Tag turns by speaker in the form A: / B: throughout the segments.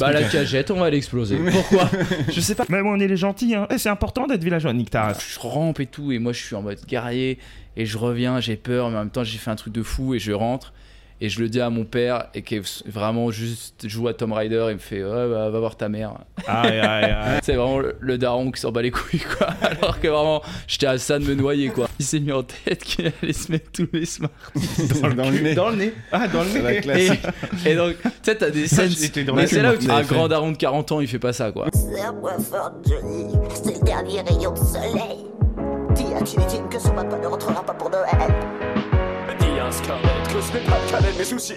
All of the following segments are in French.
A: Bah,
B: truc.
A: la cagette, on va l'exploser. Pourquoi
B: Je sais pas. Mais bon, on est les gentils, hein. Eh, c'est important d'être villageois, nique ta race.
A: Je rampe et tout, et moi, je suis en mode guerrier, et je reviens, j'ai peur, mais en même temps, j'ai fait un truc de fou, et je rentre, et je le dis à mon père, et qui est vraiment juste joue à Tom Rider, il me fait Ouais, bah, va voir ta mère.
B: Aïe, aïe, aïe.
A: C'est vraiment le, le daron qui s'en bat les couilles, quoi. Alors que vraiment, j'étais à ça de me noyer, quoi. Il s'est mis en tête qu'il allait se mettre tous les smarts.
C: Dans le, nez.
B: Dans le nez. Ah, dans le
C: C'est la
B: nez.
A: Et,
C: classe.
A: et donc, tu sais, t'as des scènes.
B: J'étais dans
A: Mais
B: la
A: c'est là où
C: culotte,
A: tu- un
C: mais fait.
A: grand daron de 40 ans, il fait pas ça, quoi.
D: Serre moi fort, Johnny. C'est le dernier rayon de soleil. Dis à Tinitine que son papa ne rentrera pas pour Noël.
E: Dis à Scarlett que ce n'est pas le cas de mes soucis.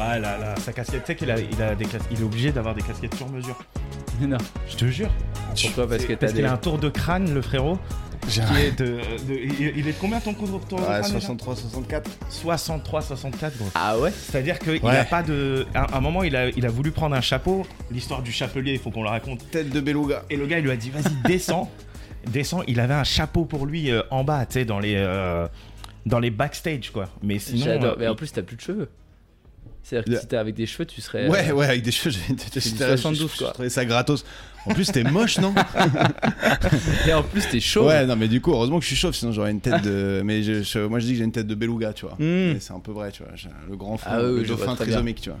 B: Ah là là, sa casquette, tu sais qu'il a, il a des cas- il est obligé d'avoir des casquettes sur mesure.
A: Mais non.
B: Je te jure.
A: Pourquoi Parce que t'as
B: Parce
A: des.
B: qu'il a un tour de crâne, le frérot.
C: J'ai un-
B: Qui est de, de- il il est de combien ton tour de tour de
C: Ah,
B: crâne déjà
C: 63, 64.
B: 63, 64, gros.
A: Ah ouais
B: C'est-à-dire qu'il
C: Ouais.
B: a pas de. À un moment, il a, il a voulu prendre un chapeau. L'histoire du chapelier, il faut qu'on la raconte.
C: Tête de beluga.
B: Et le gars, il lui a dit vas-y, descends. descends. Il avait un chapeau pour lui euh, en bas, tu sais, dans les. euh, dans les backstage, quoi. Mais sinon.
A: J'adore.
B: euh,
A: Mais en plus, t'as plus de cheveux. C'est-à-dire que
C: Yeah.
A: si t'es avec des cheveux, tu serais.
C: Ouais, ouais, avec des cheveux, j'étais
A: Euh, du 72, quoi.
C: trouvais ça gratos. En plus, t'es moche, non
A: Et en plus, t'es chaud.
C: Ouais, non, mais du coup, heureusement que je suis chauve, sinon j'aurais une tête de. Mais je- je- moi, je dis que j'ai une tête de beluga, tu vois.
A: Hmm.
C: Et C'est un peu vrai, tu vois. J'ai Le grand fond,
A: Ah oui,
C: le
A: oui, je vois
C: dauphin
A: très bien.
C: trisomique, tu vois.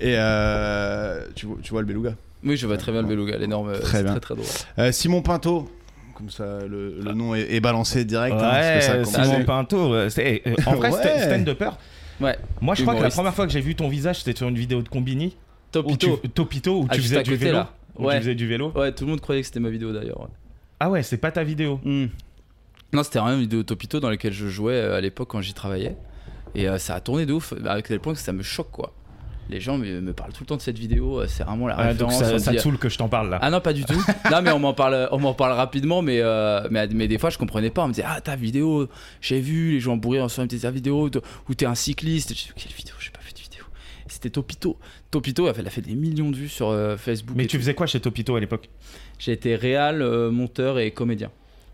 C: Et euh, tu, vois, tu vois le beluga.
A: Oui, je vois très bien le beluga, l'énorme.
C: Très
A: c'est
C: bien.
A: Très, très drôle.
C: Euh, Simon Pinto, comme ça, le, le nom est, est balancé direct. hein,
B: Ouais,
C: parce que ça a
B: Simon
C: commencé.
B: Pinto. euh, c'est- euh, en vrai,
C: Ouais.
B: stand- stand-upper.
A: Ouais.
B: Moi, je crois que la
A: Humoriste.
B: première fois que j'ai vu ton visage, c'était sur une vidéo de Combini. Où
A: Topito.
B: Oh, tu, Topito, où
A: Ah,
B: tu
A: juste
B: faisais
A: à
B: du
A: côté,
B: vélo.
A: là.
B: Où
A: Ouais. Oh.
B: tu faisais du vélo.
A: Ouais, tout le monde croyait que c'était ma vidéo d'ailleurs. ouais.
B: Ah ouais, c'est pas ta vidéo.
A: Hmm. Non, c'était vraiment une vidéo Topito dans laquelle je jouais euh, à l'époque quand j'y travaillais. Et euh, ça a tourné de ouf, à quel point que ça me choque quoi. Les gens me, me parlent tout le temps de cette vidéo, euh, c'est vraiment la
B: Ah, donc
A: référence. on
B: ça,
A: se
B: ça
A: dit,
B: te saoule que je t'en parle là.
A: Ah non, pas du tout. non, mais on m'en parle, on m'en parle rapidement, mais, euh, mais, mais des fois je comprenais pas. On me disait Ah, ta vidéo, j'ai vu, les gens bourrés en soi, ils me disaient ta vidéo t- où t'es un cycliste. J'ai dit Quelle vidéo J'ai pas fait de vidéo. C'était Topito. Topito, elle a fait des millions de vues sur euh, Facebook.
B: Mais
A: et
B: tu
A: tout.
B: faisais quoi chez Topito à l'époque
A: J'ai été réal, euh, monteur et comédien.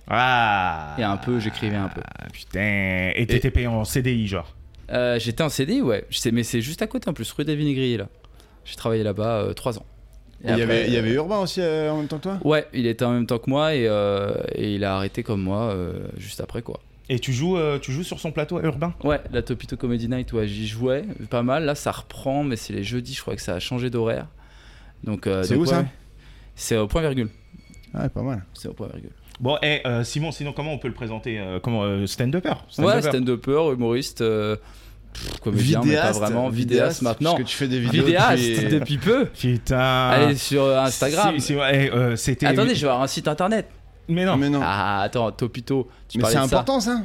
B: Ah
A: Et un peu, j'écrivais un peu.
B: Ah, putain. Et t'étais payé en CDI, genre.
A: Euh, J'étais en CD, ouais. Je sais, mais c'est juste à côté en plus, rue des Vinaigriers là. J'ai travaillé là-bas euh, trois ans.
C: Et Il y,
A: après,
C: avait, il y
A: euh,
C: avait Urbain aussi euh, en même temps que toi
A: Ouais, il était en même temps que moi et, euh, et il a arrêté comme moi euh, juste après quoi.
B: Et tu joues, euh, tu joues sur son plateau à urbain
A: Ouais, la Topito Comedy Night, ouais, j'y jouais pas mal. Là, ça reprend, mais c'est les jeudis, je crois que ça a changé d'horaire. Donc, euh,
C: C'est
A: donc,
C: où, ça
A: ouais. C'est au point virgule.
C: Ouais, Ah, pas mal.
A: C'est au point virgule.
B: Bon, et Simon, sinon comment on peut le présenter euh, Comment euh, stand-upper
A: Ouais,
B: stand-upper.
A: stand-upper, humoriste, euh, pff, comédien, mais pas vraiment. Vidéaste maintenant.
C: Parce que tu fais des vidéos.
A: Vidéaste
C: depuis-
A: depuis peu.
B: Putain.
A: Allez sur euh, Instagram.
B: Si- si- ouais, euh, c'était.
A: Attendez, je vais avoir un site internet.
B: Mais non.
C: Mais non.
A: Ah, attends, Topito, tu
C: mais
A: parlais
C: c'est
A: de ça.
C: important ça,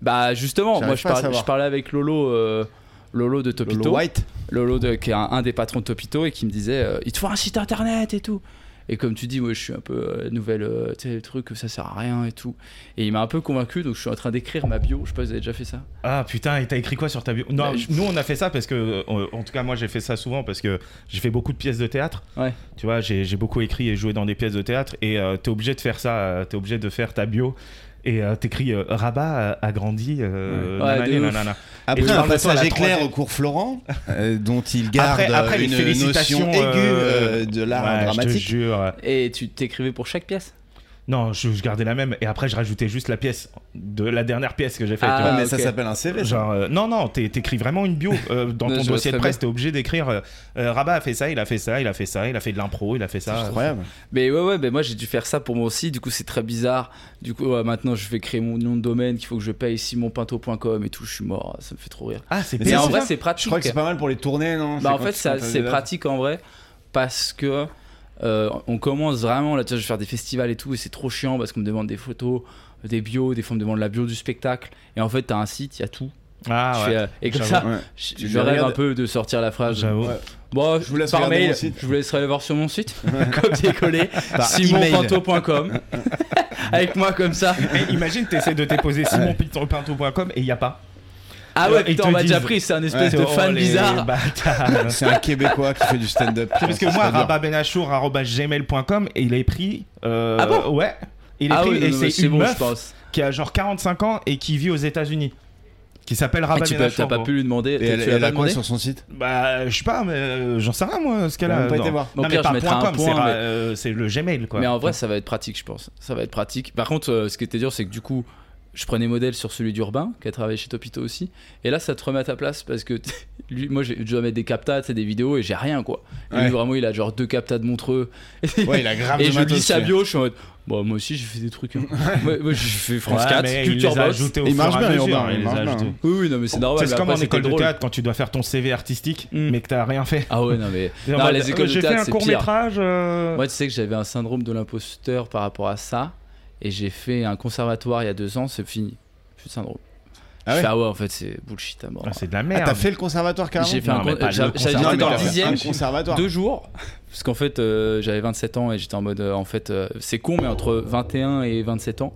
A: Bah, justement,
C: J'arrive
A: moi, je,
C: pas à
A: par-
C: savoir.
A: je parlais avec Lolo. euh, Lolo de
C: Le
A: Topito.
C: White.
A: Lolo, de- qui est un, un des patrons de Topito, et qui me disait euh, Il te faut un site internet et tout. Et comme tu dis, moi je suis un peu euh, nouvelle, euh, tu sais, le truc, ça sert à rien et tout. Et il m'a un peu convaincu, donc je suis en train d'écrire ma bio. Je sais pas si vous avez déjà fait ça.
B: Ah putain, et t'as écrit quoi sur ta bio
A: Bah,
B: Non,
A: je-
B: nous on a fait ça parce que, euh, en tout cas moi j'ai fait ça souvent parce que j'ai fait beaucoup de pièces de théâtre.
A: Ouais.
B: Tu vois, j'ai j'ai beaucoup écrit et joué dans des pièces de théâtre et euh, t'es obligé de faire ça, euh, t'es obligé de faire ta bio et euh, t'écris euh, Rabat a, a grandi, euh,
A: Ouais. Ouais,
B: nanani,
A: de ouf.
B: nanana. Et
C: Après
B: tu parles de
C: un
B: toi à
C: passage
B: la
C: éclair
B: troisième.
C: au cours Florent, euh, dont il garde
B: Après- après, les
C: une
B: félicitations,
C: notion aiguë
B: euh,
C: euh, de l'art
A: Ah,
B: Ouais, Je te
C: dramatique.
B: jure.
A: Et tu t'écrivais pour chaque pièce
B: Non, je, je gardais la même et après je rajoutais juste la pièce de la dernière pièce que j'ai faite.
A: Ah,
B: tu vois.
C: Ouais, mais ça
A: ok.
C: s'appelle un CV. ça.
B: Genre, euh, non, non, t'é- t'écris vraiment une bio. euh, dans
A: Ouais,
B: ton
A: je vois
B: dossier de
A: très
B: presse, t'es obligé d'écrire euh, euh, Rabat a fait ça, il a fait ça, il a fait ça, il a fait de l'impro, il a fait
C: C'est
B: ça.
C: incroyable.
A: Mais ouais, ouais, mais moi j'ai dû faire ça pour moi aussi, du coup c'est très bizarre. Du coup, ouais, maintenant je vais créer mon nom de domaine, qu'il faut que je paye simonpinto.com et tout, je suis mort, ça me fait trop rire.
B: Ah, c'est
C: Mais
A: Mais
C: ça,
A: en
C: c'est
A: vrai,
C: bien.
A: c'est pratique.
C: Je crois que c'est pas mal pour les tournées, non
A: Bah en
C: quand
A: fait,
C: tu
A: ça-
C: comptes
A: c'est
C: les heures.
A: pratique en vrai parce que euh, on commence vraiment là, tu vois, je vais faire des festivals et tout et c'est trop chiant parce qu'on me demande des photos, des bios, des fois on me demande la bio du spectacle et en fait t'as un site, il y a tout.
B: Ah
A: Je
B: ouais.
A: fais, euh, et comme
B: j'avoue.
A: ça,
C: Ouais.
A: je,
C: Tu
A: je
C: le
A: rêve
C: regardes.
A: un peu de sortir la phrase.
B: J'avoue.
C: Ouais.
A: Bon,
C: Je vous laisse
A: par
C: regarder
A: mail,
C: mon site.
A: je vous laisserai aller voir sur mon site, copier-coller, simonpanto.com avec moi comme ça.
B: Et imagine, t'essaies de déposer simonpinto.com et il y a pas.
A: Ah
B: Et
A: ouais,
B: ils
A: putain,
B: te
A: on m'a déjà
B: disent-
A: pris, c'est un espèce de
B: Oh,
A: fan
B: les
A: bizarre. Ah.
B: bâtards.
C: C'est un Québécois qui fait du stand-up.
B: Parce que moi, rababenachour.gmail.com, et il a pris. euh,
A: Ah bon
B: Ouais. Il est
A: Ah
B: pris
A: oui,
B: et
A: non, mais
B: c'est
A: c'est
B: une
A: bon, je
B: meuf
A: pense.
B: qui a genre 45 ans et qui vit aux États-Unis. Qui s'appelle
A: Ah,
B: Rabat
A: tu peux- t'as pas pu lui demander.
C: Et
A: t'as-
C: elle,
A: tu l'as
C: elle
A: pas
C: a quoi
A: demandé
C: sur son site
B: Bah, je sais pas, mais euh, j'en sais rien moi ce qu'elle
C: Elle a
B: a.
C: même pas
B: Non.
C: été voir.
A: Au
B: Non, mais
A: pire,
B: pas
A: je mettrai un
B: .com, c'est
A: point,
B: ra-
A: mais-
B: euh, c'est le Gmail quoi.
A: Mais en vrai, ça va être pratique, je pense. Ça va être pratique. Par contre, euh, ce qui était dur, c'est que du coup, je prenais modèle sur celui d'Urbain, qui a travaillé chez Topito aussi. Et là, ça te remet à ta place parce que t- lui, moi, j'ai- je dois mettre des captas, c'est des vidéos et j'ai rien quoi. Et lui,
C: Ouais.
A: vraiment, il a genre deux captas de Montreux.
C: Ouais, il a grave
A: et
C: de
A: je lis
C: matos.
A: sa
C: lui.
A: bio, je suis en mode. Bon, moi aussi, j'ai fait des trucs. hein. moi, moi, j'ai fait France 4,
B: il les
A: Culture
B: a
A: Box.
B: ajoutés au
C: Il
B: fur et
C: marche
B: à
C: bien,
B: mesure,
C: Urbain,
B: il
C: il
B: les a
C: marche bien.
B: ajoutés.
A: Oui, oui, non, mais c'est normal.
B: c'est
A: mais
B: comme en
A: après, c'était
B: école de
A: drôle.
B: théâtre quand tu dois faire ton CV artistique
A: Mm.
B: mais que t'as rien fait.
A: Ah ouais, non, mais.
B: Et en
A: Non,
B: mode,
A: les écoles
B: euh,
A: de
B: J'ai fait
A: théâtre,
B: un
A: c'est
B: court métrage. euh,
A: Moi, tu sais que j'avais un syndrome de l'imposteur par rapport à ça, et j'ai fait un conservatoire il y a deux ans, c'est fini. Plus de syndrome.
C: Ah
A: je
C: ouais
A: fais, ah ouais, en fait, c'est bullshit à mort.
B: ah, C'est de la
C: Ah,
B: merde.
C: t'as fait le conservatoire carrément
A: j'ai fait
B: Non,
A: un
B: mais
A: con-
B: pas le
A: j'a- j'a-
B: conservatoire.
A: j'étais dans le
B: Non, mais
A: dixième,
C: Un conservatoire.
A: deux jours, parce qu'en fait, euh, j'avais 27 ans et j'étais en mode, euh, en fait, euh, c'est con, mais entre 21 et 27 ans,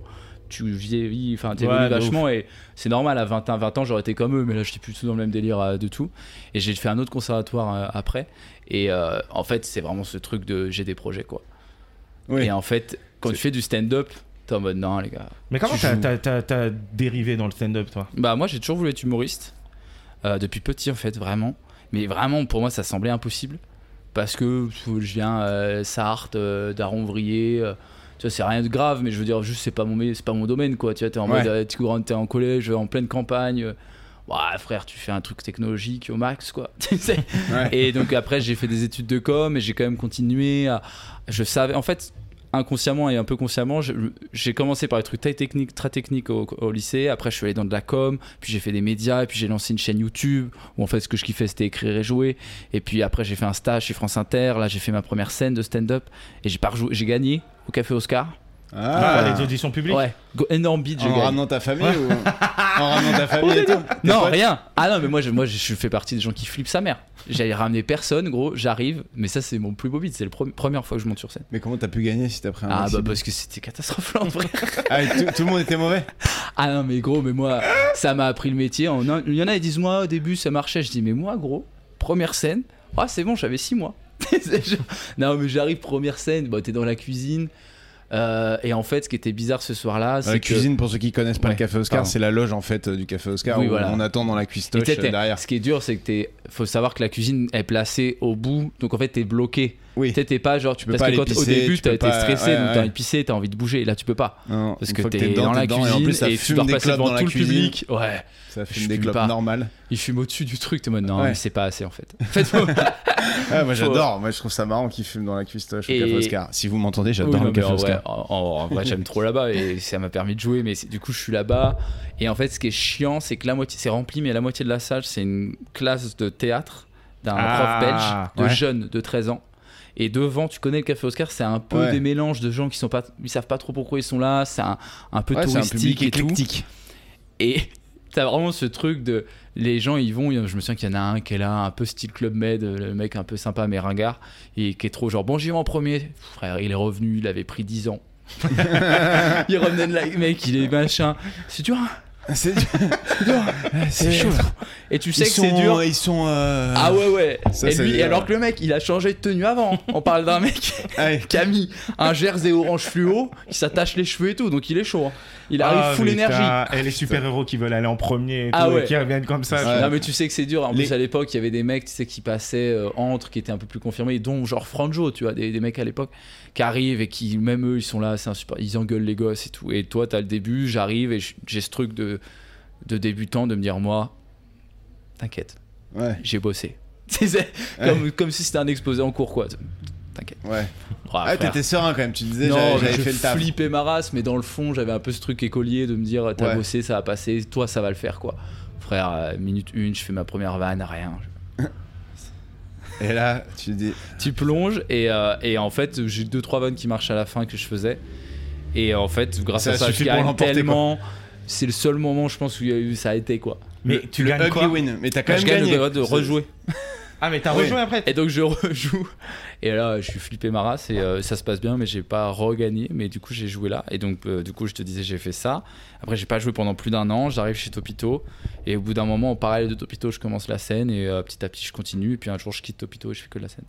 A: tu vieillis, enfin, t'évolues
B: Ouais, de
A: vachement, et c'est normal, à 21, 20 ans, j'aurais été comme eux, mais là, j'étais plutôt dans le même délire euh, de tout. Et j'ai fait un autre conservatoire euh, après, et euh, en fait, c'est vraiment ce truc de j'ai des projets, quoi.
C: Oui.
A: Et en fait, quand tu fais du stand-up, t'es en mode non, les gars.
B: Mais comment
A: Tu
B: t'as-
A: joues.
B: t'as- t'as t'as dérivé dans le stand-up toi
A: Bah, moi, j'ai toujours voulu être humoriste. euh, depuis petit, en fait, vraiment. Mais vraiment, pour moi, ça semblait impossible. Parce que pff, je viens euh, Sarthe, euh, Daron-Vrier. euh, tu vois, c'est rien de grave, mais je veux dire, juste, c'est pas mon, mé- c'est pas mon domaine, quoi. Tu vois, t'es en
C: Ouais.
A: mode, euh, tu cours- t'es en collège, en pleine campagne. euh, Ouah, frère, tu fais un truc technologique au max, quoi. Tu sais
C: Ouais.
A: et donc après, j'ai fait des études de com et j'ai quand même continué à. Je savais. En fait, inconsciemment et un peu consciemment, je- j'ai commencé par des trucs très techniques, très techniques au, au lycée. Après, je suis allé dans de la com, puis j'ai fait des médias, et puis j'ai lancé une chaîne YouTube où en fait, ce que je kiffais, c'était écrire et jouer. Et puis après, j'ai fait un stage chez France Inter. Là, j'ai fait ma première scène de stand-up et j'ai pas rejoué- J'ai gagné au Café Oscar.
B: Ah,
C: Ah,
B: les auditions publiques
A: Ouais, Go- énorme beat, j'ai
C: en
A: gagné.
C: ramenant ta famille ou en ramenant ta famille et tout
A: Non,
C: potes
A: rien. Ah non, mais moi, je, moi, je fais partie des gens qui flippent sa mère. J'allais ramener personne, gros. J'arrive, mais ça, c'est mon plus beau beat. C'est la pre- première fois que je monte sur scène.
C: Mais comment t'as pu gagner si t'as pris un
A: Ah bah
C: accident
A: parce que c'était catastrophique en vrai.
C: Ah, et tout, tout le monde était mauvais
A: Ah non mais gros, mais moi, ça m'a appris le métier. En un- Il y en a, ils disent moi au début ça marchait. Je dis mais moi gros, première scène, ah c'est bon, j'avais 6 mois. C'est genre- non mais j'arrive première scène, bah t'es dans la cuisine. Euh, et en fait, ce qui était bizarre ce soir-là,
C: La
A: c'est que
C: cuisine, pour ceux qui connaissent pas
A: Ouais,
C: le Café Oscar,
A: pardon.
C: c'est la loge en fait euh, du Café Oscar
A: Oui,
C: où
A: voilà.
C: on attend dans la cuistoche
A: Et t'es-
C: euh,
A: t'es-
C: derrière.
A: Ce qui est dur, c'est que t'es. Faut savoir que la cuisine est placée au bout, donc en fait t'es bloqué.
C: Oui.
A: T'es t'es pas genre tu
C: peux
A: parce
C: pas
A: que
C: aller
A: quand au
C: pisser,
A: début
C: tu
A: t'as
C: peux
A: été
C: pas-
A: stressé,
C: ouais,
A: donc
C: ouais.
A: t'as envie de pisser, t'as envie de bouger. Et là tu peux pas
C: Non,
A: parce
C: une
A: que
C: fois
A: t'es
C: t'es dedans,
A: dans la
C: t'es dedans,
A: cuisine
C: et en plus ça
A: tu
C: fume
A: dois
C: des
A: passer
C: clopes
A: devant
C: dans la
A: tout le
C: cuisine.
A: public. Ouais.
C: Ça
A: Je
C: fume des
A: fume
C: clopes
A: pas.
C: normales.
A: Il fume au-dessus du truc, t'es en mode non,
C: Ouais.
A: mais c'est pas assez en fait. Faites moi
C: Ah, moi j'adore, moi je trouve ça marrant qu'ils fument dans la cuistoche
A: Et-
C: au Café Oscar. Si vous m'entendez, j'adore le Café
A: en vrai,
C: Oscar.
A: en- en- en vrai, j'aime trop là-bas et ça m'a permis de jouer, mais c'est- du coup je suis là-bas. Et en fait, ce qui est chiant, c'est que la moitié, c'est rempli, mais la moitié de la salle, c'est une classe de théâtre d'un
B: Ah,
A: prof belge, de
B: ouais.
A: jeunes de 13 ans. Et devant, tu connais le Café Oscar, c'est un peu
C: Ouais.
A: des mélanges de gens qui sont pas, ils savent pas trop pourquoi ils sont là, c'est un, un peu
C: Ouais, c'est un
A: touristique
C: public
A: et tout.
C: éclectique.
A: Et t'as vraiment ce truc de les gens ils vont, je me souviens qu'il y en a un qui est là, un peu style Club Med, euh, le mec un peu sympa mais ringard, et qui est trop genre bon j'y vais en premier. Frère, il est revenu, il avait pris 10 ans. il revenait de là, le mec, il est machin. C'est dur, hein
C: C'est dur.
A: c'est chaud. Et tu sais
C: Ah, Ils
A: que c'est dur.
C: sont- Ils sont. euh,
A: Ah ouais ouais.
C: Ça,
A: et
C: c'est
A: lui,
C: dur.
A: alors que le mec, il a changé de tenue avant. On parle d'un mec
C: ouais.
A: qui a mis un jersey orange fluo, qui s'attache les cheveux et tout, donc il est chaud. hein. Il arrive
B: Ah,
A: full
B: mais
A: énergie.
B: t'as- Et les super-héros qui veulent aller en premier et,
A: Ah
B: tout, et
A: ouais.
B: qui reviennent comme ça.
C: Ouais.
A: Non mais tu sais que c'est dur. En
C: Les-
A: plus à l'époque, il y avait des mecs, tu sais, qui passaient euh, entre, qui étaient un peu plus confirmés, dont genre Franjo, tu vois, des, des mecs à l'époque qui arrivent et qui même eux, ils sont là, c'est insupportable, ils engueulent les gosses et tout. Et toi, t'as le début, j'arrive et j- j'ai ce truc de de débutant de me dire moi, t'inquiète,
C: Ouais,
A: j'ai bossé. C'est- c'est comme, comme si c'était un exposé en cours quoi. T'inquiète.
C: ouais.
A: Bras,
C: Ah,
A: frère.
C: t'étais serein quand même, tu disais,
A: Non,
C: j'avais
A: mais
C: j'avais
A: je
C: fait le taf.
A: flippais ma race, mais dans le fond, j'avais un peu ce truc écolier de me dire t'as
C: Ouais.
A: bossé, ça va passer, toi ça va le faire quoi. Frère, euh, minute une, je fais ma première vanne, rien.
C: Et là, tu dis,
A: Tu plonges et, euh, et en fait, j'ai deux trois vannes qui marchent à la fin que je faisais. Et en fait, grâce
C: Ça
A: à ça,
C: suffit
A: je
C: pour
A: gagne
C: l'emporter,
A: tellement. C'est le seul moment, je pense, où il y a eu- ça a été quoi.
B: Mais
C: le-
B: tu
C: le
B: gagnes
C: ugly
B: quoi
C: win. Mais t'as quand
A: Quand je
C: même
A: gagne
C: gagné.
A: le droit de
C: C'est-
A: rejouer.
B: Ah, mais t'as
C: Oui.
B: rejoué après
A: Et donc je rejoue. Et là, je suis flippé ma race et euh, ça se passe bien, mais j'ai pas regagné. Mais du coup, j'ai joué là. Et donc, euh, du coup, je te disais, j'ai fait ça. Après, j'ai pas joué pendant plus d'un an. J'arrive chez Topito. Et au bout d'un moment, en parallèle de Topito, je commence la scène. Et euh, petit à petit, je continue. Et puis un jour, je quitte Topito et je fais que de la scène.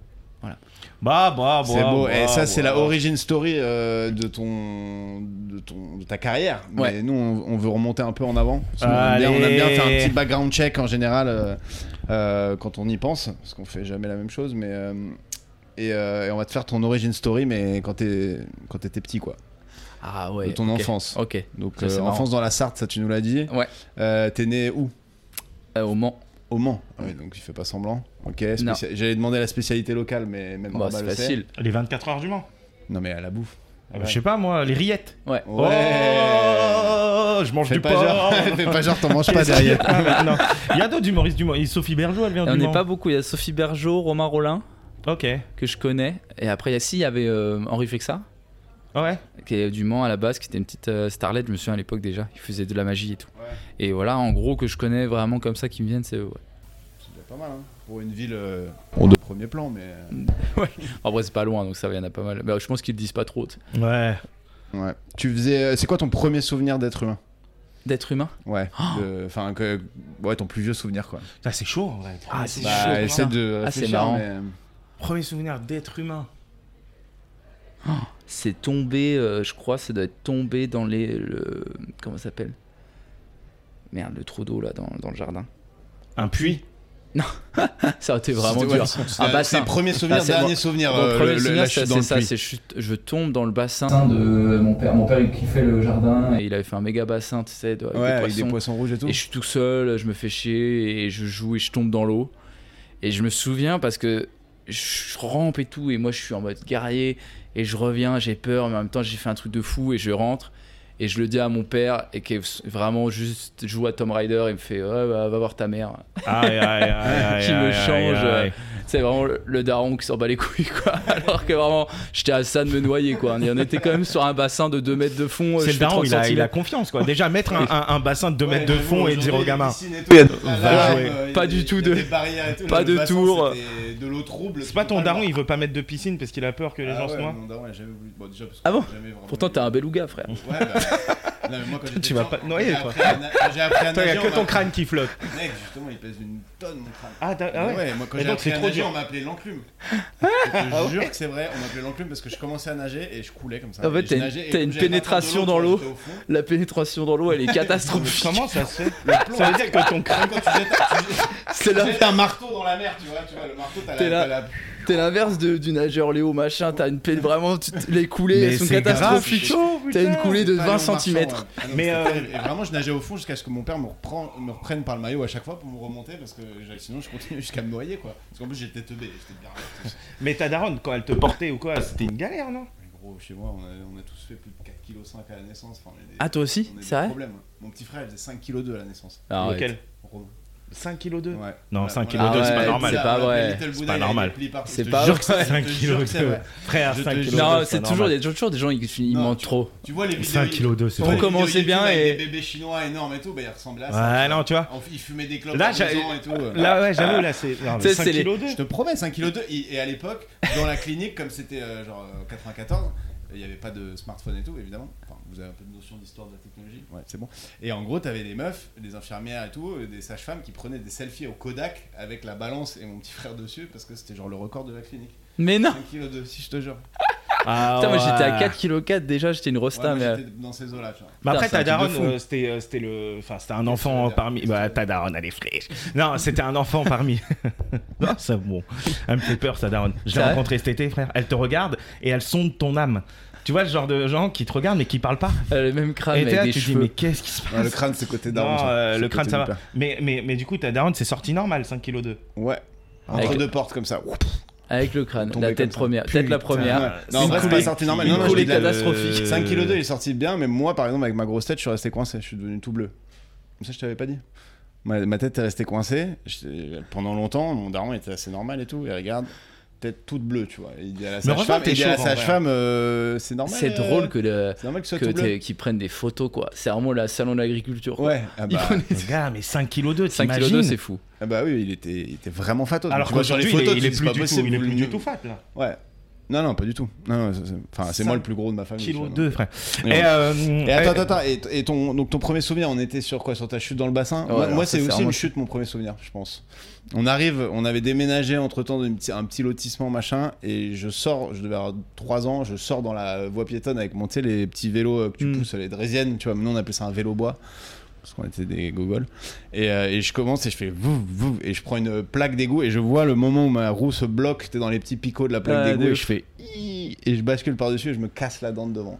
B: Bah, bah, bah.
C: C'est beau.
B: bah,
C: et ça, c'est
B: bah.
C: la origin story euh, de, ton, de ton, de ta carrière. Mais
A: Ouais.
C: nous, on, on veut remonter un peu en avant. Parce qu'on aime bien- on aime bien
B: Allez.
C: faire un petit background check en général euh, euh, quand on y pense, parce qu'on fait jamais la même chose. Mais euh, et, euh, et on va te faire ton origin story, mais quand t'es quand t'étais petit, quoi.
A: Ah ouais.
C: De ton
A: ok.
C: enfance.
A: Ok.
C: Donc
A: Ça, c'est
C: euh,
A: marrant.
C: enfance dans la Sarthe, ça tu nous l'as dit.
A: Ouais.
C: Euh, T'es né où
A: Euh, au Mans.
C: Au Mans. Ah oui, donc il fait pas semblant. Ok. spéci-
A: Non.
C: J'allais demander la spécialité locale, mais même
A: Bah,
C: Rabat
A: c'est
C: le sait.
A: facile.
B: Les 24 heures du Mans.
C: Non mais à la bouffe.
B: Ah bah, Je sais pas, moi, les rillettes.
A: Ouais.
B: Oh, je mange
C: Fais
B: du
C: pas,
B: porc.
C: genre, fais pas genre, t'en manges pas derrière.
A: hein.
B: Ah, maintenant. Il y a d'autres humoristes du Mans. Et Sophie Bergeau, elle vient
A: Et on
B: du
A: n'est
B: Mans.
A: pas beaucoup. Il y a Sophie Bergeau, Romain Rollin,
B: Ok.
A: que je connais. Et après, il y a si, il y avait euh, Henri Flexa,
B: Ah Ouais.
A: qui est du Mans à la base, qui était une petite euh, starlette, je me souviens à l'époque déjà. Il faisait de la magie et tout. Et voilà, en gros, que je connais vraiment comme ça qui me viennent, c'est. ouais.
C: C'est déjà pas mal, hein. Pour une ville euh, de premier plan, mais. euh,
A: En vrai, c'est pas loin, donc ça, il y en a pas mal. Mais je pense qu'ils le disent pas trop. tu sais.
B: Ouais.
C: Ouais. Tu faisais. euh, C'est quoi ton premier souvenir d'être humain
A: D'être humain
C: Ouais. de- Enfin, que... ouais, ton plus vieux souvenir, quoi.
B: Ça, c'est chaud, en vrai.
A: Ah, c'est
B: Premier
A: chaud,
C: Bah,
B: souvenir.
C: essaie de.
A: Ah, c'est
C: réfléchir,
A: marrant.
C: mais- euh,
B: Premier souvenir d'être humain.
A: C'est tombé, euh, je crois, ça doit être tombé dans les. le- comment ça s'appelle Merde, le trou d'eau là dans, dans le jardin.
B: Un puits.
A: Ça a été vraiment
C: C'était- ouais,
A: dur.
C: c'est-
A: Un
C: c'est-
A: bassin.
C: C'est premier souvenir,
A: Ah, c'est bon.
C: dernier souvenir.
A: Mon
C: euh,
A: premier
C: le- le-
A: souvenir,
C: la chute
A: c'est
C: dans
A: c'est
C: le
A: ça,
C: puits.
A: c'est je, je tombe dans le bassin de mon père. Mon père il kiffait le jardin et il avait fait un méga bassin, tu sais, de- avec
C: Ouais,
A: des
C: avec des
A: poissons.
C: poissons rouges et tout.
A: Et je suis tout seul, je me fais chier et je joue et je tombe dans l'eau. Et je me souviens parce que je rampe et tout et moi je suis en mode guerrier et je reviens, j'ai peur mais en même temps j'ai fait un truc de fou et je rentre et je le dis à mon père et qui est vraiment juste joue à Tom Rider il me fait Ouais, bah, va voir ta mère.
B: Aïe, aïe, aïe, aïe.
A: Qui me
B: aïe,
A: change, euh,
B: aïe, aïe.
A: C'est vraiment le, le daron qui s'en bat les couilles quoi. Alors que vraiment j'étais à ça de me noyer quoi. On était quand même sur un bassin de 2 mètres de fond. euh, je
B: C'est le
A: fais
B: daron,
A: 30
B: il a, il a
A: centimètres.
B: confiance quoi. Déjà mettre un, un- un bassin de 2 mètres de fond et dire au gamin.
C: Là,
B: jouer.
C: euh, il y
A: Pas
C: a
A: du
C: des-
A: tout
C: il y a
A: de-
C: des barrières et tout,
A: pas
C: le
A: de
C: bassin,
A: tour.
C: c'était De l'eau trouble.
B: C'est pas ton
C: totalement.
B: daron, il veut pas mettre de piscine parce qu'il a peur que les
C: Ah
B: gens se
C: ouais,
B: noient.
C: mon daron, il a jamais voulu- bon, déjà, parce que
A: Ah bon
C: j'ai jamais vraiment
A: Pourtant
C: voulu.
A: t'es un beluga frère.
C: Ouais, bah, non, mais moi, quand j'étais
B: Tu vas
C: petit,
B: pas te noyer,
C: j'ai
B: toi.
C: appris à na- J'ai appris à
B: Toi, il y a
C: nager,
B: que
C: on
B: ton
C: m'a-
B: crâne qui flotte.
C: Mec, justement, il pèse une tonne, mon crâne.
B: euh, Ah, t'as- ah ouais.
C: moi quand
B: Et
C: j'ai
B: donc,
C: appris
B: c'est
C: à
B: trop
C: nager,
B: dur. Ah
C: on m'appelait l'enclume. je te jure que c'est vrai, on m'appelait l'enclume parce que je commençais à nager et je coulais comme ça.
B: Ah
A: En fait,
C: Et je
A: t'as une-
C: nageais et
A: t'as
C: comme
A: une
C: j'avais pas peur de
A: pénétration dans l'eau.
C: j'étais au fond.
A: La pénétration dans l'eau elle est catastrophique.
B: Comment ça se fait Ça veut dire que ton crâne.
C: Quand tu jettes,
A: C'est la
C: tu jettes un marteau dans la mer, tu vois, tu vois le marteau, t'as la,
A: T'es là.
C: t'as la-
A: T'es l'inverse de- du nageur Léo machin, t'as une paix vraiment, tu- t- les coulées elles sont catastrophiques. T'as une coulée de
C: Pas
A: 20
C: long marchand,
A: cm.
C: ouais. Ah non,
B: Mais,
C: c'était
B: euh,
C: terrible. Et vraiment, je nageais au fond jusqu'à ce que mon père me, reprend, me reprenne par le maillot à chaque fois pour me remonter parce que j'ai- sinon je continuais jusqu'à me noyer quoi. Parce qu'en plus j'étais teubé, j'étais bien
B: Mais ta daronne, quand elle te portait ou quoi, c'était une galère non
C: Gros, chez moi, on a, on a tous fait plus de 4,5 kg à la naissance. Enfin, on est des-
A: Ah, toi aussi
C: on est des
A: C'est vrai Ah
C: problèmes. hein. Mon petit frère, il faisait 5 kg 2 à la naissance.
B: Lequel
C: Romain.
B: 5 kg 2
C: Ouais.
B: Ah. Non,
C: Ouais,
B: 5
C: on l'a-
A: kilos deux,
C: on
A: c'est
C: l'a-
A: pas
C: on
A: normal.
C: l'a-
A: C'est pas
C: on l'a
A: vrai.
C: appelé Little
B: C'est
C: Buddha,
B: pas
C: il a
B: normal.
C: été pris par-
A: C'est
C: je te
A: pas
C: jure que
B: vrai.
C: c'est- je
B: 5
C: te jure que c'est
B: kilos
C: vrai.
B: Frère,
C: Je te
B: 5 kg
C: jure.
A: Non,
C: Non,
A: c'est toujours, il y a toujours des gens qui ils
C: Non,
A: mentent trop.
C: Tu vois les vidéos.
B: 5 kg 2, c'est
C: tu vois
A: On
C: les vidéos
A: commençait
C: YouTube
A: bien
C: avec
A: et-
C: Des bébés chinois énormes et tout, bah ils ressemblaient à ça.
B: Ouais, non, tu vois.
C: Ils fumaient des clopes
B: Là,
C: à deux
B: j'ai-
C: ans et tout.
B: Là, ouais, j'avoue, là, c'est. non,
A: Tu sais,
B: mais 5
A: c'est les-
B: kg 2
C: Je te promets, 5 kg 2. Et et à l'époque, dans la clinique, comme c'était euh, genre euh, 94, il n'y avait pas de smartphone et tout, évidemment. Enfin, vous avez un peu de notion d'histoire de la technologie. Ouais, c'est bon. Et en gros, t'avais des meufs, des infirmières et tout, euh, des sages-femmes qui prenaient des selfies au Kodak avec la balance et mon petit frère dessus parce que c'était genre le record de la clinique.
A: Mais non
C: 5 kg 2, si je te jure.
B: Ah,
A: Putain, moi
B: ouais.
A: j'étais à 4 kg déjà, j'étais une
C: Ouais,
A: rosta,
C: moi,
A: mais.
C: j'étais dans ces eaux-là, tu vois.
B: Mais après,
A: Putain,
B: ta
A: c'est un truc de
B: daronne,
A: fou.
B: euh, c'était euh, c'était le, enfin, c'était un
C: que
B: enfant
C: je veux
B: parmi.
C: dire
B: Bah, ta daronne, elle est fraîche. Non, c'était un enfant parmi. non, c'est bon. Elle me fait peur, ta daronne. Je
A: C'est
B: l'ai
A: vrai
B: rencontrée cet été, frère. Elle te regarde et elle sonde ton âme. Tu vois le genre de gens qui te regardent mais qui parlent pas.
A: Elle a le même crâne,
B: et
A: Ah, mais
B: t'es là,
A: avec
B: tu
A: des
B: dis mais
A: cheveux.
B: qu'est-ce qui se passe
C: le crâne, c'est côté
B: Non,
C: daron.
B: euh, le crâne ça va. Mais, mais, mais du coup, ta daronne, c'est sorti normal, 5 kg 2.
C: Ouais.
A: Avec-
C: Entre deux portes comme ça. Ouh,
A: Avec le crâne,
C: Tombé
A: la tête
C: comme ça.
A: première, tête la
C: ouais.
A: première.
C: Non, en
A: une
C: vrai, c'est pas
A: coulée-
C: sorti normal.
A: Une
C: Non, non,
A: coulée
C: je dis de la-
B: Euh,
A: catastrophique.
C: 5 kg 2 il est sorti bien, mais moi par exemple avec ma grosse tête je suis resté coincé, je suis devenu tout bleu. Comme ça je t'avais pas dit. Ma, ma tête est restée coincée Je- pendant longtemps, mon daron était assez normal et tout, et regarde, tête toute bleue tu vois. Il dit à la
B: heureusement
C: sage-femme,
B: que t'es
C: il dit à la
B: chauve, en vrai.
C: sage-femme, euh, c'est normal.
A: C'est
C: euh,
A: drôle que le.
C: C'est normal que ce soit
A: Que
C: tout bleu.
A: t'es- qu'ils prennent des photos quoi, c'est vraiment la salon de l'agriculture. quoi.
C: Ouais, ah
A: Ils
C: bah,
A: connaissent-
B: Les gars, mais 5 kg 2,
A: 5 kg 2 c'est fou.
C: ah bah oui, il était, il était vraiment fatos.
B: Alors
C: Tu vois,
B: qu'aujourd'hui, il est- il
C: tu
B: est
C: dis,
B: plus
C: pas
B: du tout,
C: possible,
B: il est
C: vous
B: plus
C: le-
B: du tout fat là.
C: Ouais. Non, non, pas du tout. Non, non, c'est- c'est- Enfin, c'est
B: Cinq
C: moi le plus gros de ma famille.
B: Kilo
C: tu vois,
B: 2,
C: donc.
B: frère.
C: Et
B: Et,
C: ouais.
B: euh,
C: Et attends,
A: Eh,
B: euh,
C: attends, attends, et, et ton, donc ton premier souvenir, on était sur quoi Sur ta chute dans le bassin
A: Ouais,
C: Moi,
A: alors
C: moi,
A: ça,
C: c'est
A: c'est
C: aussi
A: vraiment-
C: une chute, mon premier souvenir, je pense. On arrive, on avait déménagé entre temps un petit lotissement, machin, et je sors, je devais avoir 3 ans, je sors dans la voie piétonne avec mon, tu sais, les petits vélos euh, que tu
A: Mm.
C: pousses, les draisiennes, tu vois, nous on appelait ça un vélo bois. Parce qu'on était des gogoles. Et, euh, et je commence et je fais vouf, vouf, et je prends une plaque d'égout et je vois le moment où ma roue se bloque, t'es dans les petits picots de la plaque
A: Ah, de
C: d'égout et
A: ouf.
C: je fais Ii et je bascule par-dessus et je me casse la dent de devant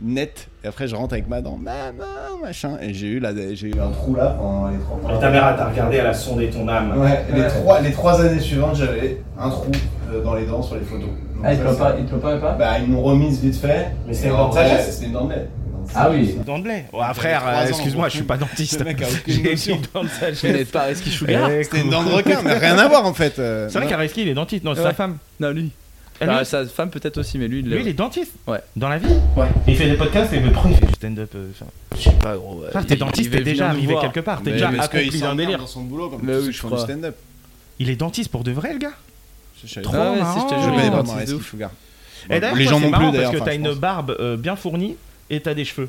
C: net. Et après, je rentre avec ma dent, maman, machin. Et j'ai eu, la, j'ai eu un trou là pendant les trois.
B: Et ta mère, elle t'a regardé, elle a sondé ton âme.
C: Ouais, les trois, les trois années suivantes, j'avais un trou euh, dans les dents sur les photos. Donc
F: Ah, il
C: ça,
F: te l'ont
C: c'est-
F: pas, il te l'ont pas réparé
C: Bah, ils m'ont remise vite fait.
B: Mais c'est
C: Et
B: une
C: en
B: dent de
C: vrai,
B: sagesse.
C: C'était une dent de lait.
F: Ah oui.
B: Dents de lait. Ouais, frère,
C: trois
B: euh,
C: ans,
B: excuse-moi,
C: gros.
B: je suis pas dentiste.
C: Le mec a aucune
B: J'ai
C: notion.
B: une dent de sagesse.
A: Mais n'est pas Reski
B: Eh,
A: Sugar
C: C'était une
B: cool.
C: dent de requin, mais rien à voir en fait. euh,
B: C'est vrai qu'Areski, il est dentiste. Non, c'est
A: Ouais.
B: sa femme.
A: Non, lui.
B: Elle,
A: Ah,
B: lui-
A: sa femme peut-être aussi, mais lui, il
B: Lui,
A: l'a-
B: il est dentiste
A: Ouais.
B: Dans la vie Ouais. Il fait des podcasts et le premier, il fait du stand-up. euh, enfin.
A: Je sais pas, gros.
B: Frère,
A: il-
B: t'es
A: il
B: dentiste,
A: va
B: t'es déjà
A: venir nous
B: arrivé
A: voir.
B: quelque part. T'es
C: mais
B: déjà
C: parce qu'il
B: accompli d'un
C: s'emmerde
B: délire.
C: dans son boulot comme
A: Mais
C: tous
A: oui,
C: ceux qui
A: je
C: font du
A: crois.
C: stand-up.
B: Il est dentiste pour de vrai, le gars
C: Je savais
B: Trop hein,
C: pas.
A: Ah ouais,
B: marrant.
A: si, je te
C: Je
A: jure,
C: connais
A: il est
C: pas
A: dentiste
C: moi,
A: de
C: Resti
A: ouf.
C: Sugar.
B: Et d'ailleurs,
C: Les
B: toi,
C: gens
B: c'est
C: non plus,
B: marrant
C: d'ailleurs,
B: Parce que
C: enfin,
B: t'as
C: je
B: une
C: pense.
B: barbe euh, bien fournie et t'as des cheveux.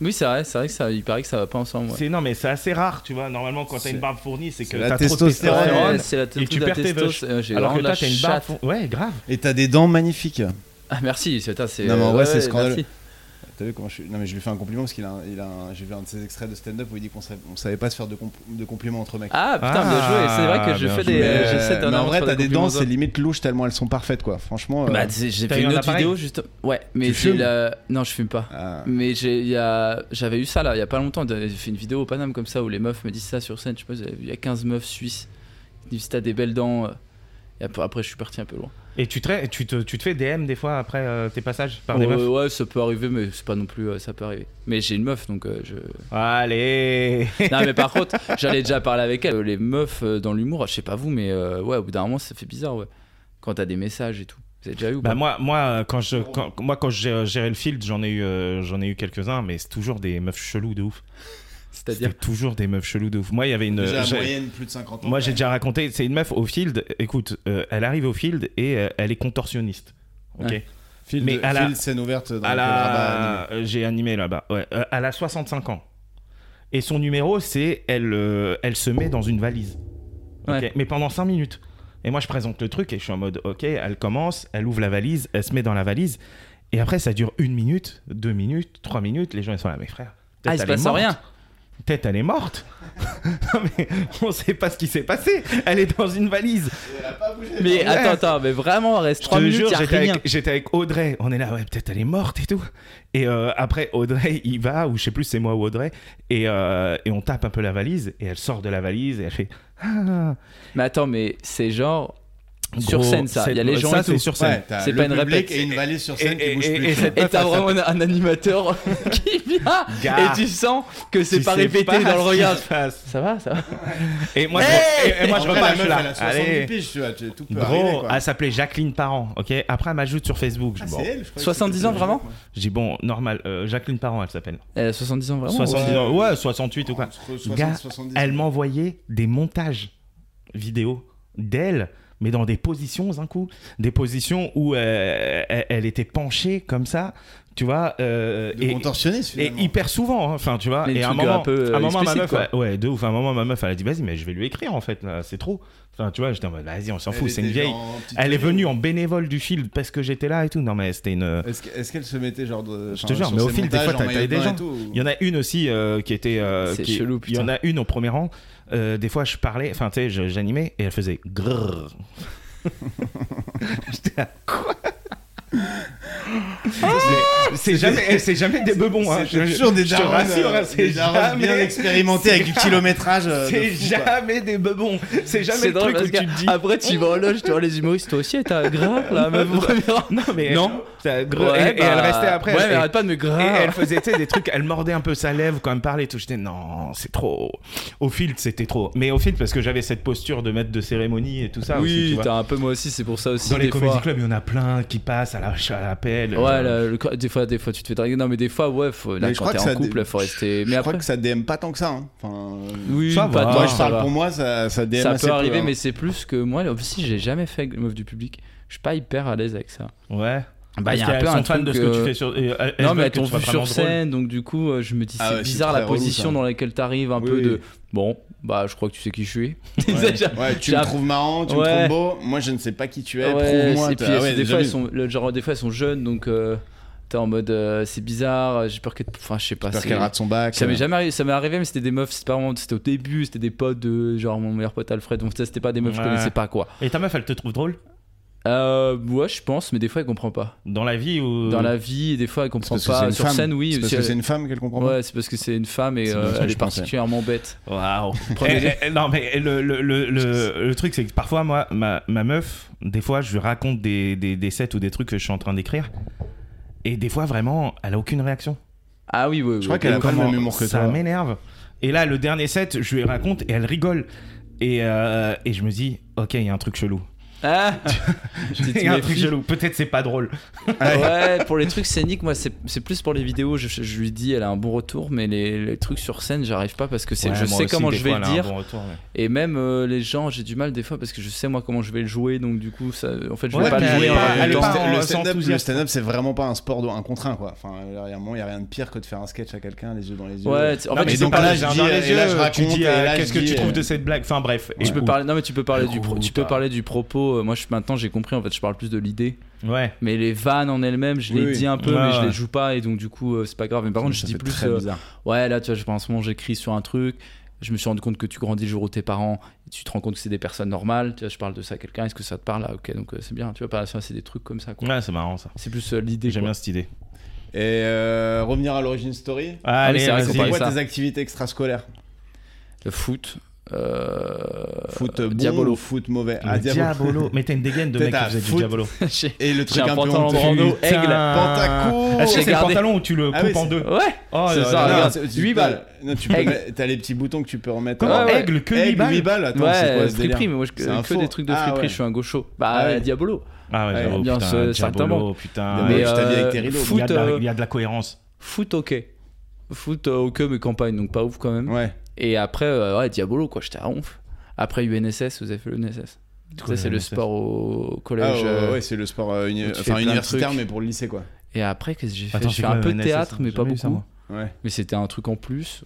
A: Oui, c'est vrai, c'est vrai que ça, il paraît que ça va pas ensemble. ouais.
B: C'est non, mais c'est assez rare, tu vois. Normalement, quand t'as
C: C'est-
B: une barbe fournie, c'est que
C: c'est la
B: t'as trop de
C: testostérone.
B: testostérone.
A: Ouais, c'est la
B: Et tu
A: la
B: perds tes
A: testos-
B: vaches.
A: euh, j'ai
B: Alors que
A: vraiment de la
B: toi, t'as une barbe.
A: chatte.
B: fournie. Ouais, grave.
C: Et t'as des dents magnifiques.
A: Ah, merci, c'est. putain, c'est-
C: Non, mais en vrai, c'est
A: ouais,
C: scandaleux.
A: merci.
C: T'as vu comment je suis Non mais je lui fais un compliment parce qu'il a, un- il a un- j'ai vu un de ses extraits de stand-up où il dit qu'on savait, on savait pas se faire de, compl- de compliments entre mecs.
A: Ah, putain, bien joué. C'est vrai
B: Ah,
A: que je
B: bien
A: fais
B: joué.
A: des.
C: mais,
A: euh, J'essaie
C: mais
A: d'en
C: en
A: avoir
C: vrai
A: sur les
C: t'as des dents,
A: compliments.
C: c'est limite louche tellement elles sont parfaites quoi. Franchement. euh,
A: Bah, tu sais, j'ai
B: T'as
A: fait
B: eu un
A: une autre
B: appareil
A: vidéo juste. Ouais, mais
C: Tu
A: j'ai
C: fumes
A: la- Non, je fume pas.
C: ah.
A: Mais j'ai- il y a- j'avais eu ça là, il y a pas longtemps. J'ai fait une vidéo au Paname comme ça où les meufs me disent ça sur scène. Je sais pas, il y a 15 meufs suisses. Ils disent t'as des belles dents. euh. Et ap- après, je suis parti un peu loin.
B: Et tu te, tu te, tu te fais DM des fois après euh, tes passages par des
A: ouais,
B: meufs.
A: ouais, ça peut arriver, mais c'est pas non plus. euh, ça peut arriver. Mais j'ai une meuf donc euh, je.
B: Allez
A: Non, mais par contre, j'allais déjà parler avec elle. Les meufs euh, dans l'humour, je sais pas vous, mais euh, ouais, au bout d'un moment, ça fait bizarre, ouais. Quand t'as des messages et tout. Vous avez déjà eu ou
B: Bah
A: pas
B: moi, moi euh, quand je, quand, moi quand j'ai- euh, gérais le field, j'en ai eu, euh, j'en ai eu quelques-uns, mais c'est toujours des meufs cheloues de ouf.
A: C'est-à-dire.
B: C'était toujours des meufs cheloues de ouf. Moi, il y avait une.
C: Déjà,
B: j'ai-
C: moyenne plus de 50 ans.
B: moi, j'ai déjà raconté. C'est une meuf au field. Écoute, euh, elle arrive au field et euh, elle est contorsionniste. Ok.
A: Ouais.
C: Fil
B: mais
C: de-
B: à la-
C: fil de scène ouverte dans
B: à
C: le
B: la... euh, J'ai animé là-bas. Ouais. Euh, elle a 65 ans. Et son numéro, c'est elle, euh, elle se met dans une valise. Ok.
A: Ouais.
B: Mais pendant 5 minutes. Et moi, je présente le truc et je suis en mode, ok, elle commence, elle ouvre la valise, elle se met dans la valise. Et après, ça dure une minute, deux minutes, trois minutes. Les gens, ils sont là, mes frères.
A: Ah, il se passe rien.
B: Peut-être elle est morte. non, mais on sait pas ce qui s'est passé. Elle est dans une valise.
A: Mais
B: Ouais.
A: attends, attends, mais vraiment, reste
B: Je te
A: 3 minutes,
B: jure,
A: y a
B: j'étais
A: rien.
B: avec, j'étais avec Audrey. On est là, ouais, peut-être elle est morte et tout. Et euh, après, Audrey, il va, ou je sais plus, c'est moi ou Audrey. Et, euh, et on tape un peu la valise. Et elle sort de la valise et elle fait. Ah,
A: Mais attends, mais c'est genre. Sur
B: gros,
A: scène, ça.
B: c'est-
A: Il y a les gens
B: Ça,
A: et
B: c'est
A: tout.
B: sur
C: Ouais,
B: scène.
C: t'as
A: C'est
C: le
A: pas une
C: public
A: répète.
C: Et une valée sur scène
B: Et-
C: qui bouge
B: et-
C: plus.
B: et
C: tu
B: cette-
C: vois.
A: Et t'as vraiment un, un animateur qui vient
B: Gars.
A: et tu sens que c'est
B: Tu
A: pas
B: sais
A: répété
B: pas
A: dans le
B: ce qui
A: regard.
B: se passe.
A: Ça va, ça va.
B: Et moi, je, et- et moi, je
C: Après,
B: repars,
C: la
B: je suis
C: meuf, elle
B: là.
C: a 70
B: Allez.
C: piges, tu vois, tu- tout peut arriver,
B: Gros, ah,
C: quoi.
B: elle s'appelait Jacqueline Parent, ok Après, elle m'ajoute sur Facebook. Je,
C: Ah,
B: dis,
C: c'est
B: bon.
C: elle, je croyais que
A: 70 ans,
C: c'était-
A: vraiment
B: Je dis, bon, normal, euh, Jacqueline Parent, elle s'appelle.
A: Elle a 70 Eh, ans, vraiment
B: 70 ans, ouais, 68 ou quoi.
C: Entre 60,
B: Gars,
C: 70.
B: elle m'envoyait des montages vidéo d'elle, mais dans des positions un coup, des positions où euh, elle, elle était penchée comme ça, tu vois, euh,
C: De
B: et,
C: contorsionniste,
B: et
C: finalement.
B: hyper souvent, hein, enfin tu vois,
A: Mais le
B: et à un
A: truc, euh,
B: moment,
A: un peu, euh,
B: à un moment ma
A: explicite,
B: meuf,
A: quoi.
B: elle- ouais, de ouf, à un moment ma meuf, elle a dit vas-y, mais je vais lui écrire en fait, là, c'est trop, enfin tu vois, j'étais en mode vas-y, on s'en fout,
C: Elle
B: c'est une
C: était
B: vieille.
C: genre en petite
B: Elle est
C: tenue.
B: venue en bénévole du field parce que j'étais là et tout. Non mais c'était une.
C: Est-ce que- est-ce qu'elle se mettait genre de.
B: Je te jure, mais au fil des fois, t'as- t'as des gens. Il y en a une aussi euh, qui était. euh,
A: C'est
B: qui-
A: chelou,
B: Il y en a une au premier rang. euh, des fois, je parlais, enfin, tu sais, je- j'animais et elle faisait grrr. J'étais là, quoi Mais C'est jamais, eh, c'est jamais des bebons. Hein.
C: Ah, C'est
B: Je-
C: toujours des
B: je te
C: darons,
B: rassure, hein,
C: euh,
B: c'est
C: des darons bien
B: jamais-
C: expérimentés avec du
B: c'est-
C: kilométrage. euh, de
B: C'est
C: fou, quoi.
B: jamais des bebons. C'est jamais
A: C'est
B: le
A: drôle
B: truc
A: parce
B: où tu te
A: que Ah,
B: dis.
A: après tu vas en loge, tu vois les humoristes, toi aussi, t'as grave la meuf première.
B: Non, mais.
A: Non.
B: ça- grrr, et,
A: Ouais,
B: et elle
A: bah,
B: restait après.
A: Ouais,
B: elle-
A: mais arrête pas de me
B: Et elle
A: grave.
B: faisait tu sais, des trucs, elle mordait un peu sa lèvre quand elle parlait et tout. J'étais non, c'est trop. Au filtre, c'était trop. Mais au filtre, parce que j'avais cette posture de maître de cérémonie et tout ça aussi. tu
A: Oui,
B: vois.
A: t'as un peu moi aussi, c'est pour ça aussi.
B: Dans les
A: des
B: comédie
A: fois.
B: clubs, il y en a plein qui passent à la à l'appel.
A: Ouais, le- le- des fois, des fois, tu te fais draguer. Non, mais des fois, ouais, faut, là,
C: Mais je
A: quand
C: crois
A: t'es
C: que
A: en
C: ça
A: couple,
C: dé-
A: faut rester. Mais
C: je
A: après,
C: crois que ça DM pas tant que ça. hein. Enfin,
A: oui,
B: ça
A: pas
B: va.
A: tant,
C: Moi,
B: Ah,
C: je
A: ça
C: parle
A: va.
C: pour moi, ça, ça DM
A: Ça
C: assez
A: peut
C: peu,
A: arriver,
C: hein.
A: mais c'est plus que moi. Si j'ai jamais fait avec le meuf du public, Je suis pas hyper à l'aise avec ça.
B: Ouais.
A: Bah, il y a un
B: Parce qu'elles
A: peu
B: sont
A: un
B: fans
A: truc,
B: de ce que tu
A: euh,
B: fais sur. et, euh, elles
A: Non, mais
B: veulent
A: elles
B: que
A: t'ont
B: tu sois
A: vu
B: vraiment
A: sur
B: drôle.
A: scène, donc du coup, euh, je me dis, c'est
C: Ah ouais, c'est
A: bizarre
C: très
A: la
C: relou,
A: position
C: ça.
A: dans laquelle t'arrives, un
C: Oui,
A: peu
C: oui.
A: de. Bon, bah, je crois que tu sais qui je suis.
C: Ouais,
A: Déjà,
C: Ouais, tu
A: j'ai
C: me
A: un-
C: trouves marrant, tu
A: Ouais.
C: me trouves beau. Moi, je ne sais pas qui tu es.
A: Ouais,
C: Prouve-moi.
A: et puis
C: t'as- ah ouais,
A: des,
C: déjà
A: fois, elles
C: vu.
A: sont, le, genre, des fois, elles sont jeunes, donc euh, t'es en mode euh, c'est bizarre, j'ai peur que. Enfin, je sais pas.
C: J'espère
A: c'est-
C: qu'elle rate son bac.
A: Ça m'est
C: euh.
A: jamais arrivé, ça m'est arrivé, mais c'était des meufs, c'était pas vraiment- c'était au début, c'était des potes de genre mon meilleur pote Alfred, donc ça, c'était pas des meufs que
B: Ouais.
A: je connaissais pas quoi.
B: Et ta meuf, elle te trouve drôle
A: Euh, ouais, je pense, mais des fois elle comprend pas.
B: Dans la vie ou.
A: Dans la vie, des fois elle
C: C'est
A: comprend
C: parce que c'est
A: pas.
C: une
A: Sur
C: femme.
A: scène, oui.
C: C'est parce
A: si
C: que
A: elle-
C: c'est une femme qu'elle comprend. pas.
A: Ouais, c'est parce que c'est une femme et
C: C'est bien
A: euh,
C: ça que
A: elle
C: je
A: est
C: pensais.
A: particulièrement bête.
B: Waouh.
A: Prenez
B: Eh, eh, non, mais le, le, le, le, le truc, c'est que parfois, moi, ma, ma meuf, des fois, je lui raconte des, des, des sets ou des trucs que je suis en train d'écrire. Et des fois, vraiment, elle a aucune réaction.
A: Ah oui, oui, oui.
C: Je crois qu'elle a pas le
B: Comment
C: même humour que
B: ça
C: toi.
B: m'énerve. Et là, le dernier set, je lui raconte et elle rigole. Et, euh, et je me dis, ok, il y a un truc chelou.
A: Ah Je dis,
B: Il y a un
A: tu
B: truc
A: méfies.
B: chelou. Peut-être c'est pas drôle.
A: Ouais, pour les trucs scéniques, moi, c'est c'est plus pour les vidéos. Je, je- je lui dis, elle a un bon retour, mais les, les trucs sur scène, j'arrive pas parce que c'est
B: Ouais,
A: je
B: moi
A: sais
B: aussi,
A: comment
B: des
A: je vais
B: fois,
A: le
B: elle a un
A: dire.
B: bon retour, mais-
A: Et même euh, les gens, j'ai du mal des fois parce que je sais moi comment je vais le jouer, donc du coup, ça, en fait, je
B: Ouais,
A: vais pas
B: mais
A: le
B: elle est
A: jouer en
B: pas- elle
A: même
B: est
A: temps.
B: pas-
C: le
B: en-
C: stand-up,
B: enthousiaste.
C: le stand-up, c'est vraiment pas un sport de un contre un quoi. Enfin, il y a rien de pire que de faire un sketch à quelqu'un les yeux dans les yeux.
A: Ouais, tu- en
B: Non,
A: fait,
B: mais
A: tu
C: donc
A: peux
B: donc
A: parler.
B: là,
C: là,
B: j'ai
C: je
B: un
C: dis,
B: dernier
C: et là,
B: jeu,
C: je
B: tu dis
C: raconte, et
B: euh,
C: là, je
B: qu'est-ce que
C: dis,
B: tu trouves
C: euh,
B: de cette blague Enfin bref.
A: Tu
B: Et-
A: peux
B: ou-
A: parler, non mais tu peux parler du, pro-
B: Ou
A: tu peux
B: pas.
A: parler du propos. euh, Moi, je, maintenant, j'ai compris. En fait, je parle plus de l'idée,
B: Ouais.
A: mais les vannes en elles-mêmes, je les
C: Oui, oui.
A: dis un peu,
B: Ouais,
A: mais je
B: ouais.
A: les joue pas, et donc du coup, euh, c'est pas grave. Mais par contre, je dis plus.
C: très
A: euh,
C: bizarre.
A: Ouais, là, tu vois, je- en ce moment, j'écris sur un truc. Je me suis rendu compte que tu grandis le jour où tes parents, tu te rends compte que c'est des personnes normales. Tu vois, je parle de ça à quelqu'un, est-ce que ça te parle Ah, Ok, donc euh, c'est bien. Tu vois, par ça, c'est des trucs comme ça. Quoi.
B: Ouais, c'est marrant ça.
A: C'est plus euh, l'idée.
B: J'aime
A: quoi.
B: bien cette idée.
C: Et euh, revenir à l'origin story.
A: oui,
B: Allez,
A: c'est vrai qu'on
B: vas-y.
C: C'est
A: parlait
C: quoi
A: ça.
C: tes activités extrascolaires
A: Le foot. euh,
C: Foot bon
A: Diabolo.
C: ou foot mauvais
B: Le Diabolo. Mais t'as une dégaine de
C: T'es
B: mec qui
C: à
B: faisait du
C: foot.
B: Diabolo.
A: J'ai
C: Et le
A: j'ai
C: truc
A: un
C: un peu
A: pantalon
C: honteux.
A: Brando,
B: Putain.
A: aigle.
B: Ah,
C: Pantacourt
B: c'est c'est le
A: Regardez.
B: pantalon où tu le
C: Ah
B: coupes
C: oui,
B: en
C: c'est-
B: deux.
A: Ouais,
B: Oh
A: C'est
B: là
A: ça,
B: là.
A: regarde.
C: c'est- tu-
A: 8 balles.
C: Non, tu peux
A: Aigle.
C: mettre- t'as les petits boutons que tu peux remettre.
B: Comment
A: Ouais, ouais.
B: Aigle que
C: Aigle,
B: 8 balles
C: 8 balles Attends, c'est
A: ouais,
C: quoi ce
A: friperie,
C: délire
A: mais moi je,
C: C'est un
A: que
C: faux.
A: des trucs de
C: Ah,
A: friperie,
C: ouais.
A: je suis un gaucho. Bah,
C: Ah ouais.
A: euh, Diabolo.
B: Ah ouais,
C: Ouais,
B: j'avoue,
A: bien ce-
B: putain, Diabolo,
A: certainement.
B: putain.
A: Mais,
C: je
A: euh,
C: t'habille avec tes rideaux.
B: il, y a de
A: foot,
B: la,
A: euh,
B: il y a de la cohérence.
A: Foot, ok. Foot, euh, ok, mais campagne, donc pas ouf quand même.
C: Ouais.
A: Et après, euh, ouais, Diabolo, quoi, j'étais à onf. Après UNSS, vous avez fait l'UNSS.
B: quoi,
A: Ça, c'est le
B: l'UNSS?
A: sport au
C: Ah,
A: collège.
C: ouais, ouais,
A: euh,
C: ouais, c'est le sport euh, uni-
A: tu fais
C: enfin,
A: plein de
C: universitaire,
A: trucs.
C: mais pour le lycée quoi.
A: euh, Et après, qu'est-ce que j'ai fait
B: Attends,
A: J'ai
B: c'est
A: fait
B: quoi,
A: un peu de
B: NSS,
A: théâtre,
B: hein
A: mais
B: J'ai
A: pas
B: jamais vu ça,
A: beaucoup.
B: moi.
C: Ouais.
A: Mais c'était un truc en plus.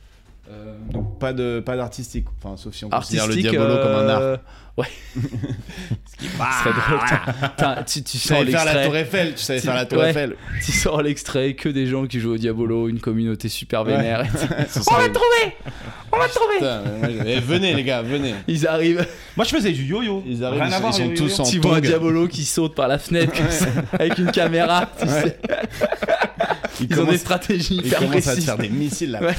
A: Euh,
C: Donc pas de pas d'artistique. Enfin, sauf si on considère le
A: artistique.
C: diabolo
A: euh,
C: comme un art.
A: Ouais. Ce qui est drôle. t'as- t'as- tu, tu
C: Tu
A: sors
C: savais faire la
A: l'extrait.
C: Tour Eiffel. Tu savais
A: Tu-
C: faire la Tour
A: ouais.
C: Eiffel.
A: Tu sors l'extrait, que des gens qui jouent au Diabolo, une communauté super
C: Ouais.
A: vénère.
C: Ça,
A: On
C: ça-
A: l'a trouvé On l'a trouvé
C: Putain, mais moi, je- Eh, venez les gars, venez.
A: Ils arrivent,
B: Moi, je faisais du yo-yo.
C: Ils arrivent,
B: Rien à
C: ils,
B: voir,
C: sont
B: yo-yo.
C: tous en
A: tu vois un
C: tongs.
A: Diabolo qui saute par la fenêtre comme ça, avec une caméra. tu sais.
C: Ils,
A: Ils ont des
C: commencent,
A: stratégies
C: ils
A: hyper
C: commencent à te
A: précises.
C: faire des missiles là.
A: Ouais.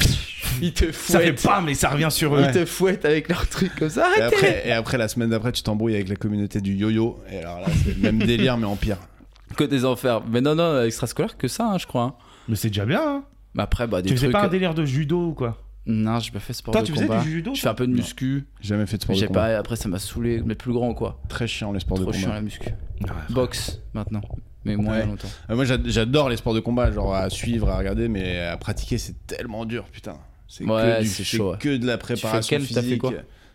A: Ils te
B: Ça fait
A: fouettent.
B: bam mais ça revient sur eux.
A: Ils te fouettent avec leur truc comme ça.
C: Et
A: Arrêtez
C: après, et après, la semaine d'après, tu t'embrouilles avec la communauté du yo-yo. Et alors là, c'est le même délire, mais en pire.
A: Que des enfers. Mais non, non, extrascolaire que ça, hein, je crois. hein.
B: Mais c'est déjà bien. hein.
A: Mais après, bah, des
B: Tu faisais
A: trucs. euh,
B: pas un délire de judo ou quoi
A: Non, j'ai pas fait sport
B: Toi,
A: de
B: tu faisais
A: combat.
B: du judo
A: Je fais un peu de muscu.
C: J'ai Jamais fait de sport
A: Mais
C: de
A: j'ai
C: combat.
A: pas. Après, ça m'a saoulé. Mais plus grand, quoi.
C: Très chiant les sports
A: Trop
C: de
A: chiant
C: combat.
A: la muscu.
B: Ouais.
A: Boxe maintenant. Mais moins
C: Ouais.
A: il y a longtemps.
C: Euh, moi, j'ad- j'adore les sports de combat, genre à suivre, à regarder, mais à pratiquer, c'est tellement dur, putain. C'est
A: Ouais,
C: que, du-
A: c'est
C: c'est
A: chaud, ouais.
C: que de la préparation
A: lequel T'as fait
C: physique.
A: quoi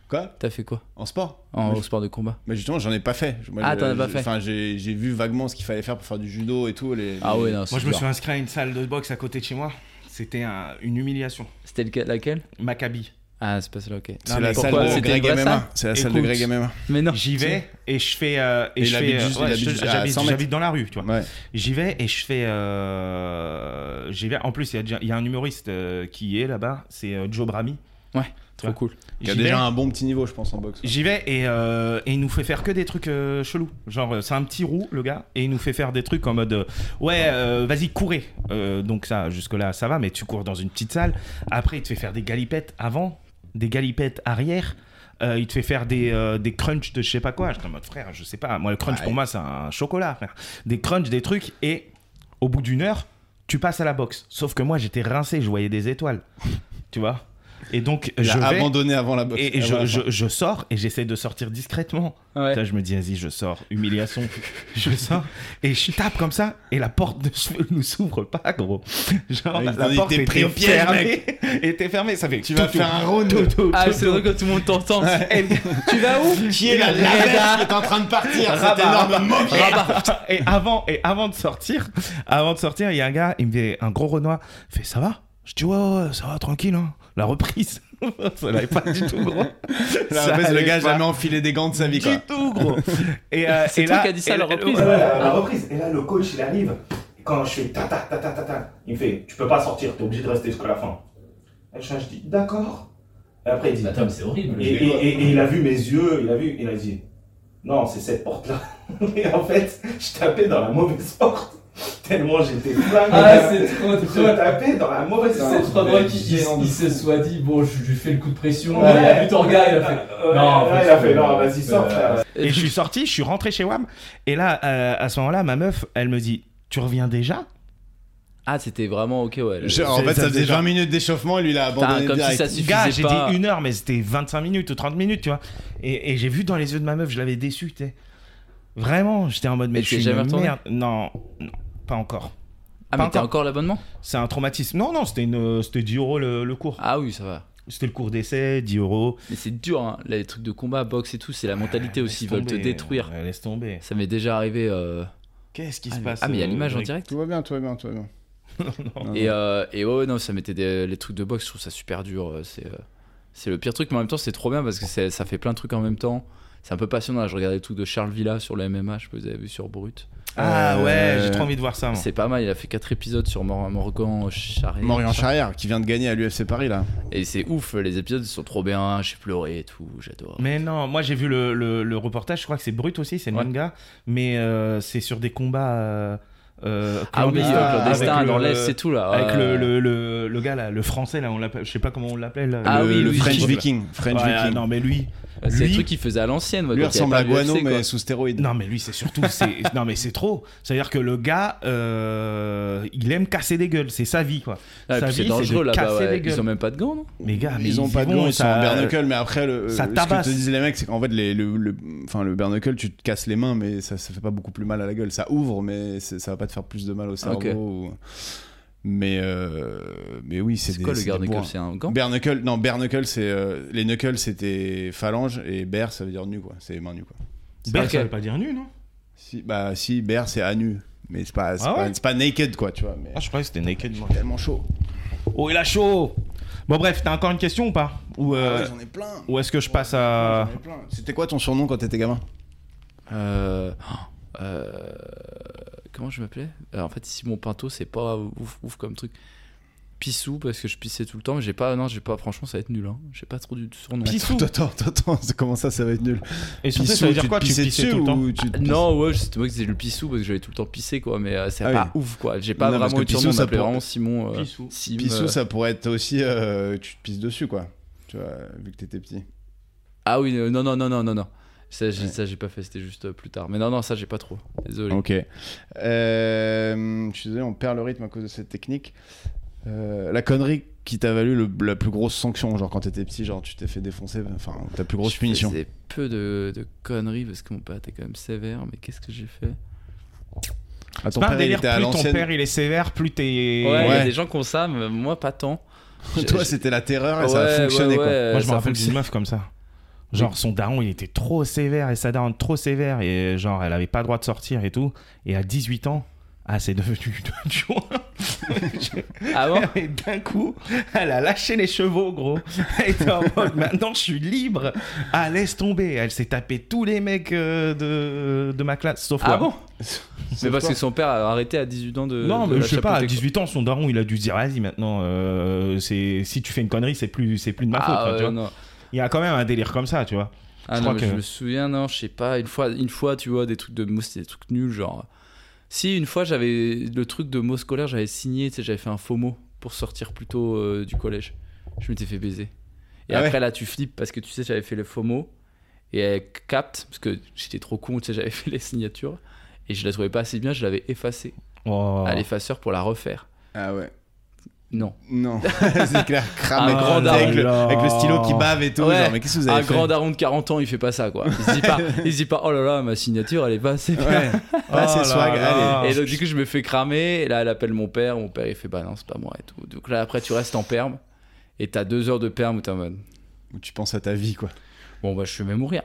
C: Quoi
A: T'as fait quoi
C: En sport
A: en
C: Moi,
A: au
C: je-
A: sport de combat
C: Mais justement, j'en ai pas fait. Moi,
A: Ah,
C: je-
A: t'en as pas
C: je-
A: fait.
C: Enfin, j'ai j'ai vu vaguement ce qu'il fallait faire pour faire du judo et tout. Les,
A: Ah
C: les-
A: ouais, non, c'est
B: Moi, je me
A: dur.
B: suis inscrit à une salle de boxe à côté de chez moi. C'était un- une humiliation.
A: C'était lequel- laquelle
B: Maccabi.
A: Ah, c'est pas celle-là, ok.
C: C'est
B: Non,
C: la
B: mais
C: salle
A: pourquoi
C: de
A: C'était
C: Greg
A: une vraie
C: MMA. C'est la salle de
B: Écoute.
C: Greg MMA.
A: Mais non.
B: J'y vais et je fais. euh, et
C: Et il
B: je
C: habite
B: fais. euh,
C: juste-
B: ouais,
C: il
B: je-
C: habite à
B: j'habite-
C: 100 mètres.
B: J'habite dans la rue, tu vois.
C: Ouais.
B: J'y vais et je fais. euh, J'y vais. En plus, il y a déjà- il y, a un humoriste euh, qui est là-bas. C'est euh, Joe Brami.
A: Ouais, trop
B: Ouais.
A: cool.
C: Il y a
B: J'y vais.
C: déjà un bon petit niveau, je pense, en boxe.
B: J'y vais et, euh, et il nous fait faire que des trucs euh, chelous. Genre, euh, c'est un petit roux, le gars, et il nous fait faire des trucs en mode euh, Ouais, euh, vas-y, courez. Euh, donc, ça, jusque-là, ça va, mais tu cours dans une petite salle. Après, il te fait faire des galipettes avant, des galipettes arrière. Euh, il te fait faire des, euh, des crunchs de je sais pas quoi. J'étais en mode frère, je sais pas. Moi, le crunch
C: Ouais.
B: pour moi, c'est un chocolat, frère. Des crunchs, des trucs, et au bout d'une heure, tu passes à la boxe. Sauf que moi, j'étais rincé, je voyais des étoiles. tu vois Et donc,
C: Il
B: je
C: a
B: vais.
C: abandonné avant la boxe.
B: Et, et
C: Ah,
B: je,
C: voilà.
B: je- je sors et j'essaie de sortir discrètement.
A: Ouais.
B: Ça, je me dis, vas-y, je sors, humiliation. je sors et je tape comme ça et la porte ne s- ne s'ouvre pas, gros. Genre,
C: Ah,
B: la,
C: ils
B: la
C: ont dit,
B: porte
C: t'es
B: était
C: pris au piège,
B: fermée. était fermée, ça fait.
C: Tu vas faire un round.
B: tout, tout,
A: Ah,
B: tout,
A: c'est
B: tout.
A: vrai que tout le monde t'entend.
B: Et- tu vas où
C: Qui est la la
A: Reda.
C: merde qui est en train de partir Cette
B: Rabat,
C: énorme
B: Rabat.
C: mauvaise
B: et avant et avant de sortir avant de sortir il y a un gars il me fait un gros Renoir il fait ça va je dis ouais, ouais, ouais, ça va tranquille hein. la reprise ça l'avait pas du tout gros
C: La
B: Ça
C: reprise, le
B: allait
C: gars a
B: pas
C: jamais enfilé des gants de sa vie quoi.
B: du tout gros et, euh,
A: C'est
B: et
A: toi
B: là euh,
A: qui as dit ça,
B: et-
A: la
B: et-
A: reprise.
B: ouais,
F: Ouais,
B: ouais,
F: la, la
B: la-
F: reprise. Et là, le coach, il arrive. Et quand je fais ta ta ta ta ta ta, il me fait, tu peux pas sortir, t'es obligé de rester jusqu'à la fin. Et je, je dis, d'accord. Et après, il
A: Bah,
F: dit,
G: Attends, mais c'est horrible.
F: et, et- et- et il a vu mes yeux, il a vu, il a dit, non, c'est cette porte-là. Et en fait, je tapais dans la mauvaise porte. Tellement j'étais flingue.
G: Ah, c'est trop
F: je
G: drôle.
F: tapais dans la mauvaise
G: C'est
F: porte.
G: trop drôle qu'il il- il se soit dit, bon, je lui fais le coup de pression. Il a vu ton regard, il a fait.
F: Ouais,
G: Non,
F: ouais,
G: en fait,
F: il a fait,
G: euh,
F: non, vas-y, sors,
G: euh,
F: frère.
B: et je suis sorti je suis rentré chez Wam et là euh, à ce moment-là ma meuf elle me dit tu reviens déjà
A: Ah, c'était vraiment ok, ouais. là.
C: Je- en
B: C'est-
C: fait,
B: ça
C: ça faisait
B: déjà.
C: 20 minutes d'échauffement et lui il a
A: Putain,
C: abandonné
A: comme si
C: direct.
A: ça suffisait
B: gars j'ai
A: pas.
B: dit une heure mais c'était 25 minutes ou 30 minutes tu vois et, et j'ai vu dans les yeux de ma meuf je l'avais déçu tu sais vraiment j'étais en mode mais
A: Et
B: je
A: t'es
B: suis
A: jamais
B: une
A: retourné
B: merde non, non pas encore
A: Ah,
B: Pas
A: mais t'as
B: encore.
A: encore l'abonnement
B: c'est un traumatisme non non c'était une euh, c'était 10 euros le, le cours
A: Ah oui, ça va.
B: c'était le cours d'essai 10 euros
A: Mais c'est dur, hein. les trucs de combat, boxe et tout, c'est la mentalité aussi, ils
B: Laisse
A: veulent te
B: tomber,
A: détruire.
B: euh, laisse tomber
A: Ça m'est déjà arrivé. euh,
B: qu'est-ce qui
A: Ah,
B: se
A: mais-
B: passe
A: ah, mais il y a
B: euh,
A: l'image en
B: Greg
A: direct.
C: Tout va bien, tout va bien, tout va bien. Non,
A: Et, euh, et ouais, ouais, non, ça m'était des- les trucs de boxe, je trouve ça super dur. euh, C'est euh, c'est le pire truc, mais en même temps, c'est trop bien parce que c'est- ça fait plein de trucs en même temps. C'est un peu passionnant. là, Je regardais le truc de Charles Villa sur le MMA, je sais pas si vous avez vu sur Brut.
B: ah ouais
C: Euh,
B: j'ai trop envie de voir ça moi.
A: C'est pas mal, il a fait 4 épisodes sur Mor- Morgan Charret.
C: Morian Charrière qui vient de gagner à l'UFC Paris là.
A: Et c'est ouf, les épisodes sont trop bien, j'ai pleuré et tout, j'adore.
B: Mais non, moi j'ai vu le, le- le reportage, je crois que c'est brut aussi, c'est le
A: Ouais.
B: même gars, mais euh, c'est sur des combats. euh, euh,
A: Ah oui,
B: clandestins,
A: euh,
C: avec
A: clandestin,
B: avec
A: dans
B: le-
A: l'Est, c'est tout là.
B: Avec le,
A: Euh,
B: le, le, le gars là, le français là, on l'appelle, je sais pas comment on l'appelle. là,
A: Ah
B: le,
C: le,
A: oui,
C: le
A: oui,
C: French
A: oui.
C: Viking. French
B: Ouais,
C: Viking.
B: non mais lui,
A: C'est le
B: lui-
A: truc qu'il faisait à l'ancienne. ouais,
C: Lui il
A: quand il y avait
C: ressemble à
A: pas
C: Guano
A: l'UFC, quoi.
C: mais sous stéroïdes.
B: non mais lui c'est surtout, c'est, non mais c'est trop. C'est à dire que le gars, euh, il aime casser des gueules, c'est sa vie quoi.
A: Ah, et
B: sa
A: puis c'est
B: vie, c'est
A: dangereux
B: de
A: là-bas.
B: casser
A: ouais.
B: des gueules.
A: Ils ont même pas de gants, non
B: Mais gars, mais
C: ils ont
B: y
C: pas de
B: vont,
C: nom, ils sont en
B: ça-
C: bernacle, mais après, le,
B: ça
C: euh,
B: tabasse.
C: ce que te disent les mecs, c'est qu'en fait, les, le, le- enfin, le bernacle, tu te casses les mains, mais ça, ça fait pas beaucoup plus mal à la gueule. Ça ouvre, mais c'est- ça va pas te faire plus de mal au cerveau.
A: Ok.
C: ou- Mais, euh, mais oui, c'est
A: C'est
C: des-
A: quoi le
C: c'est des bourrins.
A: garde-gueule C'est un gant
C: Bernacle, non, bernacle, c'est. euh, les knuckles, c'était phalange, et ber, ça veut dire nu, quoi. C'est les mains nues, quoi.
B: Berk,
A: Ok.
B: ça veut pas dire hein. nu non
C: Si, bah, si, ber, c'est à nu. Mais c'est pas, c'est
B: Ah
C: pas-
B: ouais
C: c'est pas naked, quoi, tu vois. Mais
B: Ah, je croyais que c'était naked. moi.
C: tellement chaud.
B: Oh il a chaud. Bon bref, t'as encore une question ou pas Ou euh,
C: Ah Ouais, J'en ai plein.
B: ou est-ce que je passe à
C: J'en ai plein. C'était quoi ton surnom quand t'étais gamin
A: Euh, oh, euh, Comment je m'appelais Euh, En fait, Simon Pinto, c'est pas ouf, ouf comme truc. Pissou, parce que je pissais tout le temps, mais j'ai pas. Non, j'ai pas. Franchement, ça va être nul. Hein. J'ai pas trop du surnom.
B: Pissou.
C: Attends, attends, attends, comment ça, ça va être nul
B: Et surtout,
C: Pissou,
B: ça veut dire
C: tu
B: quoi
C: te
B: Tu
C: pissais
B: pissais tout le temps
C: ou tu te pisses-
A: Non, ouais, c'était moi qui disais le pissou parce que j'avais tout le temps pissé, quoi. Mais euh, c'est
C: Ah
A: pas ouf, quoi. J'ai pas
C: Non, parce
A: vraiment eu de
C: que pissou,
A: surnom, on
C: ça
A: m'appelait
C: pour-
A: vraiment Simon. euh,
B: Pissou.
A: Sim,
C: Pissou,
A: euh,
C: ça pourrait être aussi euh, tu te pisses dessus, quoi. Tu vois, vu que t'étais petit.
A: Ah oui, euh, non, non, non, non, non, non. Ça, j'ai
C: Ouais.
A: ça, j'ai pas fait, c'était juste euh, plus tard. Mais non, non, ça, j'ai pas trop. Désolé.
C: Ok. Euh, je suis désolé, on perd le rythme à cause de cette technique. Euh, la connerie qui t'a valu le- la plus grosse sanction, genre quand t'étais petit, genre tu t'es fait défoncer, enfin ta plus grosse
A: Je
C: punition.
A: faisais peu de, de conneries parce que mon père était quand même sévère, mais qu'êtes-ce que j'ai fait
C: Ah,
B: C'est
C: ton
B: pas un
C: père il
B: délire,
C: était à
B: plus ton
C: l'ancienne.
B: père il est sévère, plus t'es.
A: Ouais, il y a
C: Ouais.
A: des gens qui ont ça, mais moi pas tant.
C: Toi,
A: J'ai-
C: c'était la terreur et
B: Ah,
A: Ouais,
C: ça a fonctionné,
A: ouais,
C: quoi.
A: ouais,
B: Moi je
A: ça
B: me
A: a
B: rappelle d'une
A: fonctionné.
B: meuf comme ça. Genre son daron il était trop sévère et sa daronne trop sévère et genre elle avait pas le droit de sortir et tout. Et à 18 ans, ah c'est devenu de joie.
A: Ah bon
B: Et d'un coup, elle a lâché les chevaux gros. Elle était en mode maintenant je suis libre. Ah laisse tomber. Elle s'est tapée tous les mecs euh, de, de ma classe sauf
A: Ah
B: moi.
A: bon Mais parce
C: toi.
A: que son père a arrêté à 18 ans de.
B: Non,
A: de
B: mais
A: la
B: je sais pas, à
A: chapeauter, quoi.
B: 18 ans, son daron, il a dû se dire, vas-y, maintenant, euh, c'est- si tu fais une connerie, c'est plus, c'est plus de ma faute.
A: Ah,
B: quoi, tu
A: ouais,
B: vois.
A: non.
B: Il y a quand même un délire comme ça, tu vois.
A: Ah
B: Je
A: non,
B: crois
A: mais
B: que-
A: je me souviens, non, je sais pas, une fois, une fois, tu vois, des trucs de mots, c'était des trucs nuls, genre. Si, une fois, j'avais le truc de mots scolaires, j'avais signé, tu sais, j'avais fait un faux mot pour sortir plus tôt euh, du collège. Je m'étais fait baiser. Et
C: Ah ouais
A: après, là, tu flippes parce que tu sais, j'avais fait le faux mot et elle capte, parce que j'étais trop con, tu sais, j'avais fait les signatures et je la trouvais pas assez bien, je l'avais effacée
B: Oh.
A: à l'effaceur pour la refaire.
C: Ah ouais.
A: Non.
C: Non, c'est clair, cramé
A: Un
C: quoi,
A: grand
C: tu sais, avec, le,
B: daron.
C: avec le stylo qui bave et tout.
A: Ouais.
C: Genre, mais qu'est-ce que vous avez
A: Un
C: fait
A: grand daron de 40 ans, il fait pas ça, quoi. Il se dit pas, il se dit pas oh là là, ma signature, elle est pas assez bien.
C: Ouais, pas
B: Oh
C: assez
B: là
C: Ah, swag,
B: là.
C: allez.
A: Et donc, du coup, je me fais cramer. Et là, elle appelle mon père. Mon père, il fait Bah non, c'est pas moi et tout. Donc là, après, tu restes en perme. Et t'as deux heures de perme où t'es en mode
C: Ou tu penses à ta vie, quoi.
A: Bon, bah, je vais mourir.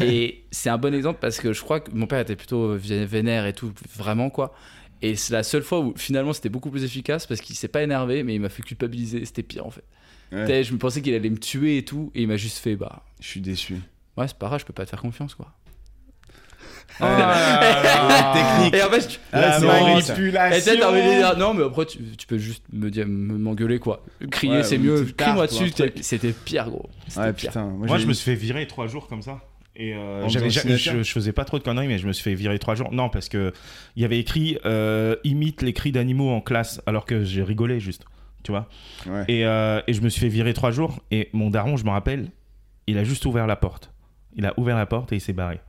A: et c'est un bon exemple parce que je crois que mon père était plutôt vé- vénère et tout, vraiment, quoi. Et c'est la seule fois où finalement c'était beaucoup plus efficace parce qu'il s'est pas énervé, mais il m'a fait culpabiliser. C'était pire en fait.
C: Ouais.
A: T'sais, Je me pensais qu'il allait me tuer et tout, et il m'a juste fait Bah
C: Je suis déçu.
A: ouais, c'est pas grave, je peux pas te faire confiance, quoi.
B: Oh là là.
C: Technique.
A: Et en fait, je-
B: La
C: La
A: Et
B: manipulation.
A: Eh, peut-être envie de dire non, mais après tu, tu peux juste me dire me- m'engueuler quoi. Crier
C: Ouais,
A: c'est
C: ou une
A: mieux.
C: petite
A: Crie-moi
C: tarte ou un
A: dessus.
C: truc.
A: C'était pire gros. C'était
C: Ouais,
A: pire.
C: putain. Moi,
B: Moi,
C: j'ai
B: je
C: eu-
B: me suis fait virer trois jours comme ça. Et euh,
C: En
B: j'avais
C: faisant
B: ja-
C: signature
B: je, je faisais pas trop de conneries, mais je me suis fait virer trois jours. Non, parce que il y avait écrit euh, imite les cris d'animaux en classe, alors que j'ai rigolé juste, tu vois.
C: Ouais.
B: Et, euh, et je me suis fait virer trois jours. Et mon daron, je me rappelle, il a juste ouvert la porte. Il a ouvert la porte et il s'est barré.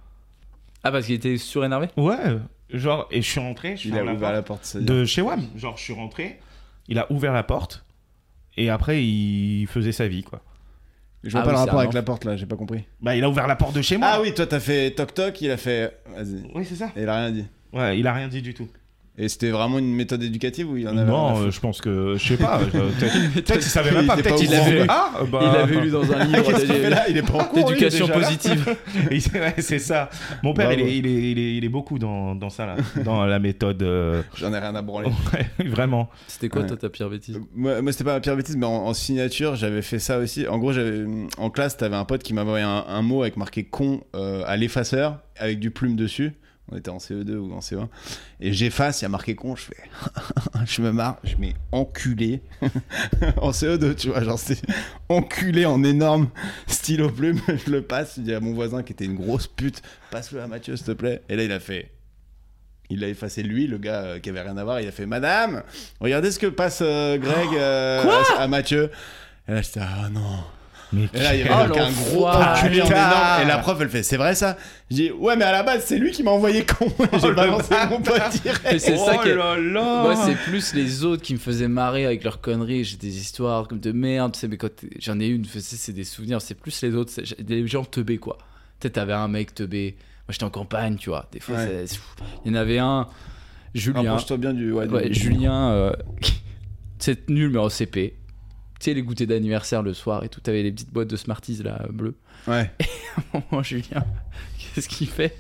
A: Ah parce qu'il était surénervé.
B: Ouais, genre et je suis rentré. Je suis
C: Il a
B: dans la
C: ouvert
B: porte
C: la porte, c'est-à-dire.
B: de chez Wam. Genre, je suis rentré, il a ouvert la porte et après il faisait sa vie quoi.
C: Je vois
A: Ah
C: pas
A: oui,
C: le
A: c'est
C: rapport
A: un
C: avec
A: enfant.
C: la porte là, j'ai pas compris.
B: Bah, il a ouvert la porte de chez moi.
C: Ah oui, toi t'as fait toc toc, il a fait. Vas-y.
B: oui, c'est ça.
C: Et il a rien dit.
B: Ouais, il a rien dit du tout.
C: Et c'était vraiment une méthode éducative ou il en avait rien à
B: Non,
C: foutre
B: euh, je pense que je sais pas. euh, Peut-être peut-être qu'il savait même
C: Il
B: pas.
C: était
B: Peut-être
C: pas
B: qu'il
C: au courant.
B: l'avait. Ah, bah,
A: Il l'avait lu dans un livre
C: Ah, Qu'est-ce qu'il fait
A: d'é-
C: là Il est pas en cours. lui,
A: d'éducation
C: déjà, là
A: positive.
B: Il sait- ouais, c'est ça. Mon père,
C: Bravo.
B: il est, il, est, il, est, il est beaucoup dans, dans ça là, dans la méthode. euh,
C: J'en ai rien à branler.
B: ouais, vraiment.
A: C'était quoi
C: Ouais.
A: toi ta pire bêtise
C: Euh, Moi, moi, c'était pas ma pire bêtise, mais en, en signature, j'avais fait ça aussi. En gros, j'avais en classe, t'avais un pote qui m'avait envoyé un, un mot avec marqué con euh, à l'effaceur, avec du plume dessus. On était en CE2 ou en CE1. Et j'efface, il y a marqué con, je fais. je me marre, je mets enculé. en CE2, tu vois, genre c'est enculé en énorme stylo plume. je le passe, je dis à mon voisin qui était une grosse pute, passe-le à Mathieu, s'il te plaît. Et là, il a fait. Il l'a effacé lui, le gars euh, qui avait rien à voir. Il a fait Madame, regardez ce que passe euh, Greg
A: Oh
C: euh, à, à Mathieu. Et là, j'étais Ah non.
B: Mais
C: Et là, il y
A: Oh,
C: avait marqué un gros
A: l'enfoiré.
C: enculé en
B: Putain.
C: énorme. Et la prof, elle fait C'est vrai ça Je dis Ouais, mais à la base, c'est lui qui m'a envoyé con. J'ai
B: le
C: balancé mon pote direct.
A: Mais Oh, c'est ça
B: oh
A: qui est-
B: là là
A: Moi, c'est plus les autres qui me faisaient marrer avec leurs conneries. J'ai des histoires comme de merde, tu sais, mais quand t'es- j'en ai une, tu sais, c'est des souvenirs. C'est plus les autres, c'est- j'ai- des gens teubés, quoi. Tu sais, t'avais un mec teubé. Moi, j'étais en campagne, tu vois. Des fois,
C: Ouais.
A: c'est- il y en avait un, Julien.
C: Rapproche-toi bien du. ouais, du-
A: Ouais, Julien, euh, c'est nul, mais en CP. Tu sais, les goûters d'anniversaire le soir et tout, t'avais les petites boîtes de Smarties là, euh, bleues.
C: Ouais.
A: Moment, Julien, qu'est-ce qu'il fait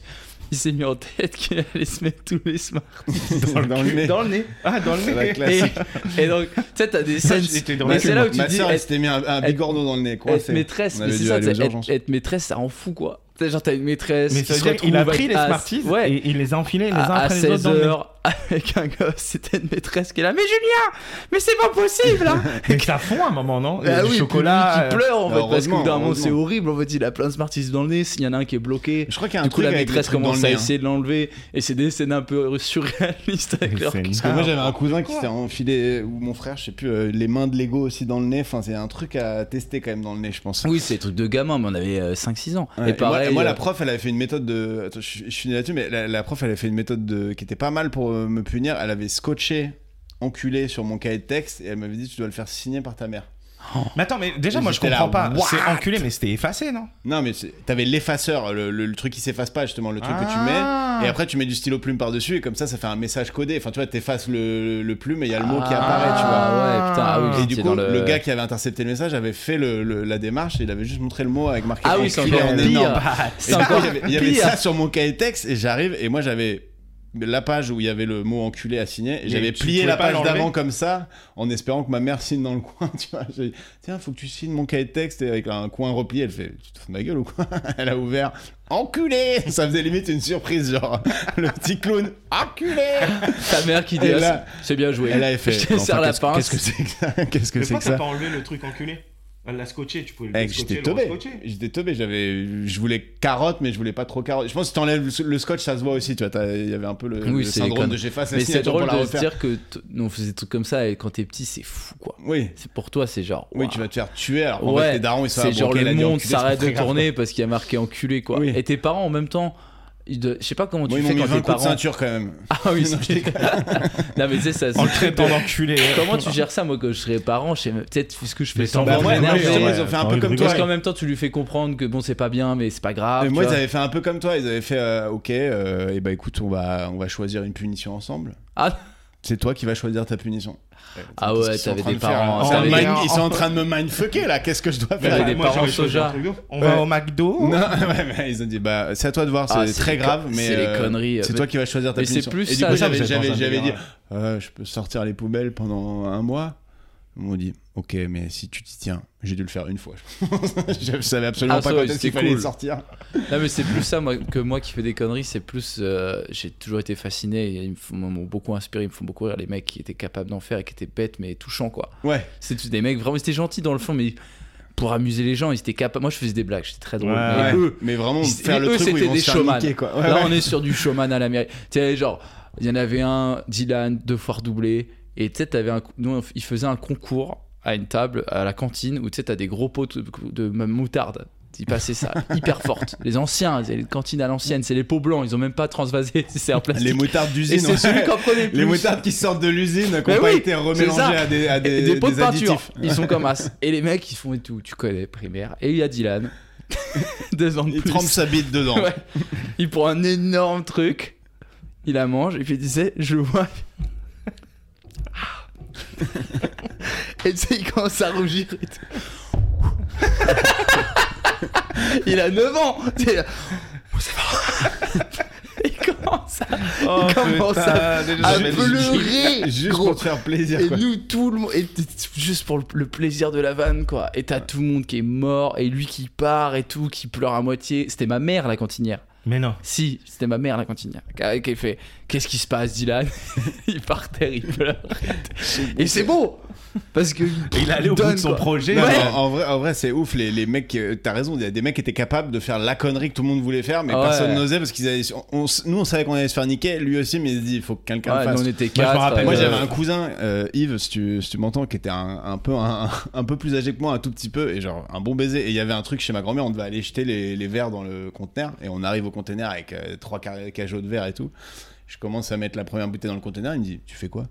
A: Il s'est mis en tête qu'il allait se mettre tous les Smarties
C: Dans, le nez.
B: Dans le nez. Ah, dans le
C: C'est la
B: nez.
C: classe.
A: Et, et donc, tu sais, t'as des scènes.
B: j'étais dans
A: mais
B: la hein.
A: c'est là où tu
C: Ma
A: dis
C: sœur, elle
A: être,
C: s'était mis un, un
A: être-
C: bigorneau dans le nez. Quoi,
A: être maîtresse,
C: on
A: mais
C: avait
A: c'est
C: dû
A: ça,
C: aller aux
A: t'sais, être,
C: urgences.
A: être maîtresse, ça en fout quoi. Tu sais, genre, t'as une maîtresse.
B: Mais
A: qui
B: ça veut
A: se
B: dire qu'il a
A: retrouve
B: pris les
A: à-
B: Smarties
A: ouais,
B: et il les a enfilés les uns
A: à, à
B: après les autres
A: 16
B: dans le nez.
A: heures avec un gosse, c'était une maîtresse qui est là. Mais Julien, mais c'est pas possible hein. là
B: Mais ça fond à un moment, non
A: Ah
B: Le
A: oui,
B: chocolat. euh,
A: le public qui pleure en
C: bah,
A: fait parce que
C: heureusement,
A: d'un moment
C: heureusement.
A: c'est horrible en fait il a plein de smarties dans le nez s'il y en a un qui est bloqué
C: Je crois qu'il y a un
A: du coup
C: truc
A: la
C: avec le
A: maîtresse
C: truc dans
A: commence
C: le
A: à
C: nez, hein.
A: essayer de l'enlever et c'est des scènes un peu surréalistes avec
B: Et
A: leur
B: c'est une-
C: Parce que moi
A: Ah,
C: j'avais un cousin qui s'était enfilé, ou mon frère, je sais plus, euh, les mains de Lego aussi dans le nez. Enfin, c'est un truc à tester quand même dans le nez, je pense.
A: oui c'est des trucs de gamin mais on avait 5-6 ans
C: Ouais,
A: et
C: et moi-
A: pareil
C: et moi,
A: euh,
C: la prof, elle avait fait une méthode de. Attends, je, je finis là-dessus, mais la, la prof, elle avait fait une méthode de... qui était pas mal pour euh, me punir. Elle avait scotché, enculé sur mon cahier de texte et elle m'avait dit Tu dois le faire signer par ta mère.
B: Mais attends, mais déjà, moi, je
C: J'étais là,
B: comprends pas.
C: what
B: C'est enculé, mais c'était effacé, non
C: Non, mais c'est- t'avais l'effaceur, le, le- le truc qui s'efface pas, justement, le truc que tu
B: Ah.
C: mets. Et après, tu mets du stylo plume par-dessus et comme ça, ça fait un message codé. Enfin, tu vois, t'effaces le, le plume et il y a le mot qui
A: ah,
C: apparaît, tu vois.
A: ouais putain ah oui
C: Et
A: c'était
C: du
A: dans
C: coup, le... gars qui avait intercepté le message avait fait le- le- la démarche et il avait juste montré le mot avec marqué
A: ah oui c'est
C: enculé
A: encore
C: en énorme.
A: pire
C: Et
A: c'est
C: du coup,
A: encore
C: il y avait- il y avait ça
A: pire
C: sur mon cahier de texte et j'arrive et moi j'avais la page où il y avait le mot enculé à signer et
B: Mais
C: j'avais
B: tu
C: plié
B: pouvais
C: la
B: pas
C: page
B: l'enlever
C: d'avant comme ça en espérant que ma mère signe dans le coin tu vois j'ai dit, tiens faut que tu signes mon cahier de texte et avec un coin replié elle fait tu te fous de ma gueule ou quoi elle a ouvert enculé ça faisait limite une surprise genre le petit clown enculé
A: ta mère qui dit
C: Et
A: ah,
C: là-
A: c'est- c'est bien joué
C: elle avait
A: je
C: fait
A: te
C: mais enfin,
A: serre la
C: qu'est-ce que-
A: pince
C: qu'est-ce que c'est que ça qu'est-ce que
B: Mais
C: c'est
B: pourquoi
C: que
B: t'as
C: ça
B: pas enlevé le truc enculé Elle l'a scotché, tu pouvais le
C: Eh,
B: scotcher,
C: j'étais
B: le
C: teubé,
B: rescotcher.
C: j'étais teubé, j'avais, je voulais carotte, mais je voulais pas trop carotte. Je pense que si t'enlèves le- le scotch, ça se voit aussi, tu vois. t'as- Il y avait un peu le,
A: Oui,
C: le
A: c'est
C: syndrome
A: con.
C: de j'efface la
A: mais c'est
C: signature
A: drôle
C: pour la
A: de se
C: refaire.
A: dire que t- nous on faisait des trucs comme ça et quand t'es petit c'est fou quoi
C: Oui,
A: C'est- pour toi c'est genre
C: oui,
A: waouh.
C: tu vas te faire tuer. Alors qu'en
A: Ouais,
C: fait, tes darons, ils sont à
A: C'est genre
C: broquer,
A: le
C: la nuit,
A: monde
C: enculé, c'est pas
A: s'arrête
C: très
A: de
C: grave.
A: tourner parce qu'il y a marqué enculé quoi.
C: Oui.
A: Et tes parents en même temps, il de- je sais pas comment
C: Moi,
A: tu
C: ils
A: fais
C: m'ont
A: quand tes
C: mis 20 coups de
A: parents.
C: ceinture quand même.
A: Ah oui,
C: Non, je
A: c'est- non mais tu sais ça.
B: En le
A: c'est-
B: traitant d'enculé.
A: Comment tu gères ça moi que je serais parent, je sais même- peut-être ce que je fais
H: Mais
A: sans
H: t'en vas
A: vraiment
H: ouais,
C: moi,
B: hein.
A: m'énerver.
C: justement,
H: ouais.
C: ils ont fait un
H: T'as
C: peu
H: envie de
C: comme
H: rigoler.
C: toi.
A: Parce qu'en même temps tu lui fais comprendre que bon c'est pas bien mais c'est pas grave.
C: Et
A: Ah, tu
C: moi, ils
A: vois.
C: avaient fait un peu comme toi. Ils avaient fait euh, Ok, et bah écoute, on va, on va choisir une punition ensemble.
A: Ah.
C: C'est toi qui vas choisir ta punition. Ouais,
A: Ah
C: qu'est-ce
A: ouais,
C: qu'ils sont en
A: t'avais
C: train
A: des
C: de faire,
A: parents,
C: là Ils sont
A: t'avais
C: en
A: des-
C: mind- Ils sont en train de me mindfucker là. Qu'est-ce que je dois
A: T'avais
C: faire
A: des parents soja.
B: On va
C: Ouais.
B: au McDo.
C: Non, ouais, mais ils ont dit bah c'est à toi de voir, c'est
A: Ah, c'est
C: très
A: des
C: grave,
A: con-
C: mais
A: c'est les
C: euh,
A: conneries.
C: C'est
A: Mais-
C: toi qui vas choisir ta
A: mais c'est
C: punition.
A: plus
C: Et du
A: ça,
C: coup,
A: vous
C: j'avais
A: êtes
C: j'avais j'avais dit Euh, je peux sortir les poubelles pendant un mois. Ils m'ont dit ok, mais si tu t'y tiens, j'ai dû le faire une fois. je savais absolument
A: Ah,
C: pas
A: ça,
C: quand
A: ouais,
C: est-ce
A: c'était
C: qu'il fallait
A: cool.
C: le sortir.
A: Non mais c'est plus ça moi, que moi qui fais des conneries, c'est plus euh, j'ai toujours été fasciné, et ils me font- m'ont beaucoup inspiré, ils me font beaucoup rire les mecs qui étaient capables d'en faire et qui étaient bêtes mais touchants quoi.
C: Ouais.
A: C'est tous des mecs vraiment ils étaient gentils dans le fond mais pour amuser les gens, ils étaient capables. Moi je faisais des blagues, j'étais très drôle.
B: Ouais,
A: mais
B: ouais.
A: eux,
C: mais vraiment
A: Ils-
C: faire
A: eux,
C: le truc où
A: c'était
C: ils vont
A: des
C: se faire
A: showman.
C: niquer, quoi. Ouais,
A: Là,
C: ouais.
A: on est sur du showman à l'américaine. Tu sais, genre, il y en avait un, Dylan, deux fois redoublé. Et tu sais, t'avais un. Nous, on- ils faisaient un concours à une table, à la cantine, où tu sais, t'as des gros pots de, de moutarde. Ils passaient ça, hyper forte. Les anciens, c'est les cantines à l'ancienne, c'est les pots blancs, ils ont même pas transvasé, c'est en plastique.
C: Les moutardes
A: et
C: d'usine.
A: c'est
C: ouais.
A: celui qui en prenait le
C: Les
A: plus.
C: moutardes qui sortent de l'usine, qui
A: Mais
C: n'ont pas
A: oui,
C: été
A: ça.
C: remélangées à des, à
A: Et
C: des,
A: des, pots de
C: des
A: peinture.
C: additifs.
A: Ils sont comme as. Et les mecs, ils font et tout, tu connais, primaire. Et il y a Dylan, deux ans de
C: Il
A: plus.
C: trempe sa bite dedans.
A: Ouais. Il prend un énorme truc, il la mange, et puis il disait, je le vois. Et tu sais, il commence à rougir et tout. Il a 9 ans tu sais, là. Oh, c'est bon. Il commence à,
B: Oh,
A: il commence
B: putain,
A: à,
B: déjà,
A: à
B: je vais-
A: pleurer
C: Juste
A: Ah, gros.
C: pour te faire plaisir.
A: Et
C: quoi.
A: nous, tout le monde, et t- t- juste pour le- le plaisir de la vanne, quoi. Et t'as tout le monde qui est mort, et lui qui part, et tout, qui pleure à moitié. C'était ma mère, la cantinière.
B: Mais non.
A: Si, c'était ma mère la cantinière. Qui qui fait Qu'est-ce qui se passe, Dylan Il part terre, il pleure. Et c'est beau Parce que.
B: Il est allé au bout
A: donne,
B: de son
A: quoi.
B: projet.
C: Non,
A: Ouais.
C: mais en- en vrai, en vrai c'est ouf. Les, les mecs, euh, t'as raison. Il y a des mecs qui étaient capables de faire la connerie que tout le monde voulait faire, mais
A: Ouais.
C: personne n'osait parce qu'ils avaient. on s- nous, on savait qu'on allait se faire niquer. Lui aussi, mais il se dit, il faut que quelqu'un
A: Ouais,
C: le fasse.
A: nous, on était
B: Moi, je me
A: quatre.
B: rappelle,
C: Moi
A: euh,
C: j'avais un cousin, euh, Yves, si tu, si tu m'entends, qui était un, un peu un, un peu plus âgé que moi, un tout petit peu, et genre un bon baiser. Et il y avait un truc chez ma grand-mère, on devait aller jeter les, les verres dans le conteneur, et on arrive au conteneur avec euh, trois car- cajots de verre et tout. Je commence à mettre la première bouteille dans le conteneur, il me dit Tu fais quoi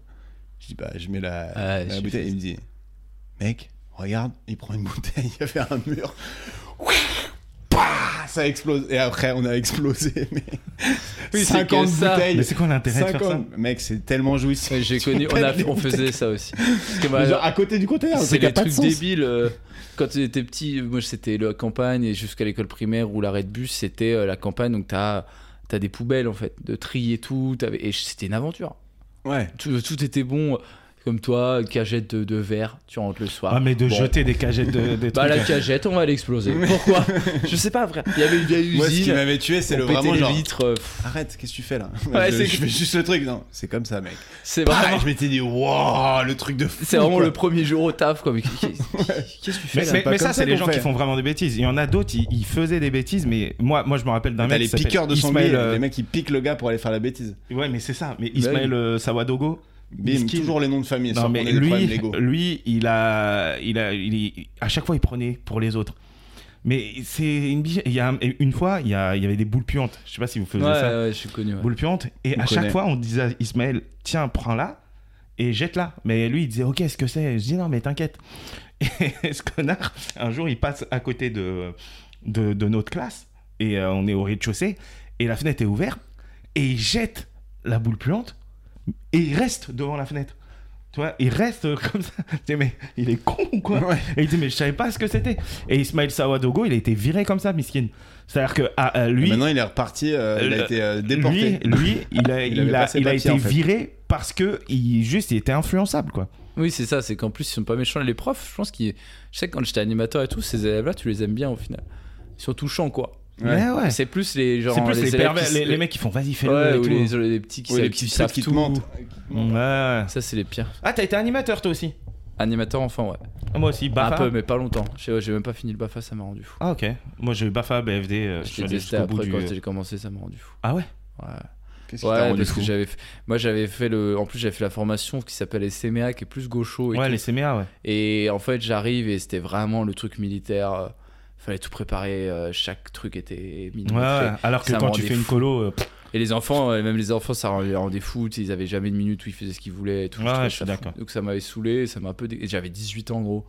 C: Je dis Bah, je mets la,
A: Ouais,
C: la
A: Ah, je
C: bouteille. Il me dit Mec, regarde, il prend une bouteille, il y avait un mur. Pouah Ça explose. Et après, on a explosé. Mais...
A: Oui, c'est que
C: 50
A: ça.
C: bouteilles.
B: Mais c'est quoi l'intérêt de faire ça
C: 50. Mec, c'est tellement jouissif.
A: J'ai connu, on, a- on faisait ça aussi. Parce que, bah,
C: Mais genre, à côté du conteneur,
A: c'est
C: qu'il y a
A: les
C: pas de
A: trucs
C: sens.
A: débiles. euh, quand t'étais petit, moi c'était la campagne et jusqu'à l'école primaire ou l'arrêt de bus, c'était euh, la campagne. Donc t'as as des poubelles en fait, de tri et tout. t'avais- Et c'était une aventure.
C: Ouais.
A: Tout, tout était bon. Comme toi, cagette de, de verre, tu rentres le soir.
B: Ah, mais de
A: Bon.
B: jeter des cagettes de, des
A: Bah la
B: trucs.
A: cagette, on va l'exploser. Pourquoi Je sais pas, frère. Il y avait une vieille
C: Moi, ce qui
A: usine.
C: m'avait tué, c'est
A: on
C: le
A: pétait
C: vraiment
A: les
C: genre.
A: vitres. euh, pff,
C: Arrête, qu'est-ce que tu fais là
A: Ouais,
C: je,
A: c'est-
C: je fais juste le truc. Non, c'est comme ça, mec.
A: C'est
C: Pareil,
A: vraiment,
C: je m'étais dit, waouh, le truc de fou.
A: c'est vraiment
C: quoi.
A: le premier jour au taf. Quoi. Mais qu'est- Qu'est-ce que tu fais
B: Mais,
A: là
B: mais-
C: pas
B: mais
C: comme
B: ça,
C: ça
B: c'est les
C: qu'on
B: gens
C: fait.
B: qui font vraiment des bêtises. Il y en a d'autres, ils, ils faisaient des bêtises, mais moi, moi je me rappelle d'un mec.
C: T'as les
B: qui s'appelle
C: piqueurs de sanglier,
B: Ismaël, euh,
C: les mecs qui piquent le gars pour aller faire la bêtise.
B: Ouais, mais c'est ça. Mais
A: oui.
B: Ismaël euh, Sawadogo.
C: Bim,
B: Miskin.
C: toujours les noms de famille.
B: Non,
C: sans
B: mais
C: qu'on ait des problèmes
B: lui,
C: légaux.
B: lui, il a, il a, il, il- à chaque fois, il prenait pour les autres. Mais c'est une, bige- il y a un- une fois, il y, a- il y avait des boules puantes. Je sais pas si vous
A: Ouais,
B: faisiez ça.
A: ouais, je suis connu. ouais.
B: Boules puantes. Et
C: On
B: à chaque
C: connaît.
B: fois, on disait à Ismaël, tiens, prends-la et jette-la. Mais lui, il disait, ok, ce que c'est Je dis, non, mais t'inquiète. Et ce connard, un jour, il passe à côté de, de, de notre classe. Et euh, on est au rez-de-chaussée. Et la fenêtre est ouverte. Et il jette la boule puante. Et il reste devant la fenêtre. Tu vois, il reste euh, comme ça. Je dis, mais il est con ou quoi
C: Ouais.
B: Et il dit, mais je savais pas ce que c'était. Et Ismaël Sawadogo, il a été viré comme ça, miskin. C'est-à-dire que ah, euh, lui,
C: Maintenant, il est reparti, euh, il
B: Euh,
C: a été euh, déporté.
B: lui, lui, il a,
C: Il
B: il
C: avait
B: a,
C: pas ses
B: il a
C: papiers,
B: été
C: en fait.
B: viré parce que il, juste, il était influençable, quoi.
A: Oui, c'est ça. C'est qu'en plus, ils sont pas méchants. Les profs, je pense qu'ils. Je sais que quand j'étais animateur et tout, ces élèves-là, tu les aimes bien au final. Ils sont touchants, quoi.
C: Ouais.
B: Mais ouais.
A: C'est plus les genre
B: C'est plus
A: les,
B: les,
A: élèves
B: pervers-
A: qui-
B: les, les mecs qui font vas-y, fais-le.
A: Ouais,
B: et
A: ou
B: tout.
A: les, les petits qui
C: Ouais,
A: savent,
C: les
A: qui
C: petits trucs
A: savent
C: qui te
A: tout.
C: mentent.
B: Ouais.
A: Ça, c'est les pires.
B: Ah, t'as été animateur toi aussi
A: Animateur enfant, ouais.
B: Ah, Moi aussi, Bafa.
A: Un peu, mais pas longtemps. J'ai j'ai même pas fini le Bafa, ça m'a rendu fou.
B: Ah, ok. Moi, j'ai eu Bafa, BFD. euh, je
A: Je
B: suis
A: l'ai
B: allé
A: testé
B: jusqu'au bout
A: après
B: du.
A: quand j'ai commencé, ça m'a rendu fou.
B: Ah ouais
A: Ouais.
C: Qu'est-ce qui t'a
A: Ouais,
C: rendu
A: parce
C: fou
A: que j'avais fait- moi j'avais fait le en plus j'avais fait la formation qui s'appelle les CMA qui est plus gaucho et
B: Ouais,
A: tout.
B: les CMA, ouais.
A: et en fait j'arrive et c'était vraiment le truc militaire euh, fallait tout préparer, euh, chaque truc était
B: Ouais,
A: minimum fait.
B: ouais, alors que
A: Ça me
B: quand tu
A: rendait
B: fais une
A: fou.
B: colo, euh, pff,
A: Et les enfants, euh, même les enfants, ça rend- les rendait fous. tu sais, Ils avaient jamais une minute où ils faisaient ce qu'ils voulaient. Et tout,
B: Ouais,
A: trouvais
B: je
A: ça fou.
B: suis d'accord.
A: Donc ça m'avait saoulé, ça m'a un peu. dé- et J'avais 18 ans, en gros.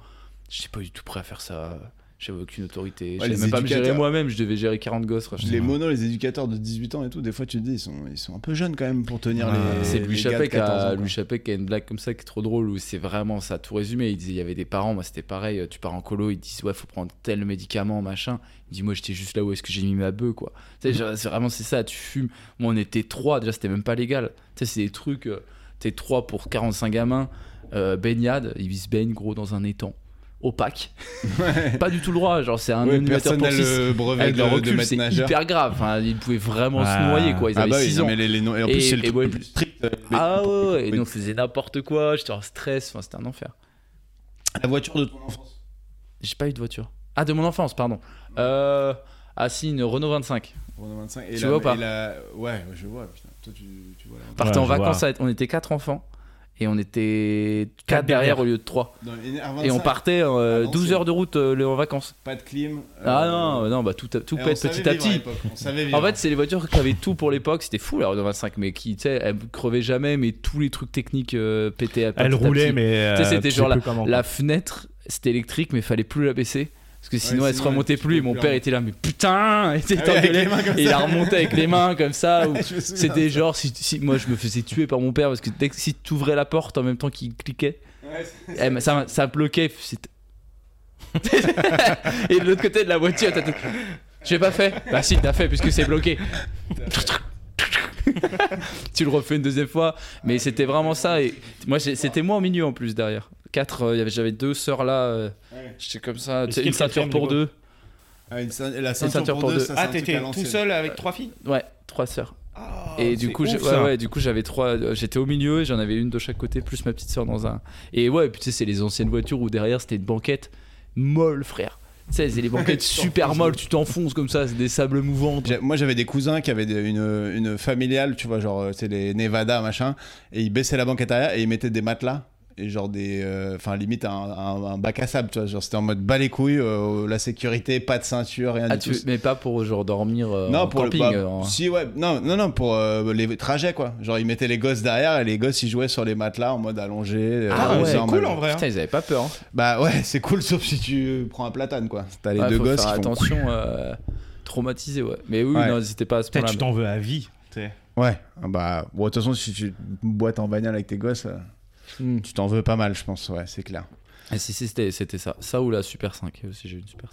A: J'étais pas du tout prêt à faire ça. J'avais aucune autorité.
C: Ouais,
A: je
C: les
A: savais même pas me gérer
C: éducateurs.
A: moi-même. Je devais gérer 40 gosses. quoi.
C: Les monos, les éducateurs de 18 ans et tout, des fois tu te dis, ils sont, ils sont un peu jeunes quand même pour tenir
B: Ouais.
C: les.
A: C'est Louis
C: les gars de
A: Chappé, qui
C: 14 ans,
A: a,
C: quoi.
A: Louis Chappé qui a une blague comme ça qui est trop drôle où c'est vraiment ça, tout résumé. Il disait il y avait des parents, moi c'était pareil, euh, tu pars en colo, ils te disent ouais, faut prendre tel médicament, machin. Il dit moi j'étais juste là où est-ce que j'ai mis ma bœuf, quoi. Tu sais, genre, c'est vraiment c'est ça, tu fumes. Moi on était trois, déjà c'était même pas légal. Tu sais, c'est des trucs, euh, t'es trois pour 45 gamins, euh, baignade, ils se baignent gros dans un étang, opaque. pas du tout le droit, genre c'est un
C: Ouais,
A: animateur
C: personne
A: pour
C: n'a
A: six.
C: le brevet
A: Avec leur
C: de, de
A: recul,
C: maître
A: c'est
C: nageur.
A: hyper grave. Enfin, ils pouvaient vraiment se
B: Ah.
A: noyer, quoi. Ils
C: Ah
A: avaient
C: bah oui,
A: six
C: non,
A: ans.
C: mais les, les noms- et en
A: Et-
C: plus c'est le
A: et
C: truc
A: ouais,
C: le plus strict. euh, mais-
A: Ah ouais, ouais, et
C: mais-
A: donc je faisais n'importe quoi, j'étais en stress, enfin c'était un enfer.
C: La voiture de ton enfance.
A: J'ai pas eu de voiture. Ah, de mon enfance, pardon. Euh. Ah si, une Renault 25.
C: Renault 25. Et
A: Tu
C: la-
A: vois ou pas
C: et la- Ouais, ouais, je vois. Putain. Toi, tu, tu vois. la-
A: Partait en
B: je vois.
A: vacances, avec- on était quatre enfants et on était quatre
B: Quatre
A: derrière
B: derrière.
A: au lieu de trois.
C: Dans les R25,
A: Et on partait euh,
C: Ah non,
A: 12
C: c'est-
A: heures de route euh, le- en vacances.
C: Pas de clim.
A: Ah
C: euh,
A: non, non, bah tout, a- tout
C: et on
A: pète
C: savait
A: petit à
C: vivre
A: petit.
C: l'époque, On savait vivre.
A: En fait, c'est les voitures qui avaient tout pour l'époque, c'était fou la Renault 25, mais qui, tu sais, elle crevait jamais, mais tous les trucs techniques euh, pétaient à
B: elle
A: petit à
B: roulait,
A: petit.
B: mais. euh,
A: Tu sais, c'était
B: je
A: genre
B: sais plus comment,
A: La fenêtre, c'était électrique, mais fallait plus la baisser. Parce que sinon, elle se
C: sinon,
A: remontait
C: elle-
A: plus. Et mon
C: plus
A: père
C: en-
A: était là, mais putain Il était
C: Ah oui, avec
A: engueulé,
C: les mains comme
A: Et il
C: ça.
A: a remonté avec les mains comme ça. ou-
C: Ouais, je me souviens.
A: C'était genre, si, si- moi je me faisais tuer par mon père parce que dès que si tu ouvrais la porte en même temps qu'il cliquait,
C: Ouais, c'est-
A: eh, mais ça, ça bloquait. c'était- et de l'autre côté de la voiture, t'as- t'as- j'ai pas fait. Bah si, t'as fait puisque c'est bloqué. tu le refais une deuxième fois, mais c'était vraiment ça. Et moi, j'ai- c'était moi au milieu en plus derrière. Quatre, euh, y avait- j'avais deux sœurs là. euh,
C: Ouais.
A: J'étais comme ça, tu sais,
B: qu'il
A: une
B: te
A: ceinture
B: traîne,
A: pour
B: du
A: deux.
C: Ah, une ceint- La ceinture,
A: ceinture
C: pour,
A: pour
C: deux.
A: deux.
C: ça, c'est
B: Ah,
C: un truc à
B: t'étais tout
C: l'ancienne.
B: seul avec trois filles
A: Ouais, trois sœurs.
B: Ah,
A: et du
B: c'est
A: coup, j'ai-
B: ouf,
A: ouais,
B: ça.
A: ouais, du coup, j'avais trois. euh, J'étais au milieu, et j'en avais une de chaque côté, plus ma petite sœur dans un. Et ouais, et puis tu sais, c'est les anciennes voitures où derrière c'était une banquette molle, frère. Tu sais, c'est les banquettes super molles, tu t'enfonces comme ça, c'est des sables mouvants.
C: J'ai- Moi j'avais des cousins qui avaient des- une, une familiale, tu vois, genre euh, c'est les Nevada machin, et ils baissaient la banquette arrière et ils mettaient des matelas et genre des, euh, enfin limite un, un- un bac à sable, tu vois, genre c'était en mode bas les couilles, euh, la sécurité, pas de ceinture, rien
A: Ah,
C: du
A: tu-
C: tout.
A: mais pas pour genre dormir euh, en
C: Non, pour
A: camping.
C: le bah,
A: euh, en-
C: Si, ouais, non, non, non, pour euh, les trajets, quoi. Genre, ils mettaient les gosses derrière et les gosses, ils jouaient sur les matelas en mode allongé. euh,
A: Ah ouais,
C: ça,
B: c'est
C: en
B: cool
C: mode-
B: en vrai. hein.
A: Putain, ils avaient pas peur. hein.
C: Bah ouais, c'est cool, sauf si tu prends un platane, quoi. T'as les
A: Ouais,
C: deux
A: faut
C: gosses
A: faire
C: qui font-
A: attention, euh, traumatisés, ouais. Mais oui,
C: Ouais.
A: non, c'était pas à ce
B: Putain,
A: point-là.
B: tu t'en veux à vie. t'sais.
C: Ouais, bah, bon, de toute façon, si tu boites en bagnole avec tes gosses, euh, tu t'en veux pas mal, je pense, ouais, c'est clair.
A: Hmm. Ah, si, si, c'était c'était ça. Ça ou la Super 5. Aussi, j'ai eu une Super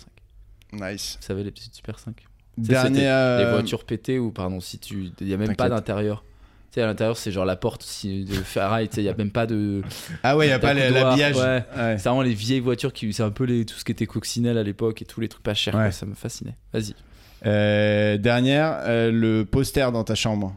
A: 5.
C: Nice.
A: Vous savez, les petites Super 5.
C: Dernier.
A: c'était
C: euh,
A: Les voitures pétées ou pardon, si tu, il y a même pas
C: T'inquiète.
A: d'intérieur. Tu sais, à l'intérieur, c'est genre la porte si, de ferraille, tu sais, il y a même pas de.
C: Ah ouais, y a
A: t'as
C: pas
A: le
C: les-
A: couloir,
C: l'habillage.
A: ouais.
C: Ouais.
A: C'est vraiment les vieilles voitures qui, c'est un peu les, tout ce qui était coccinelle à l'époque et tous les trucs pas chers.
C: Ouais.
A: quoi, ça me fascinait. Vas-y.
C: Euh, dernière, euh, le poster dans ta chambre.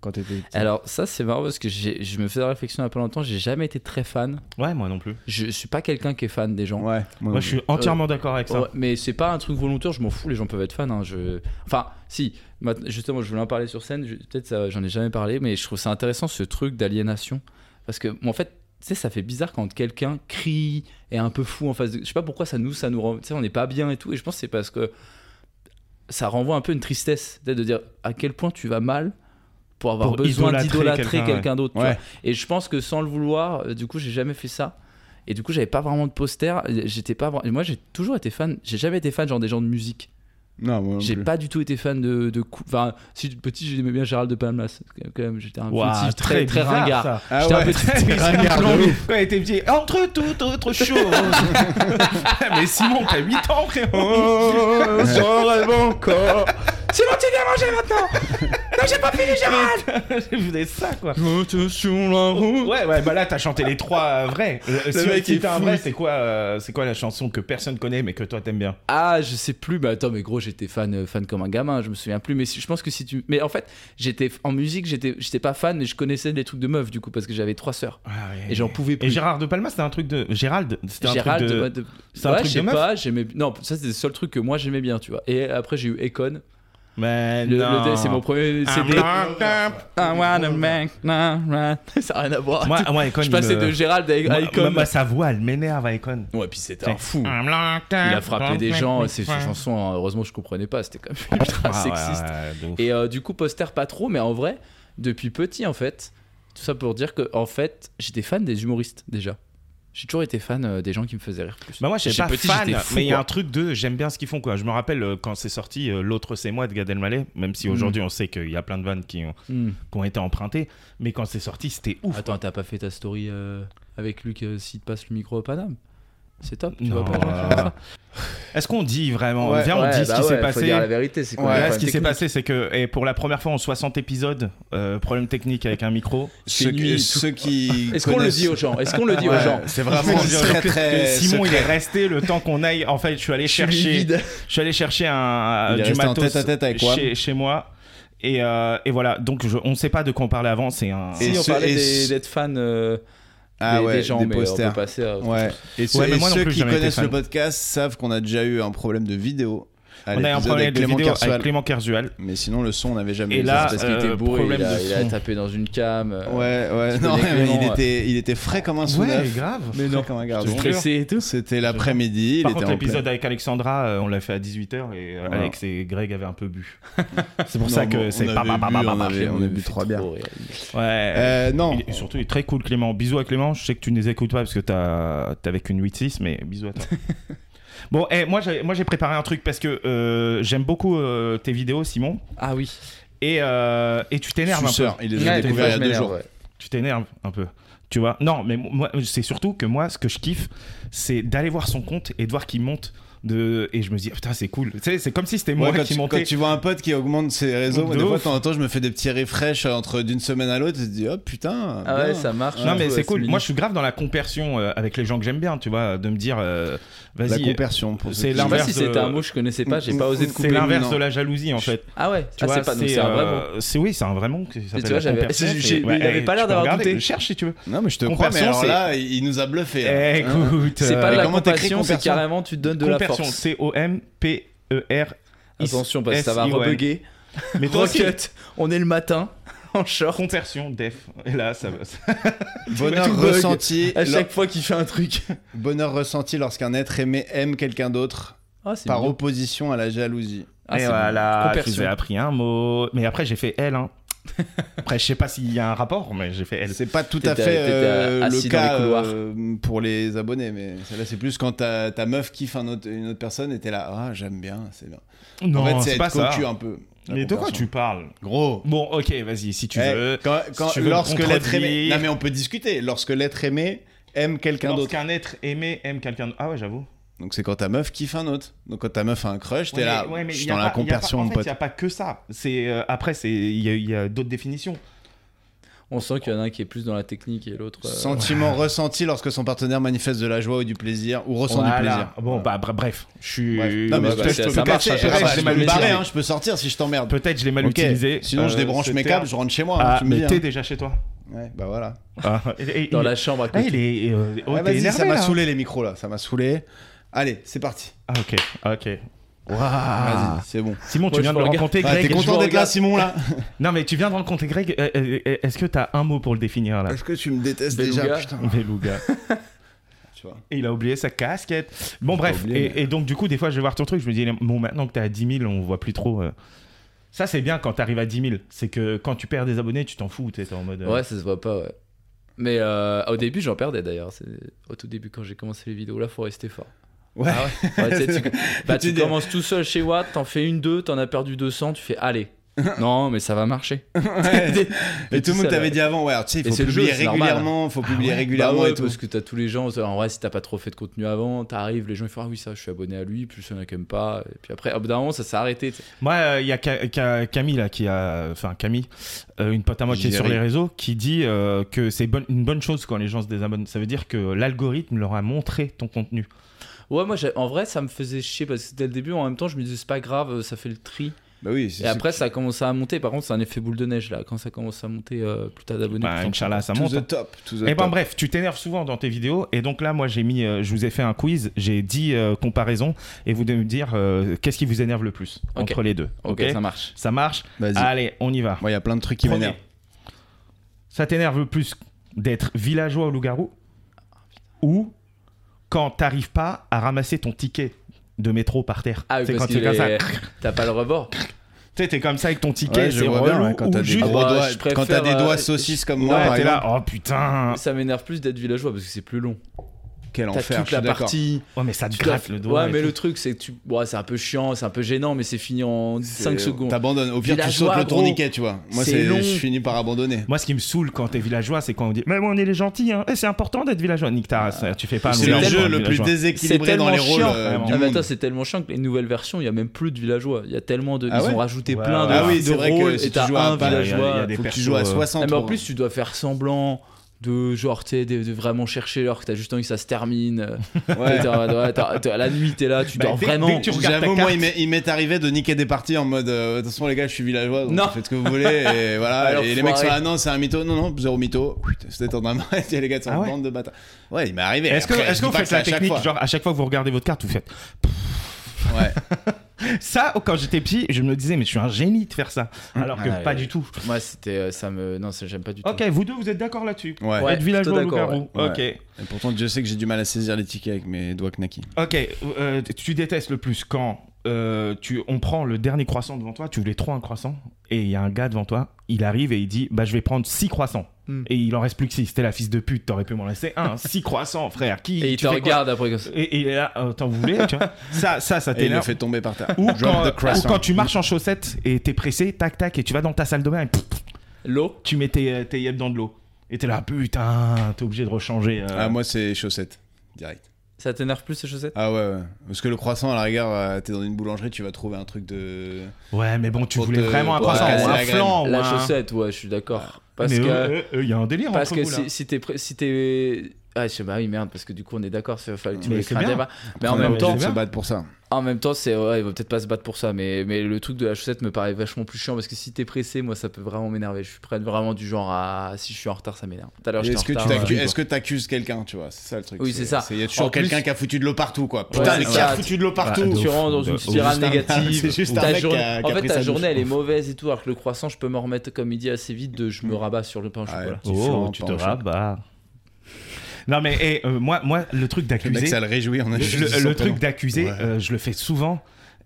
C: Quand t'étais. petit.
A: Alors ça, c'est marrant parce que j'ai- je me faisais la réflexion il y a pas longtemps. J'ai jamais été très fan.
B: Ouais, moi non plus.
A: Je, je suis pas quelqu'un qui est fan des gens.
C: Ouais,
B: Moi, je suis entièrement d'accord avec ça.
A: Ouais, mais c'est pas un truc volontaire, je m'en fous, les gens peuvent être fans. hein, je... Enfin, si, maintenant- justement, je voulais en parler sur scène, je- peut-être ça, j'en ai jamais parlé, mais je trouve ça intéressant ce truc d'aliénation. Parce que, bon, en fait, tu sais, ça fait bizarre quand quelqu'un crie et est un peu fou en face de. Je sais pas pourquoi ça nous, ça nous rend. Tu sais, on n'est pas bien et tout, et je pense que c'est parce que ça renvoie un peu une tristesse, peut-être de dire à quel point tu vas mal pour avoir
B: Pour
A: besoin
B: idolâtrer
A: d'idolâtrer
B: quelqu'un,
A: quelqu'un d'autre. tu
C: Ouais.
A: vois. Et je pense que sans le vouloir, euh, du coup, j'ai jamais fait ça. Et du coup, j'avais pas vraiment de poster. euh, J'étais pas. vra- Moi, j'ai toujours été fan. J'ai jamais été fan genre des gens de musique.
C: Non, moi non
A: J'ai
C: plus.
A: pas du tout été fan de. de cou- Enfin, si petit, j'aimais bien Gérald de Palmas. Quand même, j'étais un
B: Ouah,
A: petit très très
B: bizarre,
A: ringard.
B: ça.
C: Ah
A: J'étais un
C: ouais.
A: petit-
C: Ringard de
B: Quand
C: ouf.
B: il était petit, entre tout autre chose. Mais Simon, t'as 8 ans, frérot.
A: encore. C'est bon, tu viens manger maintenant. Non, j'ai pas fini, Gérald.
B: Je faisais ça, quoi.
A: sur la route.
B: Ouais, ouais, bah là, t'as chanté les trois euh, vrais. Euh, si
C: mec
B: si
C: est
B: t'as un
C: fou.
B: vrai, c'est quoi, euh, c'est quoi la chanson que personne connaît mais que toi t'aimes bien
A: Ah, je sais plus. Mais attends, mais gros, j'étais fan, euh, fan comme un gamin. Je me souviens plus. Mais si- je pense que si tu. Mais en fait, j'étais en musique, j'étais, j'étais pas fan, mais je connaissais des trucs de meufs du coup parce que j'avais trois sœurs et j'en pouvais
B: Et
A: plus.
B: Gérard de Palma, c'était un truc de. Gérald, c'était un
A: Gérald,
B: truc de.
A: ouais, de-
B: c'est un
A: ouais,
B: truc
A: je
B: de
A: sais
B: meuf
A: pas, j'aimais. Non, ça c'était le seul truc que moi j'aimais bien, tu vois. Et après j'ai eu Econ.
B: Mais
A: Le-
B: non. Ah,
A: le- c'est mon premier
B: I'm
A: CD.
B: not dumb, I wanna make no right.
A: Ça n'a rien à voir.
B: Moi, moi, Icon,
A: je
B: il
A: passais
B: me-
A: de Gérald à
B: moi, moi,
A: Icon.
B: moi, sa voix, elle m'énerve, Icon.
A: Ouais, puis c'était un fou.
B: I'm
A: Il
B: not
A: a frappé
B: dumb,
A: des
B: I
A: gens,
B: make
A: ces
B: no right.
A: chansons, hein, heureusement je comprenais pas, c'était quand même ultra
B: Ah, ouais,
A: sexiste.
B: ouais, de ouf.
A: Et euh, du coup, poster pas trop, mais en vrai, depuis petit en fait, tout ça pour dire que en fait, j'étais fan des humoristes déjà. J'ai toujours été fan euh, des gens qui me faisaient rire plus.
B: Bah moi, je
A: J'ai
B: suis pas
A: petit,
B: fan,
A: j'étais fou,
B: mais il y a
A: quoi.
B: un truc de j'aime bien ce qu'ils font quoi. Je me rappelle euh, quand c'est sorti euh, l'autre c'est moi de Gad Elmaleh, même si
A: Mm.
B: aujourd'hui on sait qu'il y a plein de vannes qui ont,
A: Hmm.
B: qui ont été empruntées, mais quand c'est sorti c'était ouf.
A: Attends, t'as pas fait ta story euh, avec Luc euh, s'il te passe le micro à Paname C'est top, tu
B: Non,
A: vois pas
B: euh,
A: Viens,
B: Est-ce qu'on dit vraiment Viens, on
A: bah
B: dit ce qui s'est passé.
A: vérité, c'est
B: Ouais, ce qui s'est passé, c'est que et pour la première fois en 60 épisodes, euh, problème technique avec un micro.
A: C'est
C: Ceux,
A: nuit et
C: qui-
A: tout.
C: ceux qui.
A: Est-ce qu'on le
C: connaissent-
A: dit aux gens Est-ce qu'on le dit aux
C: Ouais,
A: gens
C: C'est
B: Je
C: vraiment
B: veux dire,
C: très
B: que- que
C: très.
B: Simon, il
C: secret.
B: est resté le temps qu'on aille. En fait, je suis allé
A: Je suis
B: chercher.
A: livide.
B: Je suis allé chercher un,
C: Il est
B: du
C: resté en
B: matos
C: tête-à-tête avec Wam.
B: chez, chez moi. Et, euh, et voilà, donc je- on ne sait pas de quoi on parlait avant. C'est un.
C: Et
A: Si on
C: ce-
A: parlait
C: et
A: des-
C: ce-
A: d'être fan euh,
C: Ah
A: des,
C: ouais,
A: des gens,
C: des
A: mais on
C: posters.
A: peut passer à...
C: Ouais. Et ceux,
B: mais
C: et
B: moi non
C: ceux
B: plus, j'ai
C: qui
B: jamais été
C: connaissent
B: fan.
C: le podcast savent qu'on a déjà eu un problème de vidéo. à
B: on a eu un
C: l'épisode
B: problème
C: avec Clément
B: vidéo
C: Kersual.
B: avec Clément Kersual.
C: Mais sinon, le son, on n'avait jamais
B: Et
C: eu ça,
B: là,
A: parce
C: c'est parce
A: qu'il
B: euh,
A: était bourré,
B: problème
A: il a,
B: de
A: il a
B: fond.
A: tapé dans une cam. euh,
C: qu'il- Ouais, ouais,
A: tu
C: non,
A: connais
C: mais
A: Clément,
C: il,
A: ouais.
C: était, il était frais comme un soudeur.
B: grave.
C: mais non. Comme un gardon.
A: stressé et tout.
C: C'était l'après-midi, il
B: Par
C: était
B: contre,
C: en plein-
B: l'épisode avec Alexandra, euh, on l'a fait à 18h et euh,
C: Voilà.
B: Alex et Greg avaient un peu bu. c'est
C: Non,
B: pour ça
C: mais
B: que
C: on
B: c'est
C: avait
B: pas
C: bu,
B: bah,
C: on avait- on a bu trois bières.
B: Ouais.
C: Euh, non,
B: Il est- surtout, il est très cool, Clément. Bisous à Clément. Je sais que tu ne les écoutes pas parce que t'as t'es avec une 8-6, mais bisous à toi. bon, eh, moi, j'ai- moi, j'ai préparé un truc parce que euh, j'aime beaucoup euh, tes vidéos, Simon.
A: Ah oui.
B: Et, euh, et tu t'énerves un peu.
C: suceur, il les a
A: Ouais, des fois,
C: découverts
A: je
C: il y a deux
A: m'énerve,
C: jours.
A: ouais.
B: Tu t'énerves un peu. Tu vois Non, mais moi, c'est surtout que moi, ce que je kiffe, c'est d'aller voir son compte et de voir qu'il monte. De... Et je me dis, ah, putain, c'est cool. Tu sais, c'est comme si c'était moi
C: Moi, quand,
B: qui
C: tu,
B: montais.
C: quand tu vois un pote qui augmente ses réseaux,
B: De
C: moi, des fois,
B: ouf.
C: de temps en temps, je me fais des petits refresh entre d'une semaine à l'autre. et Je te dis, oh putain.
A: Ah ouais,
C: bien.
A: ça marche.
B: Non,
A: Ouais,
B: mais c'est cool.
A: mignon.
B: Moi, je suis grave dans la compersion euh, avec les gens que j'aime bien, tu vois, de me dire, euh,
C: La
B: vas-y,
C: compersion pour ceux
B: c'est
C: qui-
A: Je sais pas
B: l'inverse euh,
A: si c'était
B: de-
A: un mot que je connaissais pas, j'ai pas osé te
B: C'est
A: couper.
B: l'inverse
C: non.
B: de la jalousie en fait.
A: Ah ouais,
B: Tu
A: ah,
B: vois,
A: c'est pas donc c'est un vrai mot.
B: euh, c'est oui, c'est un vrai mot. qui s'appelle
A: vois,
B: la
A: j'avais-
B: compersion,
A: j'ai-
B: c'est-
A: j'ai- il avait
B: eh,
A: pas l'air
B: tu peux
A: d'avoir
B: regarder,
A: douté.
B: Cherche si tu veux.
C: Non, mais je te crois, mais
B: Compersion,
C: alors
B: c'est-
C: là, il il nous a bluffé. là. Hein
B: Écoute,
A: C'est pas de
B: euh,
A: la
C: comment t'écris
A: compassion, c'est
C: compersion
A: carrément tu te donnes de la
B: compersion.
A: force.
B: C O M P E R.
A: Attention parce que ça va
B: S-I-O-N.
A: rebugger.
B: Mais toi aussi.
A: Rocket, on est le matin en short.
B: Compersion, def. Et là, ça va.
A: Tout
C: Bonheur
A: bug.
C: ressenti.
A: À
C: lor-
A: chaque fois qu'il fait un truc.
C: Bonheur ressenti lorsqu'un être aimé aime quelqu'un d'autre
A: Ah, c'est
C: par
A: mignon.
C: opposition à la jalousie.
A: Ah,
B: Et
A: c'est
B: voilà, je
A: Compersion.
B: vous ai appris un mot. Mais après, j'ai fait L. hein. Après, je sais pas s'il y a un rapport, mais j'ai fait L.
C: C'est pas tout à
A: T'étais-
C: fait
A: t'étais
C: euh,
A: assis
C: le
A: dans les
C: cas
A: couloirs.
C: euh, pour les abonnés, mais là c'est plus quand ta, ta meuf kiffe un autre- une autre personne et t'es là, ah j'aime bien, c'est bien.
B: Non,
C: en fait,
B: c'est
C: être hein.
B: pas ça.
C: cocu un peu. la
B: Mais de quoi
C: compréhension.
B: tu parles
C: Gros.
B: Bon, ok, vas-y, si tu
C: Eh,
B: veux.
C: quand,
B: si
C: quand-
B: tu veux me
C: lorsque l'être aimé.
B: contredire.
C: Non mais on peut discuter. Lorsque l'être aimé aime quelqu'un d'autre.
B: Lorsqu'un être aimé aime quelqu'un d'autre. Ah ouais, j'avoue.
C: Donc c'est quand ta meuf kiffe un autre. Donc quand ta meuf a un crush, t'es
B: Ouais,
C: là,
B: mais- ouais, mais
C: je
B: y
C: suis
B: a
C: dans la
B: pas- y a pas-
C: compersion,
B: En
C: mon
B: fait, il
C: pote.
B: n'y a pas que ça. C'est euh, après, c'est il y a, il y a d'autres définitions.
A: On sent qu'il y en a un qui est plus dans la technique et l'autre. euh,
C: Sentiment ressenti lorsque son partenaire manifeste de la joie ou du plaisir ou ressent
B: Voilà.
C: du plaisir.
B: Bon, bah br- bref, je suis.
C: Bref. Non, mais
A: bah,
C: je
A: bah,
C: peux- je peux
A: ça
C: me
A: marche,
C: casser,
A: ça
C: je peux-
A: marche,
C: je
A: mais
C: peux me
A: le
C: barrer,
A: dire.
C: hein, je peux sortir si je t'emmerde.
B: Peut-être je l'ai mal
C: Ok.
B: utilisé.
C: Sinon, je
B: Euh,
C: débranche mes
B: c'était-
C: câbles, je rentre chez moi. hein,
B: Ah,
C: tu me
B: mais
C: dis,
B: t'es
C: hein.
B: déjà chez toi.
C: Ouais, bah voilà.
B: Ah, et- et-
A: Dans
B: il-
A: la chambre à
B: Ah,
A: côté.
B: il est. euh, oh,
C: Ouais,
B: t'es
C: vas-y,
B: énervé,
C: ça m'a
B: là.
C: saoulé les micros là, ça m'a saoulé. Allez, c'est parti.
B: Ah, ok, ok.
C: Vas-y, c'est bon.
B: Simon,
A: Moi,
B: tu viens
A: je
B: de le
A: regarde.
B: rencontrer,
C: Ah,
B: Greg.
C: T'es
B: et je
C: content
B: vous
C: d'être là,
B: regarde.
C: Simon là
B: Non, mais tu viens de rencontrer Greg. Euh, euh, euh, Est-ce que t'as un mot pour le définir là
C: Est-ce que tu me détestes
A: Beluga.
C: déjà Putain,
B: Beluga.
C: tu vois.
B: Et il a oublié sa casquette. Bon, bref.
C: oublié,
B: et, et donc, du coup, des fois, je vais voir ton truc. Je me dis, bon, maintenant que t'es à 10 000, on voit plus trop. euh. Ça, c'est bien quand t'arrives à 10 000. C'est que quand tu perds des abonnés, tu t'en fous. T'es en mode. euh,
A: Ouais, ça se voit pas, ouais. Mais euh, au début, j'en perdais d'ailleurs. C'est- Au tout début, quand j'ai commencé les vidéos, là, faut rester fort.
C: Ouais.
A: Ah ouais. Ouais, tu sais, tu- bah, tu
C: Tu dis-
A: commences tout seul chez Watt, t'en fais une, deux, t'en as perdu 200, tu fais allez. non, mais ça va marcher.
C: Et tout le monde
A: seul,
C: t'avait
A: ouais.
C: dit avant, ouais, alors, tu sais, il
A: Et
C: faut
A: c'est le jeu,
C: publier
A: c'est normal.
C: régulièrement, faut publier
A: Bah
C: régulièrement
A: ouais,
C: et tout.
A: parce que t'as tous les gens. En vrai, si t'as pas trop fait de contenu avant, t'arrives, les gens ils font ah oui, ça, je suis abonné à lui, plus il y en a qui aiment pas. Et puis après, au bout d'un moment, ça s'est arrêté. tu sais.
B: Moi, euh, il y a Ca- Ca- Camille, là, qui a. Enfin, Camille, euh, une pote à moi qui est sur
C: Jerry.
B: les réseaux, qui dit euh, que c'est bonne- une bonne chose quand les gens se désabonnent. Ça veut dire que l'algorithme leur a montré ton contenu.
A: Ouais, moi, j'ai- en vrai, ça me faisait chier parce que dès le début, en même temps, je me disais c'est pas grave, ça fait le tri.
C: Bah oui, c'est-
A: Et après, ça a commencé à monter. Par contre, c'est un effet boule de neige là. Quand ça commence à monter, euh, plus t'as d'abonnés.
B: Bah,
A: plus t'en
B: Inch'Allah, ça
C: c'est to
B: monte.
C: the top. To the
B: Et ben
C: top.
B: bref, tu t'énerves souvent dans tes vidéos et donc là moi j'ai mis euh, je vous ai fait un quiz, j'ai 10 euh, comparaisons et vous devez me dire euh, qu'est-ce qui vous énerve le plus
A: Ok.
B: entre les deux.
A: prends.
B: OK,
A: ok, ça
B: ça...
A: marche.
B: marche
C: Vas-y.
B: Allez, on y va.
C: Moi, il y a plein de trucs qui
B: Premier.
C: m'énervent.
B: Ça t'énerve le plus d'être villageois au loup-garou
C: Ah,
B: ou quand t'arrives pas à ramasser ton ticket de métro par terre.
A: Ah oui,
B: c'est
A: parce
B: quand
A: qu'il
B: t'es comme ça.
A: est-
B: Tu
A: t'as pas le rebord.
B: sais, t'es comme ça avec ton ticket,
C: Ouais, je
B: c'est
C: vois bien,
B: relou,
C: ouais, quand
B: ou
C: t'as des
B: juste-
C: gros
A: Ah,
C: doigts,
A: je
C: quand t'as des
A: préfère,
C: doigts
A: euh,
C: saucisses comme moi,
B: Ouais,
C: par
B: t'es là,
C: exemple.
B: oh putain.
A: Ça m'énerve plus d'être villageois parce que c'est plus long.
C: Quel
A: T'as
C: enfer, je
A: toute
C: suis
A: la
C: d'accord.
A: partie.
B: Ouais, mais ça te
A: tu
B: gratte
A: dois-
B: le doigt.
A: Ouais,
B: et
A: mais
B: tout.
A: le truc, c'est que tu. Ouais, c'est un peu chiant, c'est un peu gênant, mais c'est fini en 5
C: C'est-
A: secondes.
C: T'abandonnes. Au pire, tu
A: Villageois,
C: sautes le
A: gros.
C: tourniquet, tu vois. Moi,
A: C'est
C: c'est
A: long.
C: je finis par abandonner.
B: Moi, ce qui me saoule quand t'es villageois, c'est quand on dit Mais bon, on est les gentils, hein. Eh, c'est important d'être villageois. Nick Taras, euh, tu fais pas un
C: Ah. C'est le
B: villageois,
C: jeu
B: un
C: le plus
B: villageois.
A: C'est
C: déséquilibré
A: tellement
C: dans les rôles
A: chiant.
C: euh,
B: vraiment.
C: du
A: Ah, mais attends,
C: monde.
A: c'est tellement chiant que les nouvelles versions, il y a même plus de villageois. Il y a tellement de.
C: Ah
A: Ils
C: ouais
A: ont rajouté
B: Ouais,
A: plein de,
B: ouais. Ah
C: oui, c'est
A: de
C: vrai que
A: rôles
C: si
A: et
C: tu
A: t'as
C: joues à
A: un
C: un pal,
B: il y a- il y a
A: villageois.
B: des
C: Faut que tu
B: persos,
C: joues à
B: euh,
C: 60.
A: Ah, mais en
C: pour-
A: plus, tu dois faire semblant de genre tu sais, de, de vraiment chercher l'heure que t'as juste envie que ça se termine euh, ouais. à la nuit t'es là tu
B: Bah,
A: dors
B: dès-
A: vraiment
B: dès que tu regardes ta
C: J'avoue, moi,
B: carte.
C: il m'est- il m'est arrivé de niquer des parties en mode euh, De toute façon, les gars, je suis villageois, donc
A: Non.
C: faites ce que vous voulez. Et voilà.
A: Alors,
C: Et les mecs sont
A: foiré.
C: là, non, c'est un mytho. Non, non, zéro mytho. Putain, C'était en amont. Et Les gars, sont
B: Ah
C: en
B: ouais.
C: bande de bâtards. Ouais, il m'est arrivé.
B: Est-ce que,
C: Après,
B: est-ce
C: je
B: que
C: dis
B: vous
C: pas
B: faites
C: c'est à
B: la
C: chaque
B: technique,
C: fois.
B: genre à chaque fois que vous regardez votre carte, vous faites
C: Ouais.
B: ça oh, Quand j'étais petit, je me disais, mais je suis un génie de faire ça. Alors que
A: Hum. Ouais.
B: pas du tout.
A: moi c'était euh, ça me non ça j'aime pas du tout
B: Ok, vous deux, vous êtes d'accord là-dessus
C: Ouais.
A: Ouais,
B: Être villageois
A: plutôt d'accord,
B: loup-garou.
C: ouais.
B: Ok.
C: Et pourtant, je sais que j'ai du mal à saisir les tickets avec mes doigts knacky.
B: Ok, euh, tu détestes le plus quand euh, tu, on prend le dernier croissant devant toi, tu voulais trop un croissant, et il y a un gars devant toi, il arrive et il dit Bah, je vais prendre 6 croissants.
A: Hmm.
B: Et il en reste plus que 6. T'es la fils de pute, t'aurais pu m'en laisser un. 6 croissants, frère. Qui,
A: et ils
B: tu
A: te
B: fais quoi
A: regardent après comme ça
B: Et, et il est là, euh, t'en voulais, tu vois. Ça, ça, ça
C: Et il le
B: t'énerve.
C: fait tomber par terre.
B: Ou
C: Drop
B: quand,
C: the croissant.
B: ou quand tu marches en chaussettes et t'es pressé, tac tac, et tu vas dans ta salle de bain et pff,
A: l'eau
B: tu mets tes, euh, tes yeux dans de l'eau. Et t'es là, putain, t'es obligé de rechanger. euh.
C: Ah, moi, c'est chaussettes. Direct.
A: ça t'énerve plus ces chaussettes
C: Ah ouais, ouais. Parce que le croissant, à la rigueur, euh, t'es dans une boulangerie, tu vas trouver un truc de.
B: Ouais, mais bon, tu
C: Pour
B: voulais
C: te-
B: vraiment un
C: pour
B: croissant,
A: casser
B: ou
C: la
B: un
C: graine.
B: flan, ou
A: la
B: un-
A: chaussette ouais je suis d'accord parce
B: Ah, mais
A: que
B: eux, eux, eux, il y a un délire
A: parce
B: entre
A: que
B: vous, là.
A: si, si t'es pré- si t'es ah je sais pas oui merde parce que du coup on est d'accord ça fallait que tu
B: Mais
A: me
B: c'est
A: crées un
B: bien.
A: débat mais en
C: Prendre
A: même
C: la
A: temps
C: peine de se battre pour ça.
A: En même temps, c'est ouais, il va peut-être pas se battre pour ça, mais, mais le truc de la chaussette me paraît vachement plus chiant parce que si t'es pressé, moi ça peut vraiment m'énerver. Je suis prêt vraiment du genre à si je suis en retard, ça m'énerve. Tout à l'heure,
C: Et
A: j'étais en
C: Est-ce que tu
A: retard, ouais.
C: t'accu- est-ce que t'accuses quelqu'un, tu vois C'est ça le truc.
A: Oui, c'est ça.
C: Il y a toujours
A: En plus- Bah,
C: quelqu'un qui a foutu de l'eau partout, quoi. Putain,
A: c'est
C: mais qui
A: ça.
C: a foutu de l'eau partout
A: Tu
B: ouf,
A: rentres dans
B: de
A: une
B: ouf.
A: spirale
C: Juste un-
A: négative.
C: c'est juste un
A: Ta
C: mec
A: journée-
C: qui a- qui a
A: en fait,
C: pris
A: ta
C: sa
A: journée
C: douche,
A: elle est
C: quoi.
A: mauvaise et tout, alors que le croissant, je peux m'en remettre comme il dit assez vite de je me rabats sur le pain au chocolat.
C: Petit
B: Oh,
C: flan, pain au chocolat.
B: rabats. Non, mais eh, euh, moi, moi, le truc
C: Le mec,
B: d'accuser.
C: ça le réjouit. On a juste dit
B: le,
C: son
B: le truc
C: prénom.
B: d'accuser,
C: Ouais.
B: euh, je le fais souvent.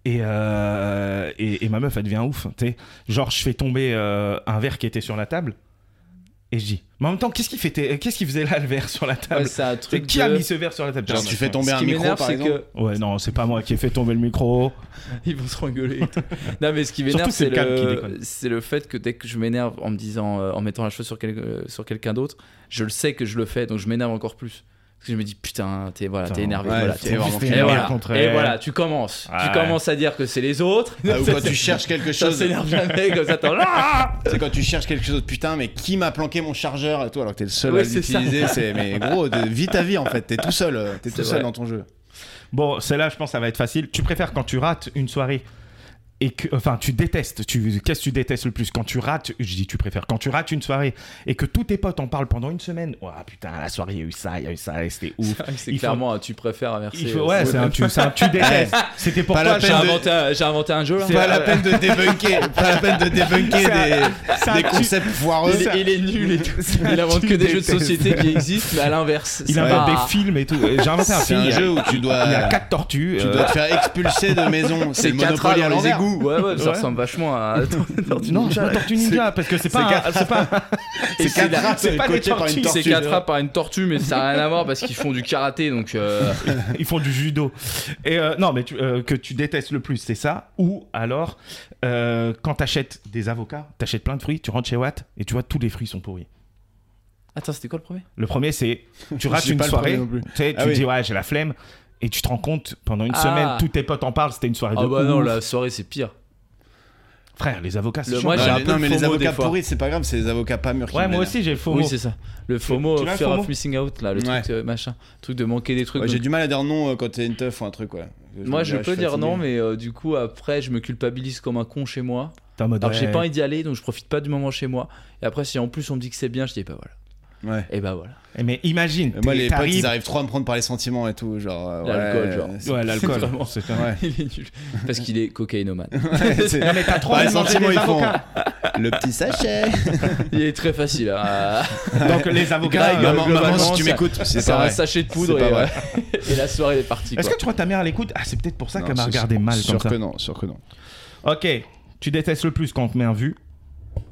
B: Et, euh, et, et ma meuf, elle devient ouf. tu sais. Genre, je fais tomber euh, un verre qui était sur la table. Et je dis, mais en même temps, qu'est-ce qu'il fêtait- qu'est-ce qu'il faisait là, le verre sur la table
A: Ouais, Ah, c'est un
B: C'est
A: truc.
B: Qui
A: de-
B: a mis ce verre sur la table
C: Genre,
B: Genre,
C: tu fais tomber
A: Ce
C: un
A: qui
C: micro,
A: m'énerve,
C: par
A: c'est
C: exemple.
A: que
B: Ouais, non, c'est pas moi qui ai fait tomber le micro.
A: ils vont se rengueuler. et tout. non, mais ce qui m'énerve,
B: Surtout, c'est
A: c'est
B: le calme qui
A: le,
B: déconne.
A: c'est le fait que dès que je m'énerve en me disant, euh, en mettant la chose sur, quel- euh, sur quelqu'un d'autre, je le sais que je le fais, donc je m'énerve encore plus. Parce que je me dis, putain, t'es voilà, Ah, t'es
B: Putain,
A: énervé.
C: ouais,
A: voilà,
C: t'es
A: t'es-
C: vraiment
A: et,
B: énervé
A: voilà,
B: contre
A: et
B: elle.
A: voilà, tu commences.
B: Ah ouais.
A: Tu commences à dire que c'est les autres.
C: Ah, ou quand tu cherches quelque
A: ça
C: chose,
A: s'énerve jamais comme ça. t'en- Ah
C: c'est quand tu cherches quelque chose. Putain, mais qui m'a planqué mon chargeur et tout alors que t'es le seul
A: Ouais,
C: à
A: c'est ça.
C: l'utiliser. C'est mais gros, de- vis ta vie en fait. T'es tout seul, euh, t'es
A: C'est
C: tout seul
A: vrai.
C: dans ton jeu.
B: Bon, celle-là, je pense, ça va être facile. Tu préfères quand tu rates une soirée et que, enfin, tu détestes. Tu, qu'est-ce que tu détestes le plus quand tu rates Je dis, tu préfères quand tu rates une soirée et que tous tes potes en parlent pendant une semaine. Ouah, putain, la soirée, il y a eu ça, il y a eu ça, et c'était ouf.
A: C'est
B: Il faut-
A: clairement, un tu préfères
B: Il
A: verser.
B: faut- ouais, c'est un tu, c'est un tu détestes. C'était pour
C: Pas
B: toi.
C: la peine
A: J'ai
B: Charles.
C: de-
A: inventé, un- j'ai inventé un jeu là.
B: C'est-
C: Pas la peine de débunker, pas la peine de débunker
B: c'est
C: des,
B: un
C: des
B: tu-
C: concepts foireux.
A: Il, est- il est nul et tout. Il invente
B: tu
A: que des jeux de
B: détestes.
A: société qui existent, mais à l'inverse.
B: Il
A: C'est
B: invente
A: pas-
B: des films et tout. J'ai inventé un
C: C'est
B: film.
C: un
B: il y a-
C: jeu où tu dois,
B: Ah, Il y a quatre tortues.
C: tu
B: euh,
C: dois te faire expulser de maison. C'est le
A: quatre A
C: Monopoly
A: dans
C: à
A: les
C: l'envers.
A: égouts. Ouais, ouais,
B: Ouais.
A: ça ressemble vachement à.
B: Non, c'est pas Tortue Ninja parce que c'est pas. un- C'est pas.
A: Et
C: C'est
A: c'est
C: 4 rats, c'est
B: pas des
C: coaché par une
B: tortues,
A: C'est
C: tortue.
A: 4 A par une tortue, mais ça n'a rien à voir parce qu'ils font du karaté donc. euh,
B: Ils font du judo. Et euh, non, mais tu- euh, que tu détestes le plus, c'est ça. Ou alors, euh, quand t'achètes des avocats, t'achètes plein de fruits, tu rentres chez Watt et tu vois tous les fruits sont pourris.
A: Attends, c'était quoi le premier
B: Le premier, c'est tu rates
C: J'ai
B: une
C: pas le
B: soirée,
C: premier non plus.
B: tu sais,
C: Ah
B: tu
C: oui.
B: dis ouais j'ai la flemme et tu te rends compte pendant une
A: Ah.
B: semaine tous tes potes en parlent, c'était une soirée
A: Ah
B: de
A: bah non,
B: ouf.
A: la soirée c'est pire.
B: frère les avocats. c'est
A: Le-
B: chiant.
A: moi,
B: Ouais,
A: j'ai un
C: Non,
A: peu
C: non,
A: le
C: mais les
A: FOMO des
C: avocats
A: fois.
C: pourris, c'est pas grave, c'est les avocats pas mûrs. qui
B: ouais, moi
C: m'énervent.
B: aussi j'ai le faux
A: Oui,
B: mot.
A: c'est ça. Le FOMO,
B: tu l'as, le
A: fear
B: FOMO
A: of missing out, là, le
C: Ouais.
A: truc euh, machin. Truc de manquer des trucs.
C: Ouais, J'ai
A: donc-
C: du mal à dire non euh, quand t'es une teuf ou un truc, ouais.
A: Moi, je
C: me dis, ah,
A: peux
C: suis
A: dire
C: fatigué.
A: non, mais euh, du coup, après, je me culpabilise comme un con chez moi.
B: T'es en mode,
A: Alors que j'ai
B: ouais.
A: pas envie d'y aller, donc je profite pas du moment chez moi. Et après, si en plus on me dit que c'est bien, je dis bah voilà.
C: Ouais.
A: Et bah voilà.
B: Eh, Mais imagine,
C: Et Moi, les potes,
B: t'arrives-
C: ils arrivent trop à me prendre par les sentiments et tout. Genre, euh,
A: L'alcool,
C: ouais,
A: genre.
C: c'est-
B: Ouais, l'alcool.
A: Vraiment.
B: c'est un-
C: Ouais.
A: Il est nul. Parce qu'il est cocaïnomane.
C: Ouais, c'est-
B: Non, mais t'as trop
C: Par les
B: envie de manger
C: sentiments,
B: des
C: ils font
B: avocats.
C: le petit sachet.
A: Il est très facile. hein.
B: Donc les avocats.
A: Greg,
B: euh,
A: maman,
B: globalement-
A: maman, si tu
C: m'écoutes,
A: C'est un sachet de poudre
C: C'est
A: et,
C: pas
A: euh, et la soirée est partie.
B: Est-ce
A: quoi.
B: que tu crois que ta mère à l'écoute Ah, c'est peut-être pour ça
C: Non,
B: qu'elle m'a
C: sûr-
B: regardé mal comme
C: sûr
B: ça.
C: que non, sûr que non.
B: Ok, tu détestes le plus quand on te met un vu.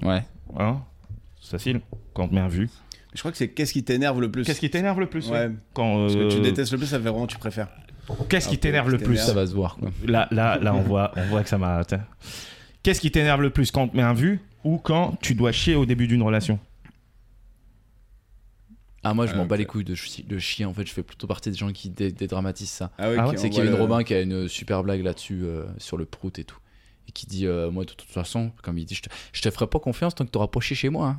A: Ouais.
B: Hein C'est facile. Quand on te met un vu.
C: Je crois que c'est qu'est-ce qui t'énerve le plus
B: Qu'est-ce qui t'énerve le plus oui
C: Ouais.
B: Quand.
C: Parce que tu
B: euh,
C: détestes le plus, ça fait vraiment que tu préfères.
B: Qu'est-ce qui
C: Ah,
B: t'énerve le
C: qui
B: plus
A: Ça va se voir quoi.
B: Là, là, là, on voit, on voit que ça m'a. tiens. Qu'est-ce qui t'énerve le plus quand on te met un vu ou quand tu dois chier au début d'une relation
A: Ah, moi je
C: Ah,
A: m'en bats
C: ok.
A: les couilles de, chi- de chien en fait. Je fais plutôt partie des gens qui dé- dédramatisent ça.
C: Ah, oui,
B: Ah ouais,
C: qui
A: C'est
C: envoie
A: Kevin
C: le-
A: Robin qui a une super blague là-dessus euh, sur le prout et tout. Et qui dit euh, Moi de toute façon, comme il dit, je te, je te ferai pas confiance tant que t'auras pas chié chez moi. hein.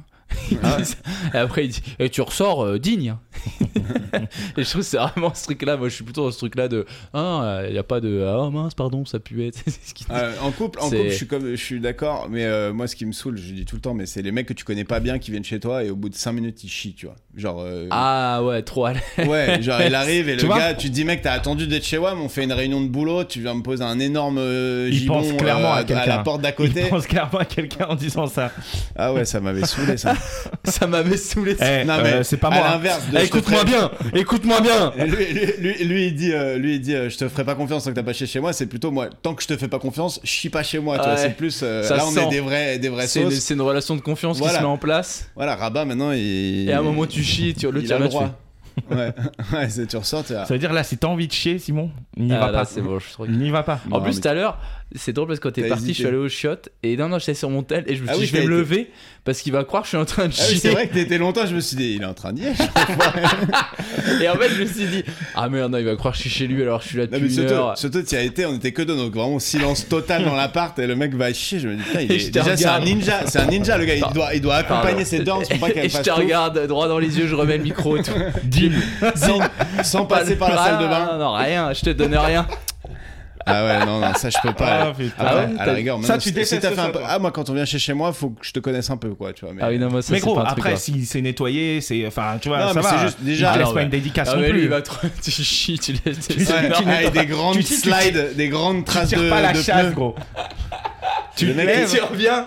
A: Il
C: Ah.
A: dit ça. et après il dit Et tu ressors euh, digne. hein. et je trouve que c'est vraiment ce truc-là. Moi je suis plutôt dans ce truc-là de Ah, il n'y a pas de Ah mince, pardon, ça puait. C'est ce qu'il dit.
C: Ah, en couple, en
A: C'est-
C: couple, je suis comme, je suis d'accord, mais euh, moi, ce qui me saoule, je dis tout le temps, mais c'est les mecs que tu connais pas bien qui viennent chez toi et au bout de 5 minutes ils chient, tu vois. Genre, euh,
A: Ah ouais, trop à l'aise.
C: ouais, genre il arrive et
B: Tu
C: le
B: vois
C: gars, tu te dis mec, t'as attendu d'être chez moi, mais on fait une réunion de boulot, tu viens me poser un énorme euh,
B: Il
C: gibon
B: pense clairement à
C: à
B: quelqu'un.
C: la porte d'à
B: Il
C: côté.
B: pense clairement à quelqu'un en disant ça.
C: Ah ouais, ça m'avait saoulé ça.
A: Ça m'avait saoulé.
B: Eh,
C: Non,
B: euh,
C: mais
B: c'est pas
C: à
B: moi.
C: l'inverse de
B: Eh,
C: je te
B: écoute-moi
C: ferai-
B: bien, écoute-moi bien.
C: Et lui, lui, lui- lui, il dit, euh, lui, il dit euh, je te ferai pas confiance tant que t'as pas chié chez moi. C'est plutôt moi, tant que je te fais pas confiance, je chie pas chez moi. tu vois.
A: Ouais.
C: C'est plus euh,
A: Ça
C: là, on
A: sent.
C: est des vrais, des vrais
A: C'est une,
C: sauces.
A: c'est une relation de confiance qui
C: Voilà.
A: se met en place.
C: Voilà, Rabat maintenant, il.
A: Et à un moment, tu chies, tu le
C: il
A: tiens
C: a le
A: là, tu
C: droit. Ouais, ouais, c'est- tu ressors, tu vas-
B: Ça veut dire là, si t'as envie de chier, Simon, n'y
A: fais- Ah,
B: va
A: là,
B: pas.
A: c'est Oh, bon, je trouve que-
B: N'y va pas.
A: En
C: Non,
A: plus,
C: mais-
A: tout à l'heure, c'est drôle parce que quand t'es
C: T'as
A: parti,
C: hésité.
A: je suis allé au shot et non, non, j'étais sur mon tel et je me suis
C: Ah
A: dit,
C: oui,
A: je vais
C: t'as
A: me
C: été.
A: lever parce qu'il va croire que je suis en train de
C: Ah oui, c'est
A: chier.
C: vrai que t'étais longtemps, je me suis dit, il est en train d'y aller.
A: et en fait, je me suis dit, ah merde, non, il va croire que je suis chez lui alors je suis là
C: Non, mais
A: depuis une
C: surtout,
A: heure.
C: surtout, t'y as été, on était que deux, donc vraiment silence total dans l'appart, et le mec va chier. Je me dis, putain, il
A: Et
C: est...
A: je te
C: déjà, c'est un
A: regarde.
C: ninja, c'est un ninja, le gars, il doit, il doit accompagner
A: Pardon.
C: ses danses pour pas
A: Et
C: qu'elle
A: je
C: fasse
A: te
C: tout,
A: regarde droit dans les yeux, je remets le micro et tout. Deal.
C: sans, sans passer par la
A: Ah,
C: salle de bain.
A: Non, non, rien, je te donne rien.
C: Ah ouais, non, non, ça je peux pas.
B: Ah, putain.
C: Après,
A: Ah ouais,
C: à
A: t'as-
C: la rigueur,
B: ça,
C: même
B: tu
C: si- si
B: détestes
C: t'as fait
B: ça,
C: un peu-
B: toi.
C: Ah, moi, quand on vient chez chez moi, faut que je te connaisse un peu, quoi, tu vois. Mais...
A: Ah oui, non, moi, ça,
B: mais
A: c'est
B: gros,
A: pas un truc, hein.
B: après,
A: quoi.
B: si c'est nettoyé, c'est. Enfin, tu vois,
C: Non,
B: ça
C: mais
B: va.
C: c'est juste- déjà-
B: tu laisses
A: Alors,
B: pas
A: ouais.
B: une dédicace
A: Ah,
B: non
A: mais lui,
B: plus.
A: il va trop. Tu chies, tu laisses.
C: Ouais,
B: Tu- tu
C: avec
B: n'es pas-
C: des grandes
B: tu- tu- tu-
C: slides, des grandes
B: Tu
C: traces
B: tires
C: de,
B: pas la
C: de
B: chasse,
C: pneus.
B: gros.
C: Le
B: Tu
C: mec,
B: lèves.
A: Tu reviens.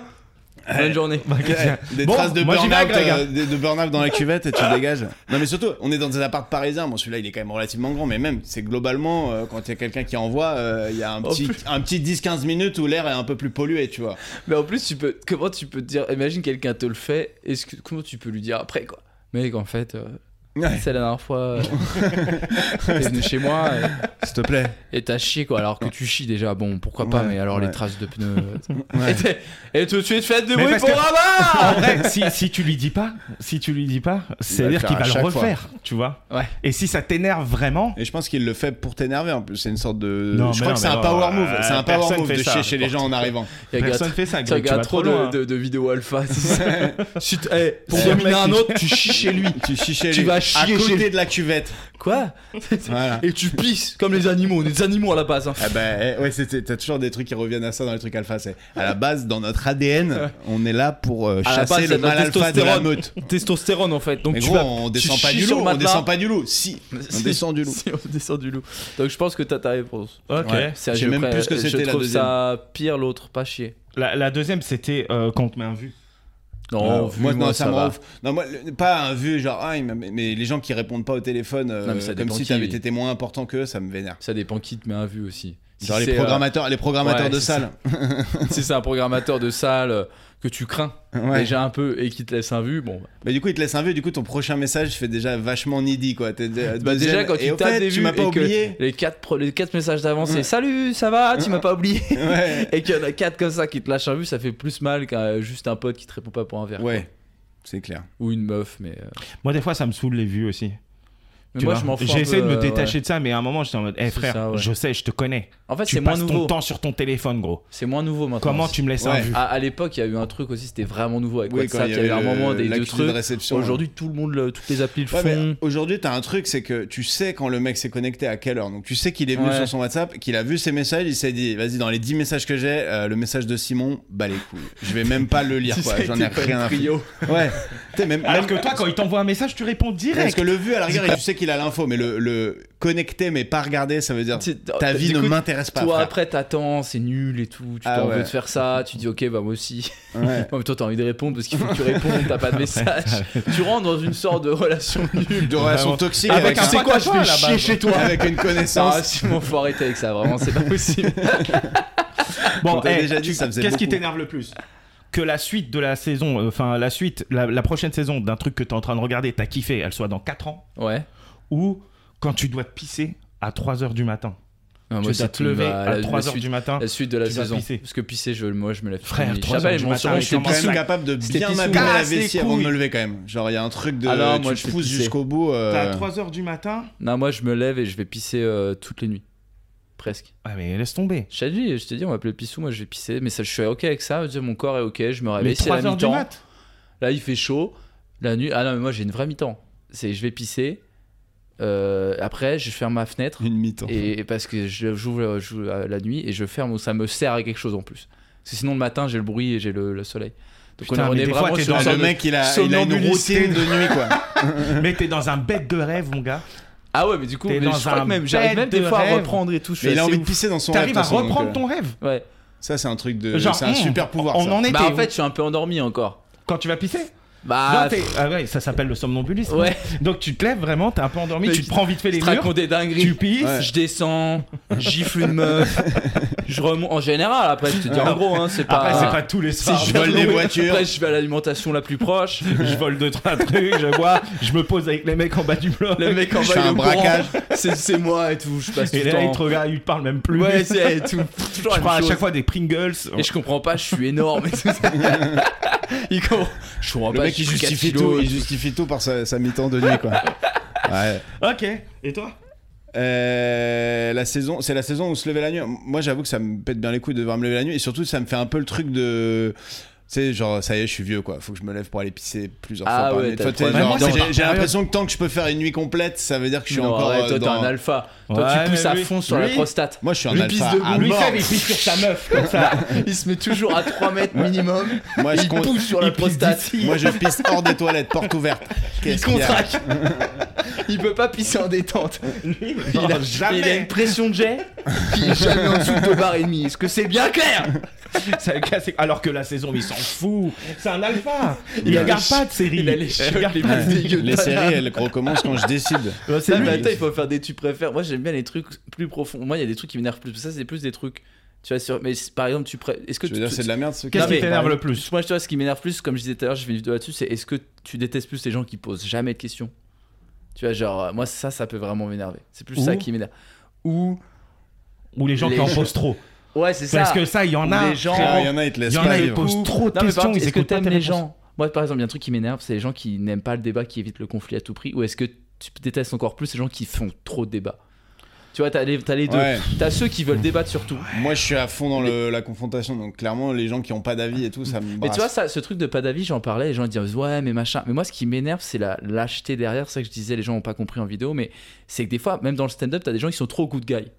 A: Bonne journée.
C: Ouais, des
B: Bon,
C: traces de
B: moi, j'y
C: burn-out
B: vais, Greg, hein.
C: euh, de, de burn-out dans la cuvette et tu le dégages. Non mais surtout, on est dans des apparts parisiens. Bon celui-là il est quand même relativement grand, mais même c'est globalement euh, quand il y a quelqu'un qui envoie, euh, il y a un
B: Oh,
A: En
C: petit, un petit 10-15 minutes où l'air est un peu plus pollué, tu vois.
A: Mais en plus, tu peux, comment tu peux te dire, imagine quelqu'un te le fait, est-ce que, comment tu peux lui dire après quoi Mec, en fait, euh,
C: Ouais.
A: c'est la dernière fois, euh, t'es venu chez moi euh,
C: S'il te plaît.
A: et t'as chié quoi, alors que tu chies déjà, bon, pourquoi pas,
C: Ouais,
A: mais alors
C: ouais.
A: les traces de pneus. euh,
C: Ouais.
A: et t'es- Et, tout de suite, faites de
B: Mais
A: bruit
B: parce
A: pour
B: que-
A: Rabat
B: En vrai, si, si tu lui dis pas, si tu lui dis pas, c'est à
C: le
B: dire
C: faire
B: qu'il
C: à
B: va le
C: chaque fois.
B: refaire, tu vois.
A: Ouais.
B: Et si ça t'énerve vraiment,
C: Et je pense qu'il le fait pour t'énerver en plus. C'est une sorte de.
B: Non,
C: je
B: mais
C: crois
B: non,
C: que c'est
B: mais
C: un
B: non,
C: power
B: euh,
C: move. C'est un power
B: personne
C: move
B: fait
C: de
B: ça,
C: chier chez les gens en arrivant.
A: Il regarde-
B: personne fait ça.
A: Tu
B: Greg, tu
A: regardes
B: vas
A: trop,
B: trop loin.
A: de, de- de vidéos alpha. c'est ça. Si t- eh, pour
C: Si hein. un
A: dominer
C: mec
A: un
C: qui-
A: autre, tu chies chez lui.
C: Tu chies chez
A: Tu
C: lui.
A: vas
C: à
A: chier chez
C: côté
A: lui.
C: de la cuvette.
A: Quoi
C: Voilà.
A: Et tu pisses comme les animaux, on est des animaux à la base. hein.
C: Ah bah eh, ouais, c'était- t'as toujours des trucs qui reviennent à ça dans les trucs alpha. C'est à la base dans notre ADN, on est là pour euh,
A: À la
C: chasser
A: base,
C: le
A: c'est notre
C: mal alpha de la
A: testostérone.
C: meute.
A: Testostérone en fait. Donc
C: Mais
A: tu
C: gros,
A: vas-
C: on
A: tu
C: descend pas
A: chies
C: du
A: sur
C: loup,
A: le
C: on
A: matelas.
C: descend pas du loup. Si, on
A: Si.
C: descend du loup.
A: Si, on descend du loup. Donc je pense que t'as ta réponse.
B: Ok.
C: Ouais.
A: C'est à
C: Je sais
A: jeu
C: même
A: près.
C: plus ce que c'était,
A: Je
C: la
A: trouve
C: deuxième.
A: ça pire l'autre, pas chier.
B: La, la deuxième, c'était euh, quand on te met un vu.
A: Non,
C: Euh,
A: vu,
C: moi,
A: moi,
C: non,
A: ça,
C: ça me
A: va.
C: rend ouf. Non, moi, le- pas un vu genre, ah, il m'a- mais les gens qui répondent pas au téléphone, euh,
A: Non, mais ça
C: comme
A: dépend
C: si
A: qui.
C: t'avais été moins important qu'eux, ça me vénère.
A: Ça dépend qui te met un vue aussi. Si
C: Genre les
A: c'est, euh,
C: programmateurs, les programmateurs
A: ouais,
C: de
A: c'est
C: salle.
A: si c'est un programmateur de salle euh, que tu crains
C: Ouais.
A: déjà un peu et qui te laisse un vu, bon. bah,
C: Mais du coup, ils te laissent un vu, du coup, ton prochain message fait déjà vachement needy, quoi. T'es déjà,
A: bah, déjà
C: deuxième,
A: quand
C: et
A: tu
C: au
A: tapes
C: fait,
A: des
C: tu
A: vues
C: m'as pas
A: et
C: oublié.
A: que les quatre, pro- les quatre messages d'avance
C: Ouais.
A: c'est salut, ça va, tu m'as pas oublié.
C: Ouais.
A: Et qu'il y en a quatre comme ça qui te lâchent un vu, ça fait plus mal qu'un euh, juste un pote qui te répond pas pour un verre.
C: Ouais, c'est clair.
A: Ou une meuf, mais. euh,
B: Moi, des fois, ça me saoule les vues aussi.
A: Mais
B: tu
A: moi,
B: vois.
A: je m'en fous. un
B: J'ai essayé de
A: peu,
B: me
A: euh,
B: détacher
A: ouais.
B: de ça, mais à un moment, j'étais en mode, Eh
A: C'est
B: frère,
A: ça, ouais.
B: je sais, je te connais.
A: En fait,
B: tu
A: c'est moins
B: passes ton
A: nouveau.
B: temps sur ton téléphone, gros.
A: C'est moins nouveau maintenant.
B: Comment tu me laisses
C: Ouais. Ah,
B: un vu
A: à, à l'époque, il y a eu un truc aussi, c'était vraiment nouveau avec
C: Oui, quand
A: WhatsApp. Il y avait un
C: le-
A: moment des deux
C: l'accusé
A: trucs.
C: de réception.
A: Aujourd'hui, tout le monde, le- toutes les applis le
C: Ouais, mais
A: font.
C: Aujourd'hui, t'as un truc, c'est que tu sais quand le mec s'est connecté à quelle heure. Donc tu sais qu'il est venu
A: Ouais.
C: sur son WhatsApp, qu'il a vu ses messages, il s'est dit vas-y, dans les 10 messages que j'ai, euh, le message de Simon, bah les couilles. Je vais même pas le lire, quoi. J'en ai rien à foutre. Ouais. Tu sais,
A: Ah,
C: même,
B: Alors
C: même-
B: que toi, quand il t'envoie un message, tu réponds
C: Parce
B: direct.
C: que le vu à la rigueur, tu sais qu'il a l'info, mais le, le connecter mais pas regarder, ça veut dire
A: Tu-
C: ta vie ne
A: t'écoutes,
C: m'intéresse pas.
A: Toi,
C: frère.
A: après, t'attends, c'est nul et tout. Tu
C: Ah
A: t'en
C: ouais.
A: veux de faire ça. Tu dis, ok, bah moi aussi.
C: Ouais.
A: En même temps, t'as envie de répondre parce qu'il faut que tu répondes. T'as pas de message. tu rentres dans une sorte de relation nulle.
C: De relation
B: Vraiment.
C: toxique
B: Avec
C: avec,
B: un
C: un-
B: pote à toi, là-bas, genre.
C: avec une
A: Ah,
C: connaissance.
A: Simon, faut arrêter avec ça, vraiment, c'est pas possible.
B: Bon,
C: On t'avait
B: eh,
C: déjà
B: tu-
C: dit, ça faisait
B: qu'est-ce qui
C: beaucoup.
B: t'énerve le plus que la suite de la saison, euh, enfin la suite, la, la prochaine saison d'un truc que t'es en train de regarder, t'as kiffé, elle soit dans 4 ans,
A: Ouais.
B: ou quand tu dois te pisser à 3h du matin.
A: Ah,
B: tu
A: moi,
B: dois
A: c'est
B: te lever
A: ma-
B: à
A: la-
C: euh,
B: 3h
A: la
B: du
A: suite-
B: matin.
A: La suite de la
B: Tu vas
A: saison.
B: pisser.
A: Parce que pisser, je, moi, je me la
B: Frère,
A: finis.
B: trois
A: Chapelle,
B: heures du
A: mon
B: matin,
A: cerveau,
B: mais
A: je fais
B: comment
C: Je suis
A: pisser.
B: ça
C: capable de
A: C'était
C: bien
A: pissou.
C: m'habiller la
B: Casse les
C: vessie avant de me
B: couilles.
C: lever quand même. Genre, il y a un truc de.
A: Ah non, moi,
C: tu
A: je
C: te
A: fais
C: pousses
A: pisser.
C: jusqu'au bout. euh,
B: T'as à 3h du matin
A: Non, moi, je me lève et je vais pisser euh, toutes les nuits. Presque.
B: Ah mais laisse tomber.
A: Je t'ai dit, je t'ai dit, on m'appelait Pissou, moi je vais pisser, mais ça, je suis ok avec ça, je veux dire, mon corps est ok, je me
B: mais
C: Ah,
A: réveille, c'est la
B: 3h du
A: mi-temps.
B: mat
A: Là il fait chaud, la nuit, ah non mais moi j'ai une vraie mi-temps, c'est je vais pisser, euh, après je ferme ma fenêtre,
C: Une mi-temps.
A: et, et parce que je joue, euh, je joue, euh, la nuit et je ferme, ça me sert à quelque chose en plus. Parce que sinon le matin j'ai le bruit et j'ai le, le soleil. Donc
B: Putain,
A: on est
B: mais des fois,
A: vraiment
B: t'es
A: sur
B: dans
A: une
C: Ah,
A: sorte
C: le
A: de-
C: mec, il a, il a une
B: somnambulisme.
C: routine de nuit, quoi.
B: Mais t'es dans un bête de rêve mon gars.
A: Ah ouais mais du coup,
B: T'es
A: mais
B: dans
A: je crois
B: un
A: que même, j'arrive
B: bed
A: même des
B: de
A: fois à
B: rêve.
A: reprendre et tout, je suis
C: Mais il a
A: assez
C: envie de
A: ouf.
C: pisser dans son rêve.
B: T'arrives
C: de
B: à
C: toute façon, donc,
B: reprendre
C: euh,
B: ton rêve
A: Ouais.
C: Ça, c'est un truc de.
B: Genre,
C: C'est un
B: hmm,
C: super pouvoir.
B: On
C: ça.
B: en était
A: Bah en
B: où
A: fait je suis un peu endormi encore.
B: quand tu vas pisser
A: Bah...
B: Non, t'es- ah ouais, ça s'appelle le somnambulisme.
A: Ouais,
B: Donc tu te lèves vraiment, t'es un peu endormi,
A: Mais
B: tu te prends vite fait les
A: je te
B: murs,
A: raconte des dingueries.
B: tu pisses,
C: Ouais.
A: Je descends, gifle une meuf, je remonte. En général, après, je te dis en gros, hein, c'est pas.
B: Après, c'est pas tous les soirs.
C: je vole des voitures.
A: Après, je vais à l'alimentation la plus proche.
B: je vole deux, trois trucs, je bois, je me pose avec les mecs en bas du bloc.
A: Le mec en
C: Je
A: bas,
C: fais
A: il est
C: un
A: au courant.
C: braquage.
A: C'est c'est moi et tout. Je passe tout
B: Et
A: le
B: là,
A: temps.
B: ils te regardent, ils te parlent même plus.
A: Ouais,
B: je
A: c'est tout. Toujours la même
B: prends à
A: chose.
B: chaque fois des Pringles.
A: Et je comprends pas, je suis énorme et tout ça. Il comprend. Je comprends
C: Le
B: Bah,
A: pas.
C: mec,
A: je
C: il
A: suis 4
C: justifie
A: kilos
C: tout.
A: et
C: Il
A: tout.
C: justifie tout par sa sa mi-temps de nuit, quoi. Ouais.
B: Ok, et toi
C: Euh, la saison, c'est la saison où se lever la nuit. Moi, j'avoue que ça me pète bien les couilles de devoir me lever la nuit, et surtout, ça me fait un peu le truc de. Tu sais, genre, ça y est, je suis vieux, quoi. Faut que je me lève pour aller pisser plusieurs
A: Ah
C: fois par
A: ouais,
C: nuit.
A: t'as
C: Toi,
A: le
C: t'es
A: problème. Moi,
C: genre,
A: moi,
C: j'ai-
A: c'est-
C: J'ai l'impression que tant que je peux faire une nuit complète, ça veut dire que je suis
A: Non,
C: encore.
A: arrête,
C: euh,
A: toi, t'es
C: dans-
A: un alpha. Toi,
B: Ouais,
A: tu pousses
B: mais
A: à
B: lui-
A: fond sur la
B: lui-
A: prostate.
C: Moi, je suis un
A: Lui pisse
C: alpha.
A: debout,
C: à
A: lui
B: Lui,
C: mort.
B: Fab, il pisse sur sa meuf, comme ça.
A: Il se met toujours à 3 mètres minimum.
C: Moi, Ah, je
A: Il
C: compte.
A: pousse sur la
B: il pisse
A: prostate.
B: d'ici.
C: Moi, je pisse hors des toilettes, porte ouverte.
A: Il
C: Qu'est-ce qu'il y a
A: contracte. il peut pas pisser en détente. il, a, il a une pression de jet qui est jamais en dessous de deux barres et demi. Est-ce que c'est bien clair
B: Ça le casse- Alors que la saison, il s'en fout. C'est un alpha. Il,
C: Il a
B: regarde
A: les
B: pas de série.
A: Il a les chiottes les plus dégueu de
C: Les
A: ta-
C: séries, elles recommencent quand je décide.
B: Ouais,
A: Non,
B: c'est lui.
A: mais attends, il faut faire des tu préfères. Moi, j'aime bien les trucs plus profonds. Moi, il y a des trucs qui m'énervent plus. Ça, c'est plus des trucs. Tu vois, sur... mais c'est- par exemple, tu pré- Est-ce que
C: Je veux
A: tu-
C: dire,
A: tu-
C: c'est de la merde, ce
B: Qu'est-ce
A: Non,
B: qui
A: mais-
B: t'énerve le plus
A: Moi, tu vois, ce qui m'énerve plus, comme je disais tout à l'heure, j'ai fait une vidéo là-dessus, c'est est-ce que tu détestes plus les gens qui posent jamais de questions Tu vois, genre, euh, moi, ça, ça peut vraiment m'énerver. C'est plus ça
B: Ou-
A: qui m'énerve. Ou.
B: Ou les gens
A: Les
B: qui en
A: gens-
B: posent trop
A: Ouais, c'est ça.
B: Parce que ça, il y en a.
A: Les gens-
B: frère.
C: Il y en a, ils te
B: Il
C: laissent
B: y en
C: pas
B: a, ils
C: vivre.
B: posent trop de
A: Non, mais par
B: questions.
A: contre,
B: Ils
A: est-ce que
B: écoutent pas
A: t'aimes
B: tes
A: les
B: réponses.
A: gens Moi, par exemple, il y a un truc qui m'énerve, c'est les gens qui n'aiment pas le débat, qui évitent le conflit à tout prix. Ou est-ce que tu détestes encore plus les gens qui font trop de débats Tu vois, t'as les, t'as les deux.
C: Ouais.
A: T'as ceux qui veulent débattre sur tout.
C: Moi, je suis à fond dans le- la confrontation, donc clairement, les gens qui ont pas d'avis et tout, ça me
A: Mais
C: brasse.
A: tu vois, ça, ce truc de pas d'avis, j'en parlais, les gens disent ouais, mais machin. Mais moi, ce qui m'énerve, c'est la lâcheté derrière. C'est ça que je disais, les gens n'ont pas compris en vidéo, mais c'est que des fois, même dans le stand-up, t'as des gens qui sont trop good guy.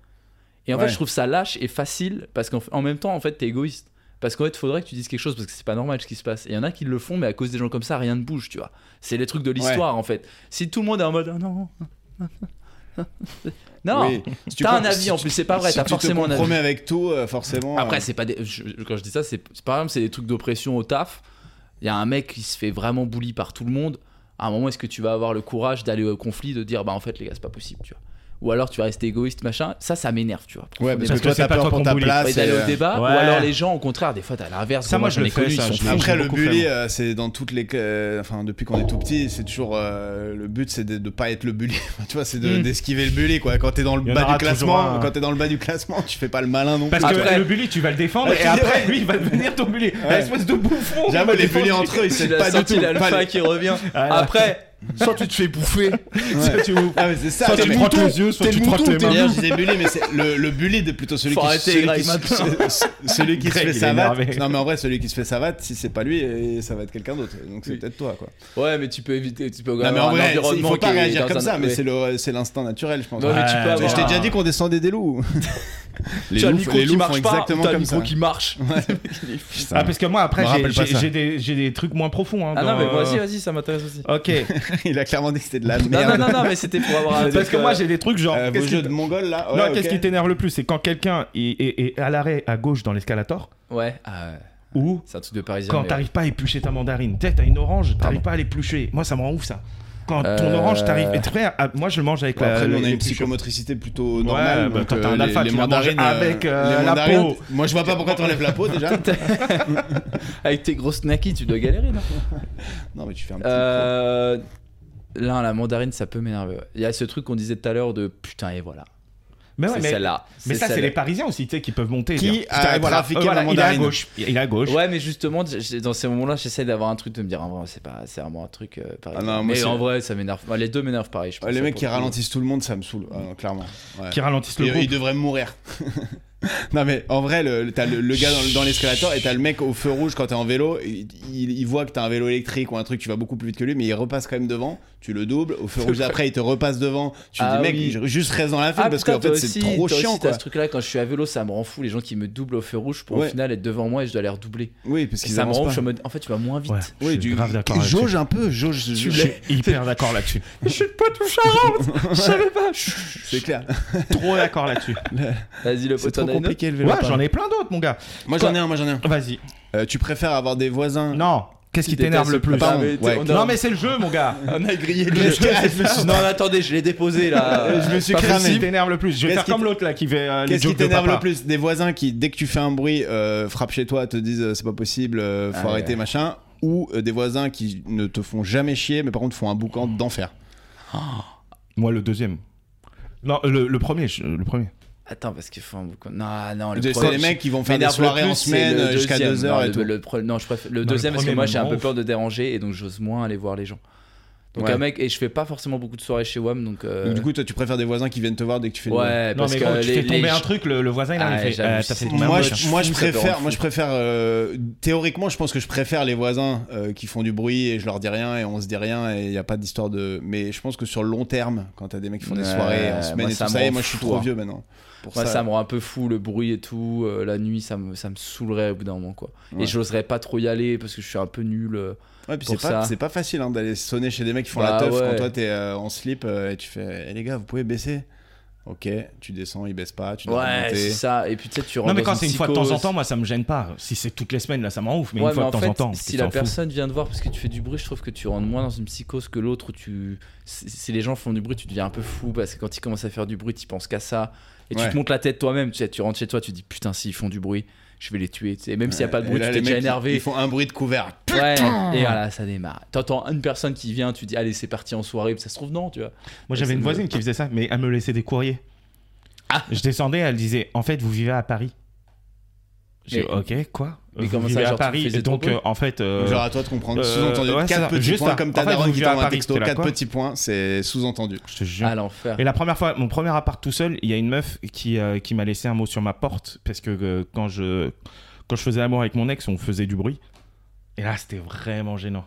A: Et en
C: Ouais.
A: fait, je trouve ça lâche et facile parce qu'en en même temps, en fait, t'es égoïste. Parce qu'en fait, faudrait que tu dises quelque chose parce que c'est pas normal ce qui se passe. Et il y en a qui le font, mais à cause des gens comme ça, rien ne bouge, tu vois. C'est les trucs de l'histoire, en fait. Si tout le monde est en mode Ah, non, non,
C: Oui. Si tu
A: t'as un
C: com-
A: avis
C: si
A: en
C: tu-
A: plus, c'est pas vrai,
C: si
A: t'as
C: tu
A: forcément
C: te
A: un avis.
C: compromet avec tout, euh, forcément.
A: Après,
C: euh,
A: c'est pas des. je- je- quand je dis ça, c'est c'est par exemple, c'est des trucs d'oppression au taf. Il y a un mec qui se fait vraiment bully par tout le monde. À un moment, est-ce que tu vas avoir le courage d'aller au conflit, de dire bah en fait, les gars, c'est pas possible, tu vois Ou alors tu vas rester égoïste, machin. Ça, ça m'énerve, tu vois.
C: Ouais, parce,
A: profondément.
C: que toi,
B: c'est
C: t'as
B: pas
C: peur
B: toi
C: pour
B: qu'on
C: ta
B: bully.
A: Ouais,
H: Ah,
C: place.
A: d'aller
H: euh,
C: et, euh,
A: au débat,
B: ouais.
A: ou alors les gens, au contraire, des fois, t'as l'inverse.
B: Ça,
A: Bon,
B: moi, je
A: j'en
B: le
A: ai
B: fais,
A: connu,
B: ça,
A: ils
B: je-
A: sont fous.
C: Après,
B: J'ai
C: le
B: beaucoup
C: bully,
B: fait,
C: euh, c'est dans toutes les. cla- euh, Enfin, depuis qu'on est tout petit, c'est toujours. euh, le but, c'est de, de pas être le bully. tu vois, c'est de-
A: Mm.
C: d'esquiver le bully, quoi. Quand t'es dans le
B: Il y en
C: bas du
B: aura toujours
C: classement,
B: un.
C: quand t'es dans le bas du classement, tu fais pas le malin non plus.
B: Parce
A: Après-
B: que le bully, tu vas le défendre
C: Ouais,
B: et après, lui, il va devenir ton bully. Espèce de bouffon. il va
C: J'avoue, les
B: défendre-
C: bullies entre eux, ils
A: C'est
C: s'aident
A: la
C: pas du
A: sortie
C: tout.
A: de l'alpha
C: Pas les-
A: qui revient.
B: Ah, là.
A: Après,
H: Soit tu te fais bouffer,
C: Ouais.
H: tu bouffes.
C: Ah, mais c'est ça.
H: Soit
C: t'es
H: tu
C: le
H: te
C: mouton.
H: frottes les yeux, soit t'es tu te le frottes mouton, les t'es mains.
C: D'ailleurs, je disais bully, mais c'est- le, le bully est plutôt celui
A: Faut
C: qui,
A: arrêter,
C: celui
A: Greg,
C: qui se-
A: maintenant.
C: ce- celui qui
B: Greg,
C: se
B: il
C: fait
B: est
C: savate.
B: énervé.
C: Non, mais en vrai, celui qui se fait savate, si c'est pas lui, eh, ça va être quelqu'un d'autre. Donc c'est
A: Oui.
C: peut-être toi, quoi.
A: Ouais, mais tu peux éviter, tu peux
C: Non, mais en
A: avoir un
C: vrai, c'est- il
A: environnement
C: faut pas
A: qui est
C: réagir
A: dans
C: comme
A: un-
C: ça, mais
A: ouais.
C: c'est le- c'est l'instinct naturel, je pense.
A: Non, mais tu
B: Ouais,
A: peux
C: Mais
A: avoir.
C: je t'ai
A: un-
C: déjà dit qu'on descendait des loups. les
A: T'as le
C: loups,
A: micro
C: les
A: qui
C: loups font
A: marche pas,
C: exactement
A: t'as le
C: comme
A: micro
C: ça.
A: qui marche.
B: Ah, parce que moi, après,
C: me rappelle
B: j'ai-
C: pas
B: j'ai
C: ça.
B: j'ai des, j'ai des trucs moins profonds. hein,
A: Ah
B: dans,
A: non, mais moi
B: euh,
A: aussi, Oh, vas-y, ça m'intéresse aussi.
B: Ok.
C: Il a clairement dit que c'était de la
A: Non, non,
C: merde.
A: non, non, mais c'était pour avoir un.
B: Parce que
A: euh,
B: moi, j'ai des trucs genre.
C: Euh, Vos
B: qu'est-ce qui-
C: jeux de mongol là
B: non,
C: Ouais,
B: qu'est-ce
C: ok.
B: qui t'énerve le plus C'est quand quelqu'un est, est- est à l'arrêt à gauche dans l'escalator
A: Ouais, ah, ouais.
B: ou
A: c'est un truc de parisien.
B: quand
A: mais-
B: t'arrives pas à éplucher ta mandarine. Tu sais, t'as une orange,
A: Pardon.
B: t'arrives pas à l'éplucher. Moi, ça me rend ouf ça. Quand ton
A: Euh,
B: orange t'arrive. Et frère, ah, moi, je le mange avec
C: Bon,
B: la.
C: Bah, Après, nous, on a
B: les
C: une
B: petits
C: psychomotricité plutôt
B: Ouais,
C: normale.
B: bah,
C: donc,
B: quand t'as
C: euh,
B: un
C: les-
B: alpha
C: les
B: qui va manger
C: mandarines, euh,
B: avec, euh,
C: les
B: la
C: mandarines,
B: peau.
C: Moi, je vois pas pourquoi t'enlèves la peau déjà.
A: Avec tes grosses nakis, tu dois galérer, non
C: non, mais tu fais un petit.
A: Euh. Là, la mandarine, ça peut m'énerver. ouais. Il y a ce truc qu'on disait tout à l'heure de putain, et voilà.
B: Mais ouais,
A: c'est
B: mais-
A: celle-là.
B: Mais
A: C'est
B: ça, c'est
A: celle-là.
B: les Parisiens aussi, tu sais, qui peuvent monter. et
C: Qui
B: dire,
C: a
B: Putain, voilà,
C: trafiqué
B: euh, voilà,
C: la
B: Il est à
C: mandarine.
B: gauche. Il est à gauche.
A: Ouais, mais justement, j'ai- dans ces moments-là, j'essaie d'avoir un truc de me dire, ah, bon, c'est pas, c'est vraiment un truc euh, pareil.
C: Ah non, moi,
A: mais
C: c'est-
A: en vrai, ça m'énerve. Bah, les deux m'énervent pareil. Je
C: coup.
A: pense,
C: Les
A: ça,
C: mecs
A: pour
C: qui
A: le coup.
C: ralentissent tout le monde, ça me saoule, euh, clairement. Ouais.
B: Qui ralentissent le
C: Ils, ils
B: groupe.
C: devraient mourir. non, mais en vrai, le, le- t'as le, le gars dans, le- dans l'escalator et t'as le mec au feu rouge quand t'es en vélo. Il, il- il voit que t'as un vélo électrique ou un truc, tu vas beaucoup plus vite que lui, mais il repasse quand même devant. Tu le doubles. Au feu rouge, après, il te repasse devant. Tu
A: Ah
C: dis, mec,
A: oui.
C: ju- juste reste dans la file
A: Ah,
C: parce
A: putain,
C: qu'en fait,
A: toi
C: c'est
A: aussi,
C: trop
A: toi aussi,
C: chiant,
A: t'as
C: quoi.
A: ce truc-là, quand je suis à vélo, ça me rend fou. Les gens qui me doublent au feu rouge pour au
C: Ouais.
A: final être devant moi et je dois les redoubler.
C: Oui, parce
A: Et
C: qu'ils
A: ça me
C: avancent
A: rend
C: pas.
A: ouf, je suis en mode, en fait, tu vas moins vite.
B: Ouais,
C: Oui,
B: je suis
C: du-
B: grave d'accord. là-dessus.
C: Jauge un peu, jauge.
B: Je
C: jauge-
B: suis hyper d'accord là-dessus.
A: Je suis pas touché à Je savais pas.
C: C'est clair.
B: Trop d'accord là-dessus.
A: Vas-y, le
C: C'est
A: pote,
C: trop
A: t'en as une autre
C: compliqué le vélo.
B: Ouais, j'en ai plein d'autres, mon gars.
C: Moi j'en ai un, moi j'en ai un.
B: Vas-y.
C: Euh, tu préfères avoir des voisins
B: Non. Qu'est-ce qui t'énerve le plus
C: Pardon.
A: Ah, mais t'es-
C: Ouais.
A: on a-
B: Non, mais c'est le jeu, mon gars.
A: On a grillé le
C: Mais
A: jeu.
C: qu'est-ce que-
A: Non, attendez, je l'ai déposé là.
C: Je me suis
B: Pas
C: cramé.
B: Qu'est-ce qui t'énerve le plus Je vais
C: Qu'est-ce
B: faire
C: qui
B: comme
C: t-
B: l'autre là qui fait euh, les
C: Qu'est-ce qui
B: jokes de
C: t'énerve
B: papa.
C: le plus Des voisins qui, dès que tu fais un bruit, euh, frappent chez toi, te disent euh, c'est pas possible, euh, faut
A: Ah,
C: arrêter,
A: ouais.
C: machin. Ou euh, des voisins qui ne te font jamais chier, mais par contre font un boucan d'enfer.
A: Oh.
B: Moi, le deuxième. Non, le, le premier, je- le premier.
A: Attends, parce qu'il faut un boucan. Non, non, le
C: C'est
A: premier-
C: les mecs qui vont faire des
A: m'énerve le
C: soirées
A: plus,
C: en
A: c'est
C: semaine
A: le
C: euh, jusqu'à
A: deuxième.
C: 2 heures
A: Non,
C: et
A: le-
C: tout.
A: le pre- non, je préfère le
B: Non,
A: deuxième
B: le
A: parce que
B: premier
A: moi j'ai un
B: moment,
A: peu
B: ouf.
A: peur de déranger et donc j'ose moins aller voir les gens. Donc
C: Ouais.
A: un mec et je fais pas forcément beaucoup de soirées chez WAM donc. euh,
C: Donc, du coup, toi, tu préfères des voisins qui viennent te voir dès que tu fais des
A: ouais,
B: Non,
A: parce
B: mais
A: que
B: quand tu
A: les,
B: fais tomber
A: les-
B: un truc, le, le voisin il
A: Ah,
B: arrive. et fait,
A: j'avoue,
B: euh,
A: c'est-
B: T'as fait tomber un
C: Moi,
B: moche.
C: je, moi,
A: Ça
C: je
A: te rend
C: préfère,
A: fou.
C: moi, je préfère. euh, théoriquement, je pense que je préfère les voisins euh, qui font du bruit et je leur dis rien et on se dit rien et il n'y a pas d'histoire de. Mais je pense que sur le long terme, quand t'as des mecs qui font des
A: Ouais,
C: soirées en
A: moi,
C: semaine et
A: ça
C: tout
A: me
C: ça, et
A: rend
C: moi, je suis
A: fou,
C: trop
A: hein.
C: vieux maintenant. Pour
A: Moi, ça... me rend un peu fou le bruit et tout. euh, la nuit, ça me, ça me saoulerait au bout d'un moment quoi.
C: Ouais.
A: Et j'oserais pas trop y aller parce que je suis un peu nul. euh.
C: Ouais, puis
A: pour
C: c'est pas,
A: ça.
C: c'est pas facile hein, d'aller sonner chez des mecs qui font
A: Bah,
C: la teuf
A: ouais.
C: quand toi t'es euh, en slip euh, et tu fais. Eh les gars, vous pouvez baisser. Ok, tu descends, ils baissent pas, tu dois
A: Ouais,
C: remonter.
A: c'est ça. Et puis tu sais, tu rentres
B: Non, mais
A: dans
B: quand c'est une fois de temps en
A: psychose.
B: temps, moi ça me gêne pas. Si c'est toutes les semaines, là ça m'en ouf, mais
A: Ouais,
B: une fois
A: mais
B: de temps
A: en fait,
B: en temps.
A: si
B: tu
A: la
B: t'en fous.
A: personne vient te voir parce que tu fais du bruit, je trouve que tu rentres moins dans une psychose que l'autre où tu. Si si les gens font du bruit, tu deviens un peu fou parce que quand ils commencent à faire du bruit, tu penses qu'à ça. Et
C: Ouais.
A: tu te montes la tête toi-même. Tu, sais, tu rentres chez toi, tu dis putain, s'ils font du bruit, je vais les tuer. tu sais. Et même s'il n'y a pas de
C: Et
A: bruit,
C: là,
A: tu
C: les
A: t'es déjà
C: mecs, ils-
A: énervé.
C: Ils font un bruit de couvert.
A: Ouais, et voilà, ça démarre. T'entends une personne qui vient, tu dis allez, c'est parti en soirée, puis ça se trouve non, tu vois.
B: Moi j'avais
A: Ça
B: une
A: me-
B: voisine qui faisait ça, mais elle me laissait des courriers.
A: Ah.
B: Je descendais, elle disait En fait, vous vivez à Paris. J'ai dit
A: Mais-
B: Ok, quoi
A: mais
B: Vous
A: comment ça,
B: vivez à
A: genre, tu
B: Paris
A: faisais
B: et Donc
A: ton
B: euh, en fait. euh,
C: Genre à toi de comprendre.
B: euh,
C: sous-entendu.
B: ouais, c'est ça.
C: 4 petits
B: Juste
C: points,
B: à-
C: comme
B: en
C: ta
B: fait, vous
C: daronne qui
B: vivez à
C: t'envoie un
B: Paris,
C: texto.
B: t'es là,
C: 4
B: quoi
C: petits points, c'est sous-entendu.
B: Je te jure.
A: À Ah, l'enfer.
B: Et la première fois, mon premier appart tout seul, il y a une meuf qui, euh, qui m'a laissé un mot sur ma porte parce que euh, quand, je, quand je faisais l'amour avec mon ex, on faisait du bruit. Et là, c'était vraiment gênant.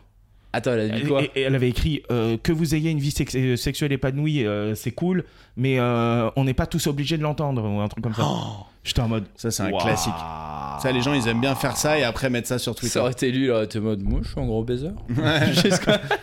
A: Attends, elle a dit
B: Elle,
A: quoi
B: et- et elle avait écrit euh, que vous ayez une vie sex- euh, sexuelle épanouie, euh, c'est cool, mais euh, on n'est pas tous obligés de l'entendre ou un truc comme ça. J'étais en mode.
C: Ça, Oh c'est un
B: Waouh.
C: classique. Ça, les gens, ils aiment bien faire ça et après mettre ça sur Twitter.
A: Ça aurait été lui, là, t'es en mode moi, je suis un gros baiser.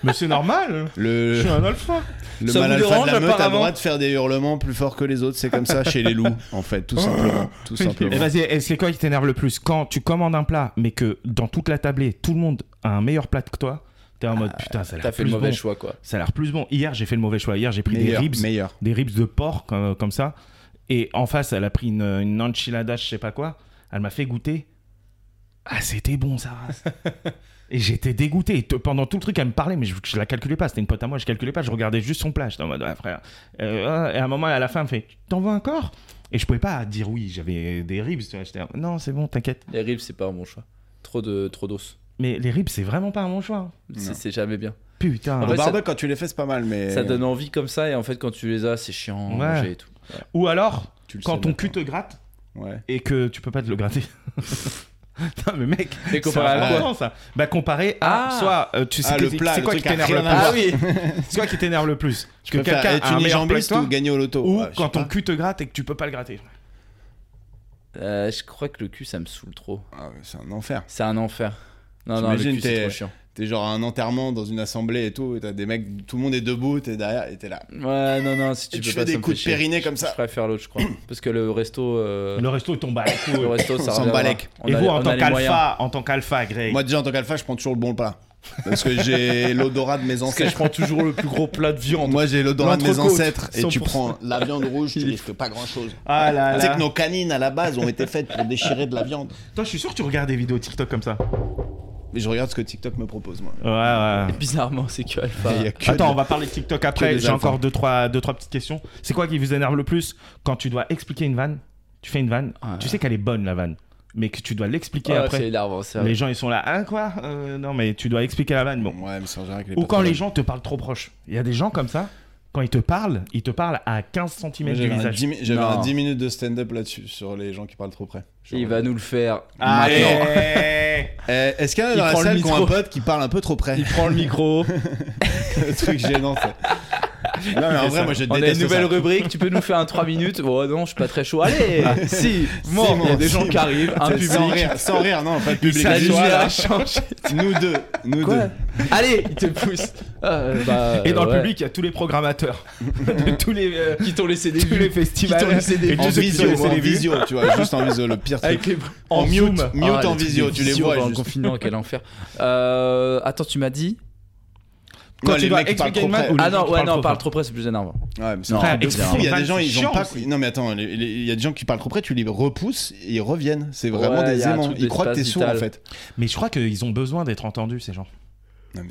B: Mais c'est normal. Je
C: Le,
B: suis un alpha.
C: le
A: Ça
C: mal
A: vous
C: alpha de
A: dérange,
C: la meute a le
A: apparemment
C: droit de faire des hurlements plus forts que les autres. C'est comme ça chez les loups, en fait, tout simplement. Tout
B: Et
C: simplement.
B: vas-y, et c'est quoi qui t'énerve le plus Quand tu commandes un plat, mais que dans toute la tablée, tout le monde a un meilleur plat que toi, t'es en mode
C: Ah,
B: putain, ça a
A: T'as
B: l'air
A: fait
B: plus
A: le mauvais
B: bon.
A: choix, quoi.
B: Ça a l'air plus bon. Hier, j'ai fait le mauvais choix. Hier, j'ai pris
C: Meilleur,
B: des ribs,
C: meilleur.
B: des ribs de porc comme, euh, comme ça. Et en face, elle a pris une, une enchilada, je sais pas quoi. Elle m'a fait goûter. Ah, c'était bon, ça. et j'étais dégoûté. Et te- pendant tout le truc, elle me parlait, mais je, je la calculais pas. C'était une pote à moi, je calculais pas. Je regardais juste son plat. J'étais en mode, ouais, frère. Euh, ah, et à un moment, à la fin, elle me fait, Tu t'en veux encore Et je pouvais pas dire oui. J'avais des ribs. tu vois. J'étais, en- non, c'est bon, t'inquiète.
A: Les ribs, c'est pas un bon choix. Trop de trop d'os.
B: Mais les ribs, c'est vraiment pas un bon choix. hein.
A: C'est c'est jamais bien.
B: Putain.
A: En fait, ça-
C: Barbecue, quand tu les fais, c'est pas mal, mais.
A: Ça donne envie comme ça, et en fait, quand tu les as, c'est chiant à
B: Ouais.
A: manger et tout.
B: Ou alors,
C: Tu le sais,
B: quand ton
C: maintenant.
B: cul te gratte
C: Ouais.
B: et que tu peux pas te le gratter. non mais mec,
A: Et comparé
B: c'est
A: à quoi
B: important, ça. Bah comparé à
A: Ah.
B: soit euh, tu sais
C: Ah,
B: que-
C: le plat,
B: c'est
C: le
B: quoi qui
C: truc à
B: t'énerve le
C: rien à
B: plus.
C: voir.
A: oui
B: C'est quoi qui t'énerve le plus
C: Tu préfères être
B: un
C: une
B: meilleur plat que
C: jambiste
B: toi
C: ou gagner au loto
B: ou
C: Ouais, je
B: quand
C: sais
B: ton
C: pas.
B: cul te gratte et que tu peux pas le gratter.
A: Euh, Je crois que le cul, ça me saoule trop.
C: Ah, mais c'est un enfer.
A: C'est un enfer. Non, non, le
C: T'imagines,
A: cul, c'est
C: t'es-
A: trop chiant.
C: T'es genre à un enterrement dans une assemblée et tout, et t'as des mecs, tout le monde est debout, t'es derrière et t'es là.
A: Ouais, non, non, si tu
C: Et
A: peux
C: tu
A: pas,
C: fais
A: ça
C: des
A: me fait
C: coups de
A: chier.
C: périnée comme
A: Je
C: ça.
A: préfère l'autre, je crois. Parce que le resto. euh,
B: Le resto il tombe à la couille.
A: Le resto,
C: On
A: ça
C: s'en
A: reviendra.
C: bat les couilles.
A: On
B: Et
A: a-
B: vous
A: on
B: en
A: a
B: tant
A: les moyens.
B: qu'alpha, en tant qu'alpha, Greg.
C: Moi, déjà, en tant qu'alpha, je prends toujours le bon plat. Parce que j'ai l'odorat de mes
A: Parce que je
C: ancêtres.
A: prends toujours le plus gros plat de viande.
C: Moi, j'ai l'odorat de mes
B: L'entrecôte,
C: ancêtres. Et tu
B: 100%.
C: prends la viande rouge, tu risques pas grand chose.
B: Ah là
C: Tu sais
B: là.
C: que nos canines à la base ont été faites pour déchirer de la viande.
B: Toi, je suis sûr que tu regardes des vidéos TikTok comme ça.
C: Mais je regarde ce que TikTok me propose, moi.
B: Ouais ouais.
A: Bizarrement, c'est que Alpha.
C: Il y a que
B: Attends,
C: de-
B: on va parler de TikTok
C: que
B: après.
C: des
B: J'ai encore
C: alphas.
B: deux trois, deux, trois petites questions. C'est quoi qui vous énerve le plus quand tu dois expliquer une vanne Tu fais une vanne,
C: Ah.
A: Ouais.
B: tu sais qu'elle est bonne la vanne, mais que tu dois l'expliquer
A: Ah, C'est
B: après.
A: énervant, ça.
B: Les gens ils sont là, ah quoi Euh, Non mais tu dois expliquer la vanne. Bon.
C: Ouais, mais c'est en général qu'il est
B: Ou
C: pas
B: quand
C: très
B: les
C: bon.
B: gens te parlent trop proche. Il y a des gens comme ça, quand ils te parlent, ils te parlent à 15
C: Moi,
B: cm du
C: J'avais un
B: visage.
C: 10 mi- j'avais un
A: Non.
C: 10 minutes de stand-up là-dessus, sur les gens qui parlent trop près. Genre,
A: Il va nous le faire.
C: Ah,
B: Allez
A: maintenant.
C: Euh, Est-ce qu'il y en a
A: Il
C: dans la
A: prend le
C: salle qui ont un
A: micro.
C: pote qui parle un peu trop près
A: Il prend le micro.
C: Le truc gênant, ça. Non, mais en vrai, moi, je
A: On a une
C: déteste
A: nouvelle
C: ça.
A: rubrique. Tu peux nous faire un 3 minutes Oh non, je suis pas très chaud. Allez Si
C: Bon,
A: Il y a des
C: si,
A: gens
C: bon.
A: qui arrivent, un
C: C'est Sans
A: public.
C: rire, sans rire, non, pas de public.
A: La
C: Juste
A: lumière
C: là,
A: a changé.
C: Nous deux, nous
A: Quoi
C: deux.
A: Allez, il te pousse. Euh, bah,
B: Et dans
A: ouais.
B: le public, il y a tous les programmateurs de tous les, euh,
A: qui t'ont laissé des
B: tous les
A: vues.
B: festivals.
A: Qui t'ont laissé des
B: Et
A: vues.
B: tous
C: En
B: ceux qui t'ont
C: visio,
B: laissé
C: en
B: des vues.
C: visio, tu vois, juste en visio, le pire truc.
A: Avec les...
C: En mute,
B: zoom.
C: mute
A: Ah, les
C: en
A: trucs de
C: visio, tu les
A: visio
C: vois.
A: pendant le
C: juste.
A: confinement, quel enfer. Euh, attends, tu m'as dit
B: Quand
C: Ouais,
B: tu
C: les
B: dois
C: mecs qui parlent
B: expliquer une
C: trop
B: vanne
C: près.
B: ou les
A: Ah
B: gens
A: non,
B: qui
A: ouais,
B: parlent
A: non,
B: trop
A: parle
B: fort.
A: trop près, c'est plus énervant.
C: Ouais, mais c'est
A: Non,
C: un
B: Frère,
C: peu
B: explique
C: bizarre. il y a
B: une
C: des gens,
B: vanne,
C: ils
B: c'est
C: ont
B: chiant
C: pas.
B: aussi.
C: Non, mais attends, les- les- il y a des gens qui parlent trop près, tu les repousses et ils reviennent. C'est vraiment
A: Ouais, il y
C: des
A: a un
C: aimants.
A: truc
C: Ils croient que t'es
A: d'espace
C: sourd, en
A: vital.
C: fait.
B: Mais je crois qu'ils ont besoin d'être entendus, ces gens.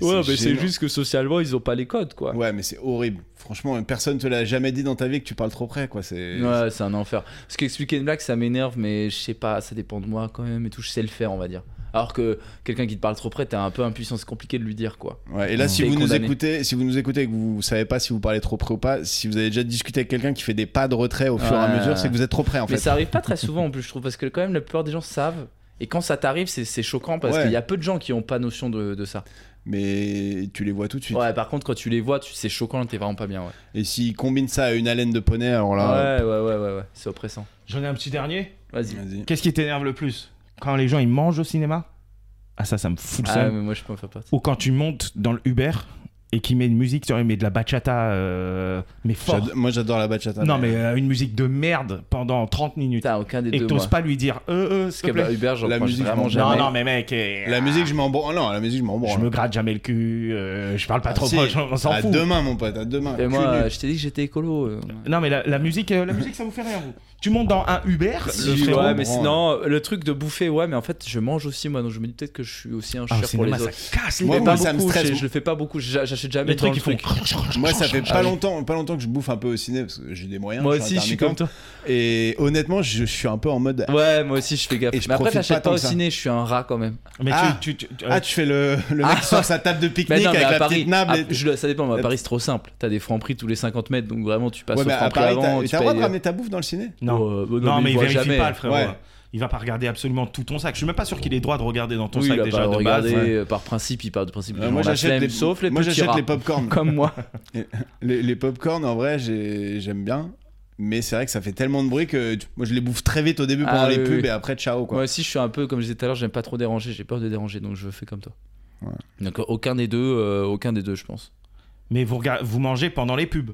C: Non, gênant.
A: que socialement, ils ont pas les codes, quoi.
C: Ouais, mais c'est horrible. Franchement, personne te l'a jamais dit dans ta vie que tu parles trop près, quoi. C'est.
A: Ouais, c'est un enfer. Parce qu'expliquer une blague, ça m'énerve, mais je sais pas, ça dépend de moi quand même et tout. Je sais le faire, on va dire. Alors que quelqu'un qui te parle trop près, t'es un peu impuissant, c'est compliqué de lui dire quoi.
C: Ouais, et là, si
A: T'es
C: vous nous
A: condamné.
C: écoutez, si vous nous écoutez et que vous savez pas si vous parlez trop près ou pas, si vous avez déjà discuté avec quelqu'un qui fait des pas de retrait au fur et à
A: Ouais.
C: mesure, c'est que vous êtes trop près, en fait.
A: Mais ça arrive pas très souvent en plus, je trouve, parce que quand même, la plupart des gens savent. Et quand ça t'arrive, c'est c'est choquant parce
C: Ouais.
A: qu'il y a peu de gens qui ont pas notion de, de ça.
C: Mais tu les vois tout de suite.
A: Ouais, par contre, quand tu les vois, tu- c'est choquant, t'es vraiment pas bien. Ouais,
C: Et s'ils combinent ça à une haleine de poney, alors là.
A: ouais, ouais, ouais, ouais, ouais, c'est oppressant.
B: J'en ai un petit dernier.
A: Vas-y.
C: Vas-y.
B: Qu'est-ce qui t'énerve le plus Quand les gens, ils mangent au cinéma Ah, ça, ça me fout le
A: Ah,
B: seum.
A: mais moi, je peux en faire partie.
B: Ou quand tu montes dans le Uber et qu'il met une musique, tu vois, il met de la bachata, euh, mais fort.
C: J'ado- Moi, j'adore la bachata.
B: Non, mais euh, une musique de merde pendant 30 minutes.
A: Putain, aucun des
B: Et que
A: deux.
B: t'oses
A: moi.
B: pas lui dire, euh, euh,
A: Parce
B: s'il te
A: que bah,
B: plaît.
A: Uber, j'en
C: La
A: prends
C: musique,
A: vraiment
C: non,
A: jamais.
B: Non, non, mais mec, eh,
C: La musique, je m'en branle. Non, la musique, je m'en branle.
B: je me gratte jamais le cul, euh, je parle
A: Ah,
B: pas trop
C: Si.
B: proche, on s'en
A: Bah,
C: À
B: fout.
C: demain, mon pote, à demain.
A: Et
C: Cul
A: moi,
C: nu.
A: euh, je t'ai dit que j'étais écolo. euh.
B: Non, mais la, la musique, euh, la musique, ça vous fait rien, vous. Tu montes dans un Uber, Bah, le
A: Si,
B: frérot.
A: Bah, ouais, mais
C: branle.
A: sinon, le truc de bouffer, ouais, mais en fait, je mange aussi, moi, donc je me dis peut-être que je suis aussi un
B: Ah,
A: chien
B: au
A: pour les
B: cinéma, ça
A: autres.
B: casse les
C: Moi,
A: Mais
B: dents.
A: pas
C: moi, ça me
A: beaucoup,
C: stresse.
A: je, je le fais pas beaucoup, j'a- j'achète jamais
B: Les
A: dans
B: trucs,
A: le
B: ils font.
A: truc.
C: Moi, ça fait
A: Ah
C: pas
A: oui.
C: longtemps, pas longtemps que je bouffe un peu au ciné parce que j'ai des moyens.
A: Moi aussi, je suis comme
C: intermittent.
A: toi.
C: Et honnêtement, je suis un peu en mode.
A: Ouais, moi aussi, je fais gaffe.
C: Et je
A: Mais après,
C: profite
A: t'achètes pas,
C: pas tant
A: au
C: que ça.
A: ciné, je suis un rat quand même.
B: Mais
C: Ah.
B: tu, tu, tu- euh,
C: Ah, tu fais le, le mec
A: Ah.
C: qui sort sa table de
A: Mais
C: pique-nique
A: non, mais
C: avec
A: à
C: la
A: Paris,
C: petite nappe.
A: à-
C: et tout.
A: je- ça dépend, mais à
C: La-
A: Paris, c'est trop simple. T'as des francs prix tous les 50 mètres, donc vraiment, tu passes
C: ouais,
A: au
C: mais à
A: franc prix
C: Paris,
A: avant.
C: t'as
A: tu
C: t'as le droit de
A: payes-
C: ramener ta bouffe dans le ciné
B: Non.
A: Euh, bah,
B: Non, mais il
A: voit
B: vérifie
A: jamais.
B: pas, le frérot.
C: Ouais.
B: Il va pas regarder absolument tout ton sac. Je suis même pas sûr qu'il ait droit de regarder dans ton
A: Oui,
B: sac
A: il a
B: déjà
A: pas
B: de
A: regardé
B: base.
A: euh, par principe, il part du principe. que
C: Euh,
A: les
C: moi
A: gens ont la
C: j'achète
A: flemme,
C: les,
A: sauf les
C: moi
A: petits
C: j'achète
A: rats.
C: les popcorn.
A: Comme moi.
C: les, les popcorn en vrai j'ai- j'aime bien, mais c'est vrai que ça fait tellement de bruit que tu- moi je les bouffe très vite au début
A: Ah,
C: pendant les
A: oui,
C: pubs
A: oui.
C: et après ciao quoi.
A: Moi aussi, je suis un peu, comme je disais tout à l'heure, j'aime pas trop déranger, j'ai peur de déranger, donc je fais comme toi.
C: Ouais.
A: Donc euh, aucun des deux, euh, aucun des deux, je pense.
B: Mais vous, regard- vous mangez pendant les pubs.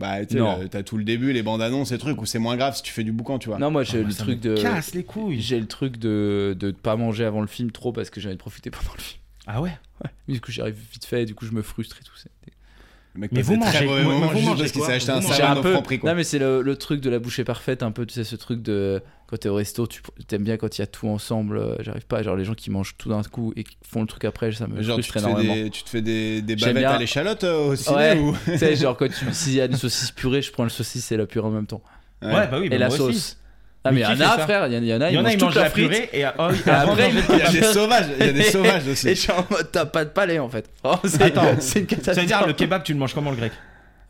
C: Bah tu sais,
A: Non.
C: le- t'as tout le début, les bandes annonces, les trucs où c'est moins grave si tu fais du boucan tu vois.
A: Non, moi j'ai
B: Ah,
A: le truc de,
B: bah, Casse les couilles.
A: j'ai le truc de de pas manger avant le film trop parce que j'ai envie de profiter pendant le film.
B: Ah ouais.
A: Du coup, j'arrive vite fait, du coup, je me frustre et tout. c'est-
C: Le mec
B: Mais
C: passe
B: vous
C: des très
B: mangez-
C: mauvais
B: vous-
C: moments
B: vous
C: juste
B: mangez
C: parce qu'il
B: quoi
C: s'est acheté
B: Vous
C: un
B: mangez
A: J'ai
C: savon
A: un
C: au
A: peu.
C: Franprix, quoi.
A: Non, mais c'est le, le truc de la bouchée parfaite, un peu. Tu sais, ce truc de quand t'es au resto, tu t'aimes bien quand il y a tout ensemble. euh, J'arrive pas, genre les gens qui mangent tout d'un coup et qui font le truc après, ça me
C: Genre tu
A: frustre
C: te, fais
A: énormément.
C: des, tu te fais des, des
A: J'aime
C: bavettes
A: bien.
C: à l'échalote euh, au ciné
A: Ouais.
C: ou...
A: tu sais, genre quand tu, s'il y a une saucisse purée, je prends le saucisse et la purée en même temps.
B: Ouais,
C: Ouais.
B: bah oui.
A: et
B: bah
A: la
B: moi
A: sauce.
B: aussi.
A: Ah, mais il
B: Mais
A: y
B: qui
A: en
B: fait
A: a,
B: ça
A: frère, il y en- il y en a,
B: Il y en a,
A: mangent
B: ils
A: toute
B: mangent la
A: frite.
B: purée et oh,
A: Et après, ils
C: Il y a des sauvages, il y a des sauvages
A: Et
C: aussi.
A: je suis en mode, t'as pas de palais en fait. Oh, c'est-
B: Attends.
A: c'est une catastrophe.
B: C'est-à-dire le kebab, tu le manges comment le grec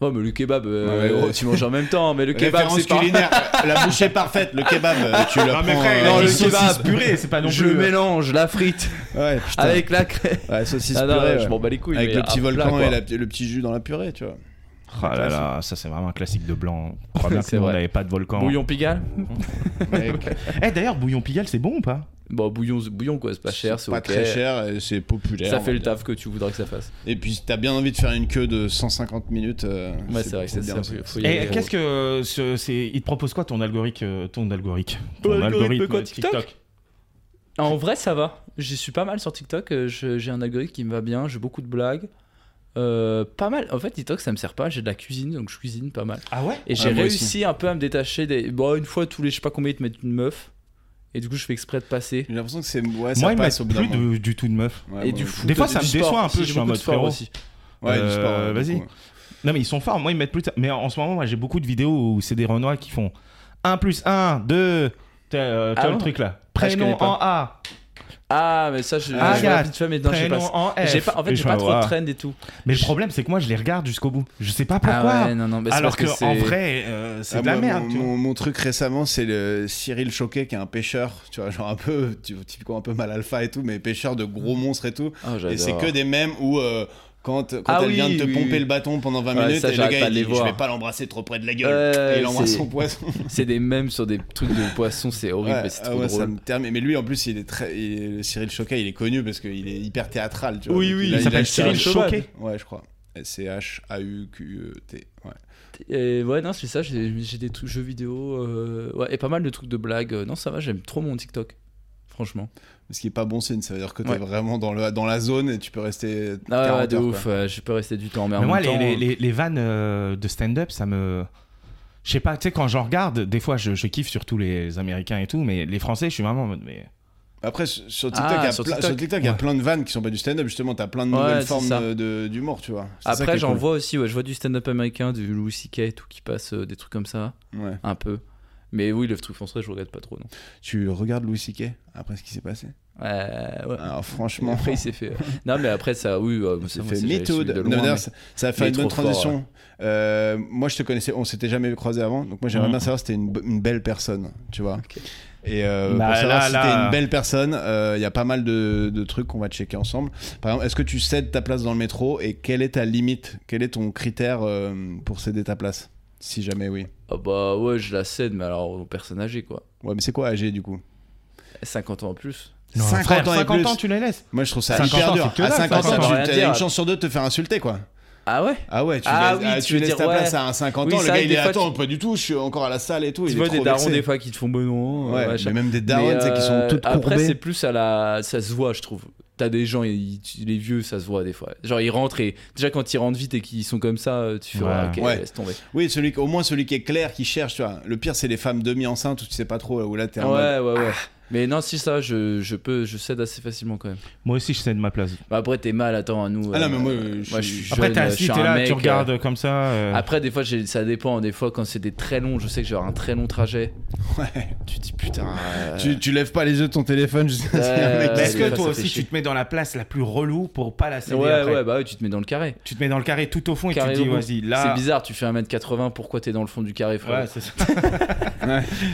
A: Oh, mais le kebab, euh,
C: Ouais, mais gros,
A: tu manges en même temps, mais le kebab,
C: Référence
A: c'est pas.
C: culinaire, la bouchée parfaite, le kebab, euh, tu le
B: Ah,
C: prends. euh,
A: non,
C: euh,
A: le
C: saucisse
A: kebab.
B: purée, c'est pas non
A: Je
B: plus. euh,
A: mélange la frite
C: Ouais, putain.
A: avec la crème.
C: Ouais, saucisse
A: Ah non,
C: purée,
A: je
C: ouais.
A: m'en bats les couilles.
C: Avec
A: mais
C: le
A: à
C: petit
A: plat,
C: volcan
A: quoi.
C: et la- le petit jus dans la purée, tu vois.
B: Ah là là, ça c'est vraiment un classique de blanc. Première
A: C'est
B: que nous, on
A: vrai.
B: n'avait pas de volcan.
A: Bouillon Pigalle
C: Mec,
B: Eh d'ailleurs, bouillon Pigalle, c'est bon ou pas
A: Bon, bouillon, bouillon quoi, c'est pas cher, c'est
C: pas
A: ok.
C: très cher, et c'est populaire.
A: Ça
C: on
A: fait
C: va
A: le
C: dire.
A: taf que tu voudrais que ça fasse.
C: Et puis t'as bien envie de faire une queue de 150 minutes. euh,
A: Ouais, c'est vrai, c'est
C: bien
A: ça.
C: aussi.
A: faut- faut y
B: Et
A: aller,
B: Eh, qu'est-ce
A: gros.
B: que ce- c'est Il te propose quoi ton algorithme euh, Ton algorithme
A: Ton
B: Ton
A: algorithme quoi,
B: euh,
A: TikTok Ah, En vrai, ça va. J'y suis pas mal sur TikTok. euh, je- J'ai un algorithme qui me va bien. J'ai beaucoup de blagues. Euh, pas mal. En fait, TikTok, ça me sert pas. J'ai de la cuisine, donc je cuisine pas mal.
B: Ah ouais
A: Et j'ai
C: moi
A: réussi un peu à me détacher des. Bon, une fois tous les je sais pas combien ils te mettent une meuf. Et du coup, je fais exprès de passer.
C: J'ai l'impression que c'est. Ouais, ça
B: Moi, il
C: passe au
B: m'a
C: bout d'un
B: plus
C: moment.
B: de- du tout de meuf.
C: Ouais,
A: Et
C: moi,
A: du
C: ouais.
A: foot.
B: Des fois,
A: et
B: ça
A: du
B: me déçoit
A: sport.
B: un peu,
A: Si,
B: je
A: j'ai
B: suis en
A: beaucoup
B: mode
A: de sport
B: frérot.
A: aussi.
C: Ouais,
B: Euh,
C: du sport. ouais,
B: vas-y.
C: beaucoup, ouais.
B: Non mais ils sont forts. Moi, ils me mettent plus. de- Mais en ce moment, moi, j'ai beaucoup de vidéos où c'est des Renois qui font 1 plus 1, 2. Tu vois
A: Ah
B: euh, le
A: ouais
B: truc là
A: Ah, je connais
B: Prénom
A: pas.
B: en A,
A: Ah, mais ça, je,
B: Ah,
A: je
B: regarde.
A: l'habitue, mais non, je sais
B: prénom
A: pas.
B: en F.
A: J'ai pas, en
B: Et
A: fait, j'ai
B: je
A: pas
B: fais,
A: trop de
B: Ouah.
A: trend et tout.
B: Mais le problème, c'est que moi, je les regarde jusqu'au bout. Je sais pas pourquoi.
A: ah ouais, non, non, mais c'est
B: Alors
A: parce que
B: que en
A: c'est-
B: vrai, euh, c'est
C: Ah,
B: de la
C: moi,
B: merde.
C: Mon,
B: tu vois.
C: mon- mon truc récemment, c'est le Cyril Choquet qui est un pêcheur, tu vois, genre un peu, tu- typiquement un peu mal alpha et tout, mais pêcheur de gros monstres et tout.
A: Ah,
C: Et c'est
A: j'adore.
C: que des mêmes où. euh, quand, quand
A: Ah
C: elle
A: oui,
C: vient de te
A: oui,
C: pomper
A: oui.
C: le bâton pendant 20
A: Ouais,
C: minutes,
A: ça,
C: et le
A: j'arrête
C: gars
A: pas
C: il
A: de les
C: dit Je
A: voir.
C: vais pas l'embrasser trop près de la gueule.
A: Ouais,
C: et il embrasse
A: c'est-
C: son poisson.
A: C'est des mèmes sur des trucs de poissons, c'est horrible,
C: Ouais,
A: mais c'est
C: ah
A: trop
C: ouais, ça
A: drôle.
C: me termine. Mais lui en plus, il est très. il est- le Cyril Choquet, il est connu parce qu'il est hyper théâtral, tu vois.
A: Oui,
C: Donc,
A: oui,
C: a-
A: il
B: Il
C: a
B: s'appelle
C: le
B: Cyril
A: Cyril
B: Choquet.
C: Ouais, je crois. C-H-A-U-Q-E-T. E Ouais.
A: Et ouais, non, c'est ça, j'ai j'ai des trucs jeux vidéo, euh, ouais, et pas mal de trucs de blagues. euh, Non, ça va, j'aime trop mon TikTok. Franchement.
C: Mais Ce qui est pas bon signe, ça veut dire que t'es
A: Ouais.
C: vraiment dans, le, dans la zone et tu peux rester.
A: Ah,
C: 40
A: de
C: heures,
A: ouf,
C: quoi.
A: euh, je peux rester du temps, mais, en
B: Mais moi,
A: même
B: les, les,
A: temps,
B: les- les vannes euh, de stand-up, ça me. Je sais pas, tu sais, quand j'en regarde, des fois, je, je kiffe surtout les Américains et tout, mais les Français, je suis vraiment en mode. Mais...
C: Après, sur sur
A: Ah,
C: TikTok, il y a
A: sur
C: plein-
A: TikTok.
C: sur TikTok, il y a
B: Ouais.
C: plein de vannes qui sont pas du stand-up. Justement, t'as plein de
A: Ouais,
C: nouvelles
A: c'est
C: formes
A: ça.
C: de- de- d'humour, tu vois. C'est ça qui
A: Après,
C: est
A: j'en
C: cool.
A: vois aussi, ouais, je vois du stand-up américain, du Louis C.K. et tout qui passe, euh, des trucs comme ça,
C: Ouais.
A: un peu. Mais oui, le truc français, je regrette pas trop, non.
C: Tu regardes Louis C.K. après ce qui s'est passé
A: Euh, ouais.
C: Alors, franchement.
A: Après, il s'est fait. euh, Non, mais après, ça, oui, euh,
C: On s'est
A: moi,
C: fait
A: c'est- j'avais
C: méthode.
A: suivi de
C: Non,
A: loin,
C: d'ailleurs,
A: mais-
C: ça, ça a fait
A: mais
C: une bonne
A: trop fort,
C: transition. Euh, moi, je te connaissais, on s'était jamais croisé avant, donc moi j'aimerais
B: Mhm.
C: bien savoir si t'es une, b- une belle personne, tu vois.
A: Mm. Ok.
C: Et euh,
B: Bah,
C: pour savoir
B: là,
C: si
B: là.
C: t'es une belle personne, euh, il y a pas mal de, de trucs qu'on va checker ensemble. Par exemple, est-ce que tu cèdes ta place dans le métro et quelle est ta limite Quel est ton critère euh, pour céder ta place Si jamais oui.
A: Ah bah ouais, je la cède, mais alors aux personnes âgées, quoi.
C: Ouais, mais c'est quoi âgé du coup
A: 50 ans en plus.
B: Non,
C: 50
B: frère,
C: ans et
B: 50
C: plus.
B: ans, tu les laisses.
C: Moi, je trouve ça
B: 50
C: hyper
B: ans,
C: dur.
B: c'est que
C: à
B: dalle,
C: 50
B: 50
A: ans,
C: ans,
A: rien
C: tu
A: à
C: as une
A: dire.
C: chance sur deux de te faire insulter, quoi.
A: Ah ouais
C: Ah ouais, tu
A: Ah
C: laisses,
A: oui,
C: ah,
A: tu
C: tu
A: veux
C: laisses
A: dire,
C: ta
A: ouais.
C: place à un 50
A: Oui,
C: ans,
A: c'est
C: le gars
A: vrai que
C: il est
A: des fois,
C: attends, pas du tout, je suis encore à la salle et tout.
A: Tu
C: il
A: vois
C: est
A: des
C: trop
A: darons
C: vexé.
A: des fois qui te font bon non.
C: Ouais, mais même des darons tu sais, qui sont toutes
A: euh, Après, c'est
C: courbées.
A: plus à la. Ça se voit, je trouve. T'as des gens, ils- tu- les vieux, ça se voit des fois. Genre, ils rentrent et. Déjà, quand ils rentrent vite et qu'ils sont comme ça, euh, tu fais.
B: Ouais.
A: Ouais, ok,
C: Ouais.
A: laisse tomber.
C: Oui, celui, au moins celui qui est clair, qui cherche, tu vois. Le pire, c'est les femmes demi-enceintes où tu sais pas trop, euh, où là t'es
A: Ouais,
C: en mode. ah.
A: ouais, ouais. Mais non, si ça, je, je peux, je cède assez facilement quand même.
B: Moi aussi, je cède ma place.
A: Bah, après, t'es mal, attends, à nous.
C: Ah non,
A: euh,
C: mais moi, euh, je
A: moi, je
C: suis-
A: suis jeune,
B: Après, t'es
A: je
B: assis,
A: suis
B: t'es
A: un
B: là,
A: mec,
B: tu
A: euh,
B: regardes comme ça. euh,
A: Après, des fois, j'ai- ça dépend. Des fois, quand c'est des très longs, je sais que j'ai un très long trajet.
C: Ouais.
A: Tu te dis putain. euh,
C: Tu, tu lèves pas les yeux de ton téléphone jusqu'à ce qu'il y a un
A: Euh,
C: mec qui-
B: Mais est-ce
A: des
B: que
A: fois,
B: toi
A: ça fait
B: aussi,
A: chier.
B: tu te mets dans la place la plus relou pour pas la céder
A: ouais,
B: après
A: ouais, bah ouais, tu te mets dans le carré.
B: Tu te mets dans le carré tout au fond et
A: Carré
B: tu te
A: au
B: dis,
A: bout.
B: vas-y,
A: C'est
B: là.
A: bizarre, tu fais 1m80, pourquoi t'es dans le fond du carré, frère
B: Ouais, c'est ça.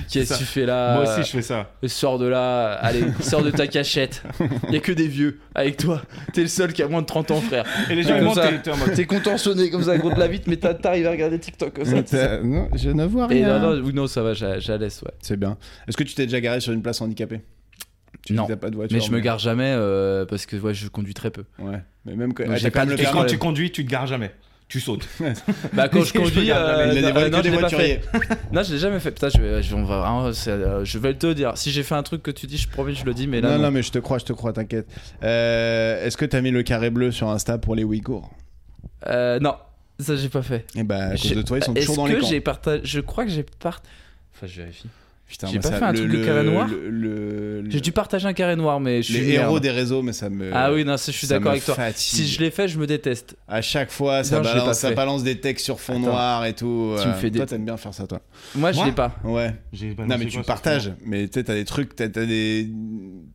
A: Qu'est-ce
B: ça.
A: que tu fais là
B: Moi aussi, je fais ça.
A: Sors de là, allez, sors de ta cachette. Y a que des vieux avec toi. T'es le seul qui a moins de 30 ans, frère.
B: Et les gens, ils
A: Comme
B: montent,
A: ça.
B: t'es- t'es en mode.
A: T'es contentionné comme ça, gros de la vite, mais t'as- t'arrives à regarder TikTok comme ça. tu sais.
C: Euh, Non, je ne vois
A: Et
C: rien.
A: non, non, ou non, ça va, j'a- j'allais, ouais.
C: C'est bien. Est-ce que tu t'es déjà garé sur une place handicapée Tu
A: Non.
C: dis que T'as pas de voiture.
A: Mais je me gare jamais euh, parce que ouais, je conduis très peu.
C: Ouais. Mais même que.
A: Donc,
C: Ah,
A: j'ai
C: t'as
A: pas
C: quand même
A: de
C: le
B: Et
A: permis.
B: quand
C: permis.
B: tu conduis, tu te gares jamais. Tu sautes.
A: Bah quand je
B: Je me
A: conduis,
B: gare jamais.
A: euh,
C: Il a des
A: euh,
C: voitures,
A: non,
C: des
A: je l'ai pas fait.
C: voituriers.
A: Non, je l'ai jamais fait. Putain, je vais, je- on va vraiment- c'est, euh, je vais te dire. Si j'ai fait un truc que tu dis, je promis, je le dis, mais là.
C: Non,
A: non.
C: non, mais je te crois, je te crois, t'inquiète. Euh, Est-ce que t'as mis le carré bleu sur Insta pour les Ouïghours
A: Euh, non, ça j'ai pas fait.
C: Eh bah, à cause
A: J'ai-
C: de toi, ils sont
A: Est-ce
C: toujours dans les
A: que
C: camps.
A: j'ai partagé Je crois que j'ai part. Enfin, je vérifie.
C: Putain,
A: J'ai
C: moi,
A: pas
C: ça-
A: fait un
C: le-
A: truc de
C: le-
A: carré noir
C: le- le- le-
A: J'ai dû partager un carré noir, mais je suis.
C: Les héros
A: merde.
C: des réseaux, mais ça me.
A: Ah oui, non, ça, je suis
C: Euh, ça
A: d'accord
C: me
A: avec toi.
C: fatigue.
A: Si je l'ai fait, je me déteste.
C: À chaque fois, ça,
A: Non, je l'ai pas
C: balance, ça
A: fait.
C: balance des textes sur fond
A: Attends.
C: noir et tout. euh.
A: Tu me fais des-
C: Toi, t'aimes bien faire ça, toi.
A: Moi, je
B: Moi
A: l'ai pas.
C: Ouais.
B: J'ai
C: non,
B: balancé
C: mais
B: quoi,
C: tu
B: ça,
C: partages. Mais tu sais, t'as des trucs, t'as t'as des,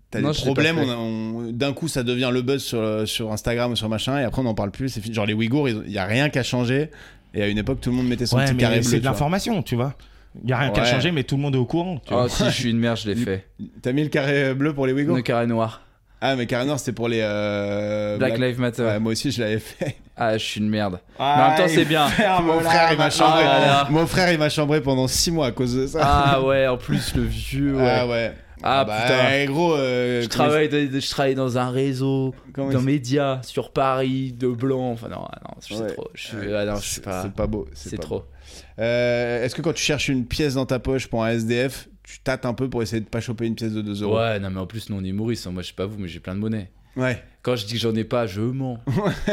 C: t'as
A: Non,
C: des
A: je l'ai pas
C: problèmes.
A: fait.
C: on a- on- D'un coup, ça devient le buzz sur, euh, sur Instagram ou sur machin, et après, on n'en parle plus. C'est fini. Genre, les Ouïghours, il n'y a rien qu'à changer. Et à une époque, tout le monde mettait son
B: Ouais,
C: petit carré
B: mais
C: bleu.
B: c'est de
C: tu vois.
B: l'information, tu vois. Il y a rien qu'à
C: Ouais.
B: changer, mais tout le monde est au courant. Tu
A: Oh,
B: vois.
A: si je suis une merde, je l'ai fait.
C: T'as mis le carré euh, bleu pour les Ouïghours
A: Le carré noir.
C: Ah, mais carré noir, c'était pour les. euh,
A: Black Lives Matter.
C: Ouais, moi Ah, aussi, je l'avais fait.
A: Ah, je suis une merde. Mais en
B: Ah,
A: même temps, c'est bien.
C: Mon frère, il m'a chambré.
A: Ah là là.
C: Mon frère, il m'a chambré pendant 6 mois à cause de ça.
A: Ah ouais, en plus, le vieux. Ouais.
C: Ah ouais.
A: Ah, putain.
C: eh, gros, euh,
A: Je
C: comment
A: travaille, dans- je travaille dans un réseau,
C: il- comment
A: dans
C: il-
A: médias, sur Paris, de blanc. Enfin, non, ah non, je sais
C: Ouais.
A: trop. Je suis,
C: Ouais,
A: ah non, je suis
C: c'est-
A: pas.
C: C'est pas beau.
A: C'est
C: pas
A: trop.
C: beau. Euh, Est-ce que quand tu cherches une pièce dans ta poche pour un SDF, tu tâtes un peu pour essayer de pas choper une pièce de 2 euros
A: Ouais, non, mais en plus, nous, on est Maurice. hein. Moi, je sais pas vous, mais j'ai plein de monnaie.
C: Ouais.
A: Quand je dis que j'en ai pas, je mens.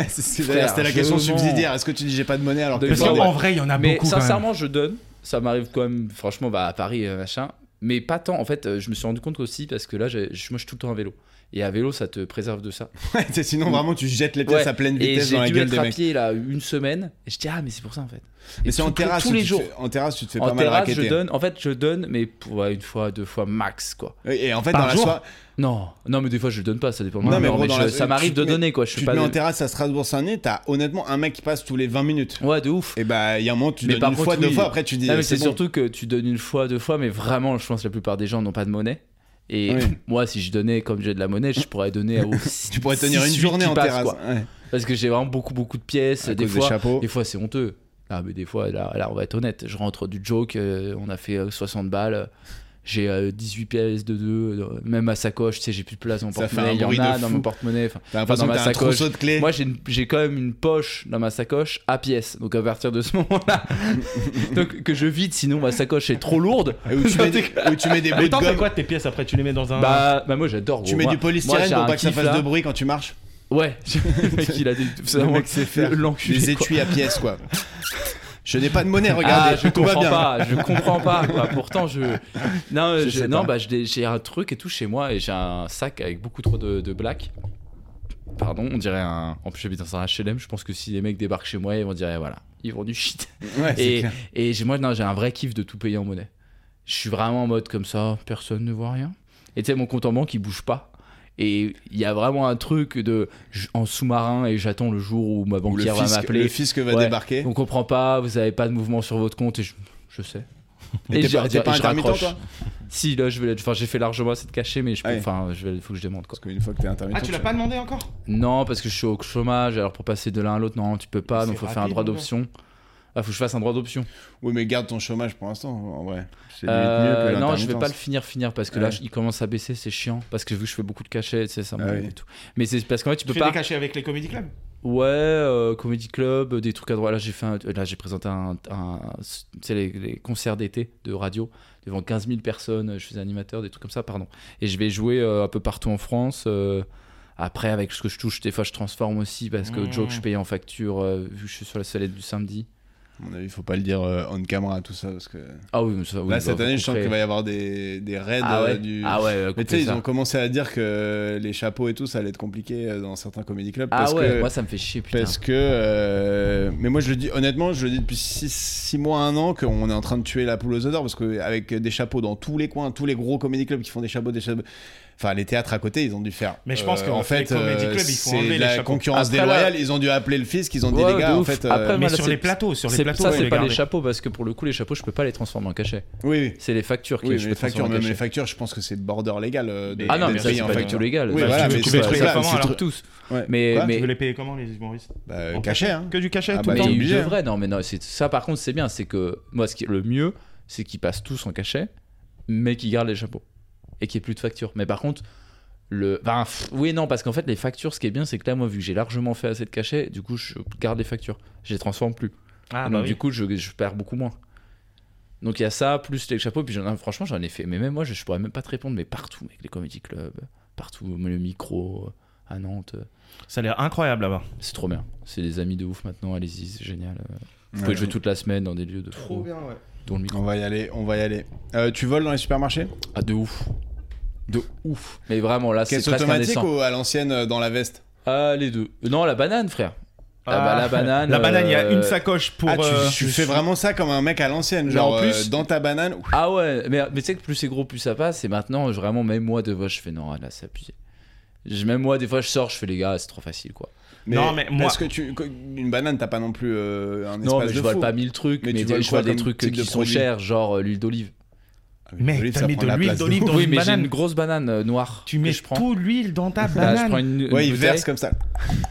C: C'est- c'est-
A: Frère,
C: C'était la question
A: je mens.
C: subsidiaire. Est-ce que tu dis j'ai pas de monnaie alors que
A: De-
C: t'as
B: Parce
A: Parce que-
C: des-
B: qu'en vrai, il y en a
A: mais
B: Ah, beaucoup. quand même.
A: sincèrement, je donne. Ça m'arrive quand même, franchement, bah, à Paris, euh, machin. Mais pas tant. En fait, euh, je me suis rendu compte aussi, parce que là, j'ai- je- moi, je suis tout le temps à vélo. Et à vélo, ça te préserve de ça.
C: Ouais, t'sais, Sinon, vraiment, tu jettes les pièces
A: Ouais.
C: à pleine
A: Et
C: vitesse dans
A: j'ai
C: la
A: dû
C: gueule
A: être
C: des
A: à
C: mecs.
A: pied, là, une semaine. Et je dis, ah, mais c'est pour ça, en fait.
C: Mais c'est
A: tout-
C: en
A: tout-
C: terrasse.
A: tous
C: où
A: les
C: tu te
A: jours.
C: fais- En terrasse, tu te fais pas
A: En
C: mal
A: terrasse, je
C: raqueter.
A: donne. En fait, je donne, mais pour ouais, une fois, deux fois max, quoi.
C: Et en fait,
B: Par
C: dans la
B: jour,
C: soirée.
A: Non, non, mais des fois, je donne pas. Ça dépend. de
C: Non,
A: moi.
C: mais
A: Non,
C: gros,
A: mais
C: dans
A: je-
C: la-
A: ça m'arrive
C: tu te
A: de
C: mets-
A: donner, quoi. Je
C: Tu
A: suis
C: te
A: pas.
C: mets en
A: de-
C: terrasse à Strasbourg-Saint-Denis, t'as honnêtement un mec qui passe tous les 20 minutes.
A: Ouais, de ouf.
C: Et bah, il y a un moment, tu
A: Mais
C: donnes
A: par
C: une
A: contre,
C: fois, deux
A: oui.
C: fois, après tu dis. euh,
A: Non, mais
C: c'est
A: c'est
C: bon.
A: surtout que tu donnes une fois, deux fois, mais vraiment, je pense que la plupart des gens n'ont pas de monnaie. Et
C: Oui.
A: moi, si je donnais comme j'ai de la monnaie, je pourrais donner aux six-
C: Tu pourrais tenir une
A: six, huit
C: journée
A: qui
C: en
A: passent,
C: terrasse.
A: quoi.
C: ouais.
A: Parce que j'ai vraiment beaucoup, beaucoup de pièces.
C: À
A: des,
C: cause des
A: fois,
C: chapeaux.
A: des fois, c'est honteux. Ah, mais des fois, là, là, on va être honnête. Je rentre du joke, euh, on a fait euh, 60 balles. euh, J'ai euh, 18 pièces de 2, même à sacoche, tu sais, j'ai plus de place dans mon
C: Ça fait
A: porte-monnaie.
C: un
A: Il y en
C: bruit
A: a
C: de
A: dans
C: fou.
A: mon porte-monnaie. Enfin,
C: T'as l'impression
A: Dans
C: que
A: ma
C: t'as un
A: sacoche.
C: trousseau de clés.
A: moi, j'ai une- j'ai quand même une poche dans ma sacoche à pièces. Donc, à partir de ce moment-là, donc, que je vide, sinon ma sacoche est trop lourde.
C: Et Où Ah tu mets des- où tu mets des bouts de
B: Mais t'en fais
C: gomme.
B: quoi de tes pièces après Tu les mets dans un.
A: Bah, bah moi j'adore.
C: Tu
A: gros.
C: mets
A: Moi-
C: du polystyrène
A: moi, j'ai
C: pour
A: un
C: pas que ça
A: kiff,
C: fasse
A: là.
C: de bruit quand tu marches.
A: Ouais, le mec il a des. c'est
C: Le
A: vraiment
C: mec sait faire.
A: L'enculé.
C: Les
A: quoi.
C: étuis à pièces, quoi. Je n'ai pas de monnaie, regardez.
A: Ah, je
C: tout va
A: comprends
C: bien.
A: pas, je comprends pas. quoi. Pourtant, je. Non,
C: Je
A: je-
C: sais
A: non
C: pas.
A: bah, je l'ai- j'ai un truc et tout chez moi et j'ai un sac avec beaucoup trop de, de black. Pardon, on dirait un. En plus, j'habite dans un HLM. Je pense que si les mecs débarquent chez moi, ils vont dire eh, voilà, ils vendent du shit.
C: Ouais, c'est
A: Et,
C: clair.
A: et j'ai- moi, non, j'ai un vrai kiff de tout payer en monnaie. Je suis vraiment en mode comme ça, personne ne voit rien. Et tu sais, mon compte en banque, il bouge pas. Et il y a vraiment un truc de je- en sous-marin et j'attends le jour où ma
C: Ou le
A: banquière va
C: fisc- Le
A: m'appeler.
C: fisc va
A: Ouais.
C: débarquer.
A: On comprend pas, vous avez pas de mouvement sur votre compte et je, je sais.
C: Et t'es
A: je-
C: pas- t'es pas
A: je
C: intermittent,
A: raccroche.
C: toi
A: Si, là, je vais, enfin, j'ai fait largement assez de cachets, mais je peux,
C: Ouais.
A: enfin, je vais, faut que je demande quoi.
C: Parce qu'une fois que t'es intermittent.
B: Ah, tu l'as
C: tu-
B: pas demandé encore
A: Non, parce que je suis au chômage, alors pour passer de l'un à l'autre, non, tu peux pas,
B: Mais
A: donc
B: c'est
A: faut faire un
B: rapide,
A: droit
B: mon gars.
A: d'option. Ah, faut que je fasse un droit d'option.
C: Oui, mais garde ton chômage pour l'instant, en vrai. C'est limite
A: Euh,
C: mieux que
A: non, je vais
C: l'intermittence.
A: pas le finir, finir parce que là,
C: Ouais.
A: il commence à baisser, c'est chiant. Parce que vu que je fais beaucoup de cachets, tu sais, ça
C: Ah
A: m'ennuie
C: oui.
A: et tout. Mais c'est parce qu'en fait, tu
B: Tu
A: peux
B: fais
A: pas.
B: des cachets avec les comedy clubs
A: Ouais, euh, comedy club, euh, des trucs à droite. Là, j'ai fait, un- là, j'ai présenté un, un- tu sais, les, les concerts d'été de radio devant 15 000 personnes. euh, Je faisais animateur, des trucs comme ça, pardon. Et je vais jouer euh, un peu partout en France. euh, après, avec ce que je touche, des fois, je transforme aussi parce que
B: Mmh.
A: joke, je paye en facture euh, vu que je suis sur la salette du samedi.
C: À mon avis, faut pas le dire euh, on camera, tout ça, parce que.
A: Ah oui, mais ça, oui,
C: Là,
A: bah,
C: cette
A: vous
C: année, je sens
A: comprenez.
C: qu'il va y avoir des, des raids
A: ah
C: euh,
A: ouais,
C: du.
A: ah ouais, euh,
C: Mais tu sais,
A: coupez
C: ils
A: ça.
C: ont commencé à dire que les chapeaux et tout, ça allait être compliqué euh, dans certains comédie clubs.
A: Ah
C: parce
A: ouais,
C: que,
A: moi ça me fait chier putain.
C: Parce que. euh, mais moi, je le dis, honnêtement, je le dis depuis 6 mois, 1 an, qu'on est en train de tuer la poule aux odeurs. Parce qu'avec des chapeaux dans tous les coins, tous les gros comédie clubs qui font des chapeaux, des chapeaux. Enfin, les théâtres à côté, ils ont dû faire.
B: Mais je pense
C: euh,
B: qu'en
C: en
B: fait,
C: fait,
B: les comédie
C: euh,
B: clubs, ils font
C: c'est
B: enlever
C: de
B: les
C: la
B: chapeaux.
C: concurrence
A: Après,
C: déloyale.
A: là-
C: Ils ont dû appeler le fisc, ils ont dit
A: Ouais,
C: les
A: de
C: gars, en
A: ouf.
C: fait. euh,
A: Après,
B: Mais
A: moi, là,
B: sur
A: c'est-
B: les plateaux, sur les
A: C'est-
B: plateaux,
A: ça
B: faut
A: c'est
B: les
A: pas les
B: garder.
A: chapeaux parce que pour le coup les chapeaux je peux pas les transformer en cachet.
C: Oui, oui.
A: C'est les factures qui
C: Oui,
A: je
C: mais
A: peux
C: les factures,
A: transformer en
C: même les
A: cachet.
C: factures, je pense que c'est bordel légal. euh, de-
A: Ah non
C: de
A: mais ça
C: payer
A: c'est
C: en
A: pas du
C: facture.
A: tout légal.
C: Oui,
A: Ça,
C: voilà,
A: tu
C: mais
A: veux- tu
C: c'est
A: veux
C: pas
A: trouver
C: légal,
A: ça
C: c'est
A: vraiment
C: tru-
A: alors tous.
C: Ouais.
A: Mais
C: Quoi
B: hein. Tu veux
A: mais
B: les payer comment les humoristes
C: Bah,
B: En
C: euh,
B: cachet
C: cachet, hein.
B: Que du cachet
C: Ah
B: tout
C: bah,
B: le
A: mais
B: temps
C: t'es obligé,
A: ils
C: hein.
A: devraient non mais non c'est ça par contre c'est bien c'est que moi ce qui est le mieux c'est qu'ils passent tous en cachet mais qu'ils gardent les chapeaux et qu'il n'y ait plus de factures. Mais par contre le ben, pff, oui non parce qu'en fait les factures ce qui est bien c'est que là moi vu que j'ai largement fait assez de cachets du coup je garde les factures je les transforme plus.
B: Ah,
A: Et
B: bah
A: donc
B: oui.
A: du coup, je, je perds beaucoup moins. Donc il y a ça, plus les chapeaux, puis j'en ai- franchement j'en ai fait. Mais même moi, je, je pourrais même pas te répondre, mais partout, mec, les comedy clubs, partout, le micro, euh, à Nantes, euh,
B: Ça a l'air incroyable là-bas.
A: c'est trop bien. C'est des amis de ouf maintenant, allez-y, c'est génial. euh. Vous
C: Ouais.
A: pouvez jouer toute la semaine dans des lieux de fou.
B: bien, ouais.
A: dans le micro.
C: On va y aller, on va y aller. Euh, tu voles dans les supermarchés
A: Ah, de ouf. De ouf. Mais vraiment, là, c'est
C: Caisse
A: presque
C: automatique
A: indécent.
C: ou à l'ancienne euh, dans la veste
A: Ah, les deux. Non, la banane, frère. Ah, bah, la banane.
B: La banane, il y a
A: euh,
B: une sacoche pour.
C: Ah, tu,
B: euh,
C: tu fais vraiment ça comme un mec à l'ancienne,
A: Mais
C: genre
A: en
C: euh,
A: plus-
C: dans ta banane. ouf.
A: Ah ouais, mais, mais tu sais que plus c'est gros, plus ça passe. Et maintenant, je- vraiment, même moi, de fois, je fais non, là, c'est abusé. Je- Même moi, des fois, je sors, je fais les gars, c'est trop facile, quoi.
B: Non, mais moi-
C: Parce que tu, que- une banane, t'as pas non plus euh, un espace
A: Non, mais
C: de
A: je vole
C: fou.
A: pas mille trucs,
C: Mais
A: mais,
C: tu
A: des-
C: voles
A: je
C: quoi
A: vole des
C: comme
A: trucs
C: type
A: qui
C: de
A: sont
C: produit
A: chers, genre euh, l'huile d'olive.
C: Ah, mais
B: Mec,
C: l'olive,
B: t'as
C: ça
B: mis
C: prend
B: de
C: la
B: l'huile
C: place
B: d'olive dans
A: Oui,
B: une
A: mais j'ai
B: banane.
A: une grosse banane euh, noire.
B: Tu
A: que
B: mets
A: je prends.
B: tout l'huile dans ta
A: Là, je prends
B: banane.
A: une, une
C: Ouais, il
A: bouteille.
C: verse comme ça.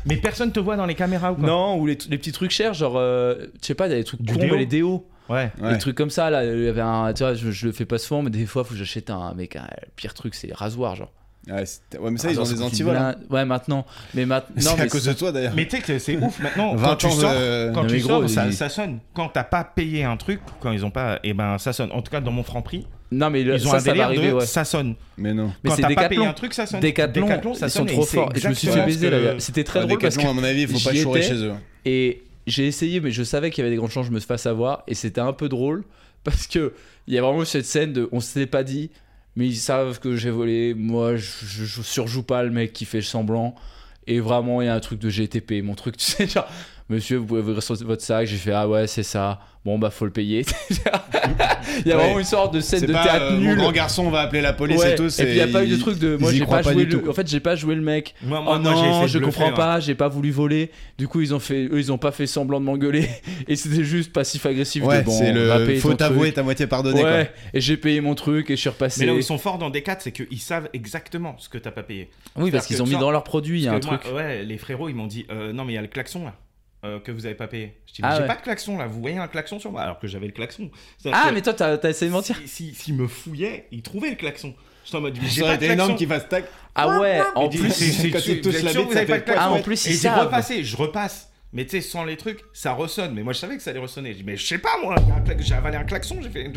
B: Mais personne te voit dans les caméras ou quoi
A: Non, ou les, t- les petits trucs chers, genre, euh, je sais pas, il y a des trucs
B: Du
A: cons, mais
B: déo.
A: les déos.
B: Ouais.
C: Ouais.
A: Les trucs comme ça, là, il y avait un, tu vois, je, je le fais pas souvent, mais des fois, faut que j'achète un mec, un- le pire truc, c'est les rasoirs, genre.
C: Ouais, c'est- ouais, mais ça, ils
A: Rasoirs,
C: ont
A: ça
C: des
A: coûte une
C: antivols. hein.
A: blinde. Ouais, maintenant. Mais maintenant,
C: C'est à cause de toi d'ailleurs.
B: Mais tu sais que c'est ouf maintenant.
C: 20
B: Quand tu
C: ans,
B: sors,
C: euh,
B: quand
A: non,
B: tu
A: mais gros,
B: sors ça,
A: il-
B: ça sonne. Quand t'as pas payé un truc, quand ils ont pas. Eh ben, ça sonne. En tout cas, dans mon franc prix,
A: Non, mais le-
B: ils ont
A: ça,
B: un
A: ça va
B: délire
A: arriver,
B: de
A: ouais.
B: ça sonne.
C: Mais non.
A: Mais
B: quand
A: c'est
B: t'as pas payé
A: Decathlon.
B: un truc, ça sonne.
A: Décathlon,
B: Decathlon, ça
A: ils
B: sonne.
A: sont
B: et
A: trop
B: c'est
A: forts. Je me suis fait
B: exactement
A: baiser,
B: ce que-
A: les gars. C'était très
C: Ah,
A: drôle parce que
C: Decathlon, à mon avis, il faut pas
A: j'y
C: chourer
A: étais.
C: chez eux.
A: Et j'ai essayé, mais je savais qu'il y avait des grandes chances que je me fasse avoir. Et c'était un peu drôle parce que il y a vraiment cette scène de on s'était pas dit, mais ils savent que j'ai volé. Moi, je, je- je surjoue pas le mec qui fait semblant. Et vraiment, il y a un truc de GTP. Mon truc, tu sais, genre, monsieur, vous pouvez ouvrir votre sac. J'ai fait, ah ouais, c'est ça. Bon, bah, faut le payer. il y a
C: Ouais.
A: vraiment une sorte de scène
C: C'est
A: de
C: pas
A: théâtre
C: euh, mon
A: nul.
C: grand garçon, on va appeler la police
A: Ouais.
C: et tout. c'est-
A: puis il y a pas eu de
C: ils-
A: truc de moi
C: ils y
A: j'ai pas
C: croient
A: joué
C: du
A: le...
C: tout.
A: en fait j'ai pas joué le mec
B: Moi,
A: oh
B: moi, moi, j'ai essayé
A: non
B: de
A: je
B: bluffer,
A: comprends
B: hein.
A: pas j'ai pas voulu voler du coup ils ont fait eux ils ont pas fait semblant de m'engueuler et c'était juste passif agressif
C: Ouais,
A: de bon
C: c'est
A: on va
C: le
A: payer
C: faut
A: ton
C: t'avouer,
A: truc.
C: t'as moitié pardonné quoi.
A: ouais et j'ai payé mon truc et je suis repassé
B: Mais là où ils sont forts dans D4, c'est qu'ils savent exactement ce que t'as pas payé.
A: oui
B: parce
A: parce qu'ils
B: que
A: ont mis
B: sans-
A: dans leurs produits il y a un
B: Parce que moi,
A: truc
B: ouais, les frérots, ils m'ont dit euh, non, mais il y a le klaxon là. euh, que vous avez pas payé. Je dis,
A: Ah
B: j'ai
A: ouais.
B: pas de klaxon là, vous voyez un klaxon sur moi alors que j'avais le klaxon. C'est-à-dire
A: ah
B: que
A: mais toi t'as t'as essayé de mentir
B: si- si- S'ils me fouillaient, ils trouvaient le klaxon. J'étais en mode, mais j'ai pas
C: Ah, Ça
B: de
C: aurait été
B: klaxon.
C: énorme qu'ils fassent tac.
A: ah ouais en
B: Ils disent,
A: plus
B: c'est- c'est-
C: quand
B: c'est-
C: tu touches
B: vous êtes
C: la
B: sûr
C: bite,
B: que vous avez pas
C: ça fait
B: de klaxon
A: Ah, en plus, ils
B: Et j'ai
A: savent.
B: repassé, je repasse. Mais tu sais, sans les trucs, ça ressonne. Mais moi, je savais que ça allait ressonner. J'ai dit, mais je sais pas, moi, il y a un cla- j'ai avalé un klaxon, j'ai fait.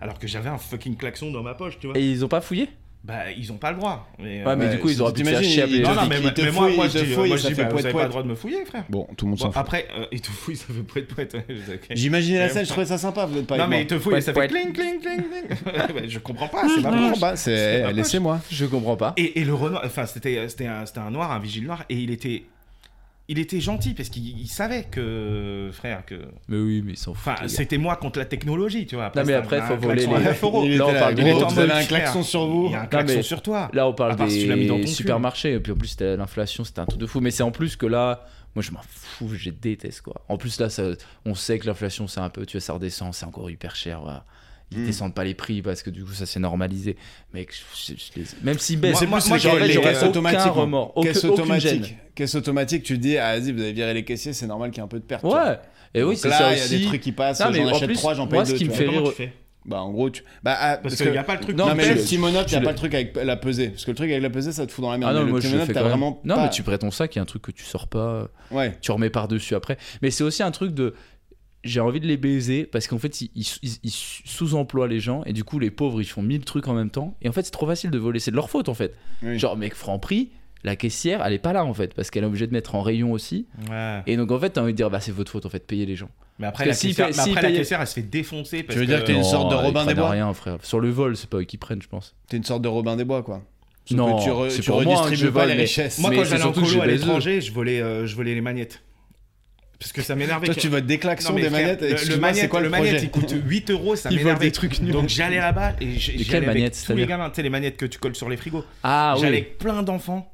B: Alors que j'avais un fucking klaxon dans ma poche, tu vois.
A: et ils ont pas fouillé
B: Bah, ils ont pas le droit. Mais, euh,
A: Ouais, mais
C: Ouais,
A: du coup ils auraient pu te faire
C: t'imagines,
A: chier à
C: ils-
A: payer
B: Non,
A: ton
B: non,
A: truc.
B: mais,
C: ils te
B: mais moi,
C: fouillent,
B: moi,
C: ils
B: je
C: te
B: dis,
C: fouillent,
B: moi,
C: ça
B: je dis,
C: fait
B: bah, vous
C: poète,
B: avez pas le
C: poète.
B: droit de me fouiller, frère.
C: Bon, tout le monde
B: Bon,
C: s'en fout.
B: après, euh, ils te fouillent, ça fait poète poète. ouais, ok.
C: J'imaginais la
B: Ouais,
C: scène, je trouvais ça sympa, vous êtes pas
B: Non,
C: avec
B: mais
C: moi.
B: ils te fouillent, et ça fait cling, cling, cling, cling. Ouais, Je comprends pas, c'est
C: Bah,
B: pas
C: bon, bah, c'est
B: ma poche.
C: laissez-moi.
A: je comprends pas
B: Et, et le renoir, enfin, c'était euh, c'était un, c'était un noir, un vigile noir, et il était, il était gentil parce qu'il il savait que, frère, que.
A: mais oui mais ils s'en foutent
B: Enfin,
A: les gars.
B: c'était moi contre la technologie, tu vois.
A: Non, mais
B: c'est
A: après,
B: un-
A: faut
B: un
A: voler
B: klaxon à
A: les-
B: neuf euros.
C: Il
A: Là, on
C: était
A: parle du
C: là, gros,
A: retour
C: vous
A: de
C: avez un
B: l'autre.
C: klaxon sur
B: Il
C: vous.
B: y a un
A: Non,
B: klaxon
A: mais
B: sur toi.
A: Là, on parle
B: À part si tu l'as mis dans ton
A: des
B: cul.
A: supermarchés. Et puis en plus, c'était l'inflation, c'était un truc de fou. Mais c'est en plus que là, moi, je m'en fous, je les déteste quoi. En plus, là, ça, on sait que l'inflation, c'est un peu, tu vois, ça redescend, c'est encore hyper cher. voilà. Ils
C: Mm.
A: descendent pas les prix parce que du coup, ça s'est normalisé. Mais même s'ils baissent,
B: Moi, moi,
A: c'est
B: moi,
A: genre,
B: j'ai
A: là,
B: les
A: j'aurais
B: caisses
A: aucun
C: automatiques, moi.
A: remords, aucun-
C: Caisse
A: aucune gêne.
C: automatique. Caisse automatique, tu te dis, ah, vas-y, vous avez viré les caissiers, c'est normal qu'il y ait un peu de perte. tu vois.
A: Ouais. Et oui,
C: Donc
A: c'est
C: là,
A: ça
C: il y a
A: aussi.
C: des trucs qui passent,
A: Non, mais
C: j'en
A: en
C: achète
A: plus,
C: 3, j'en
A: moi,
C: paye
A: ce
C: 2.
A: qui me fait
B: Comment
A: rire-
B: tu fais
C: Bah, en gros, tu. Bah, ah,
B: Parce qu'il n'y a pas le truc.
A: Non,
C: Non,
A: mais
C: mais le
A: je-
C: petit monocle, il
A: je
C: a pas
A: le-
C: le truc avec la pesée. Parce que le truc avec la pesée, ça te fout dans la merde.
A: Ah non,
C: mais
A: moi
C: le
A: je
C: petit
A: le
C: monocle,
A: fais
C: t'as
A: quand même.
C: vraiment.
A: Non,
C: pas-
A: mais tu prétends ça qu'il y a un truc que tu sors pas.
C: Ouais.
A: tu remets par-dessus après. Mais c'est aussi un truc de. J'ai envie de les baiser parce qu'en fait, ils, ils- ils- ils sous-emploient les gens et du coup, les pauvres, ils font mille trucs en même temps. Et en fait, c'est trop facile de voler. C'est de leur faute en fait.
C: Oui.
A: Genre, mec, Franprix, la caissière, elle est pas là en fait parce qu'elle est obligée de mettre en rayon aussi.
B: Ouais.
A: Et donc, en fait, t'as envie de dire, bah, c'est votre faute en fait, payez les gens.
B: Mais après,
A: que
B: la
A: s'il
B: caissière,
A: paye-
B: mais
A: s'il
B: après, la
A: paye-
B: caissière, elle se fait défoncer. parce
C: veux dire que t'es une sorte de
A: ils
C: Robin des
A: prennent
C: Bois
A: rien, frère. Sur le vol, c'est pas eux qui prennent, je pense.
C: T'es une sorte de Robin des Bois, quoi. Sauf
A: Non,
C: que tu, re-
A: c'est
C: tu
A: pour moi, hein,
C: redistribues
A: je
C: pas
A: vole,
C: les
A: mais-
C: richesses.
B: Moi,
A: Mais
B: quand
A: c'est
B: j'allais en
A: surtout que
B: colo
A: j'ai
B: à
A: baisé.
B: l'étranger, je volais, euh, je volais les manettes. Parce que ça m'énervait.
C: Toi,
B: que-
C: tu veux des klaxons,
B: Non, mais
C: des
B: frère,
C: manettes.
B: le- le,
C: excuse-moi, c'est
B: magnète,
C: quoi
B: le
C: le
B: magnète,
C: projet
B: il coûte 8 euros, ça
A: Ils volent
B: m'énervait.
A: des trucs nuls.
B: Donc j'allais là-bas et j-
A: quelle
B: j'allais avec
A: magnète,
B: tous les
A: c'est-à-dire
B: gamins, tu sais, les magnettes que tu colles sur les frigos.
A: Ah
B: j'allais
A: oui.
B: avec plein d'enfants.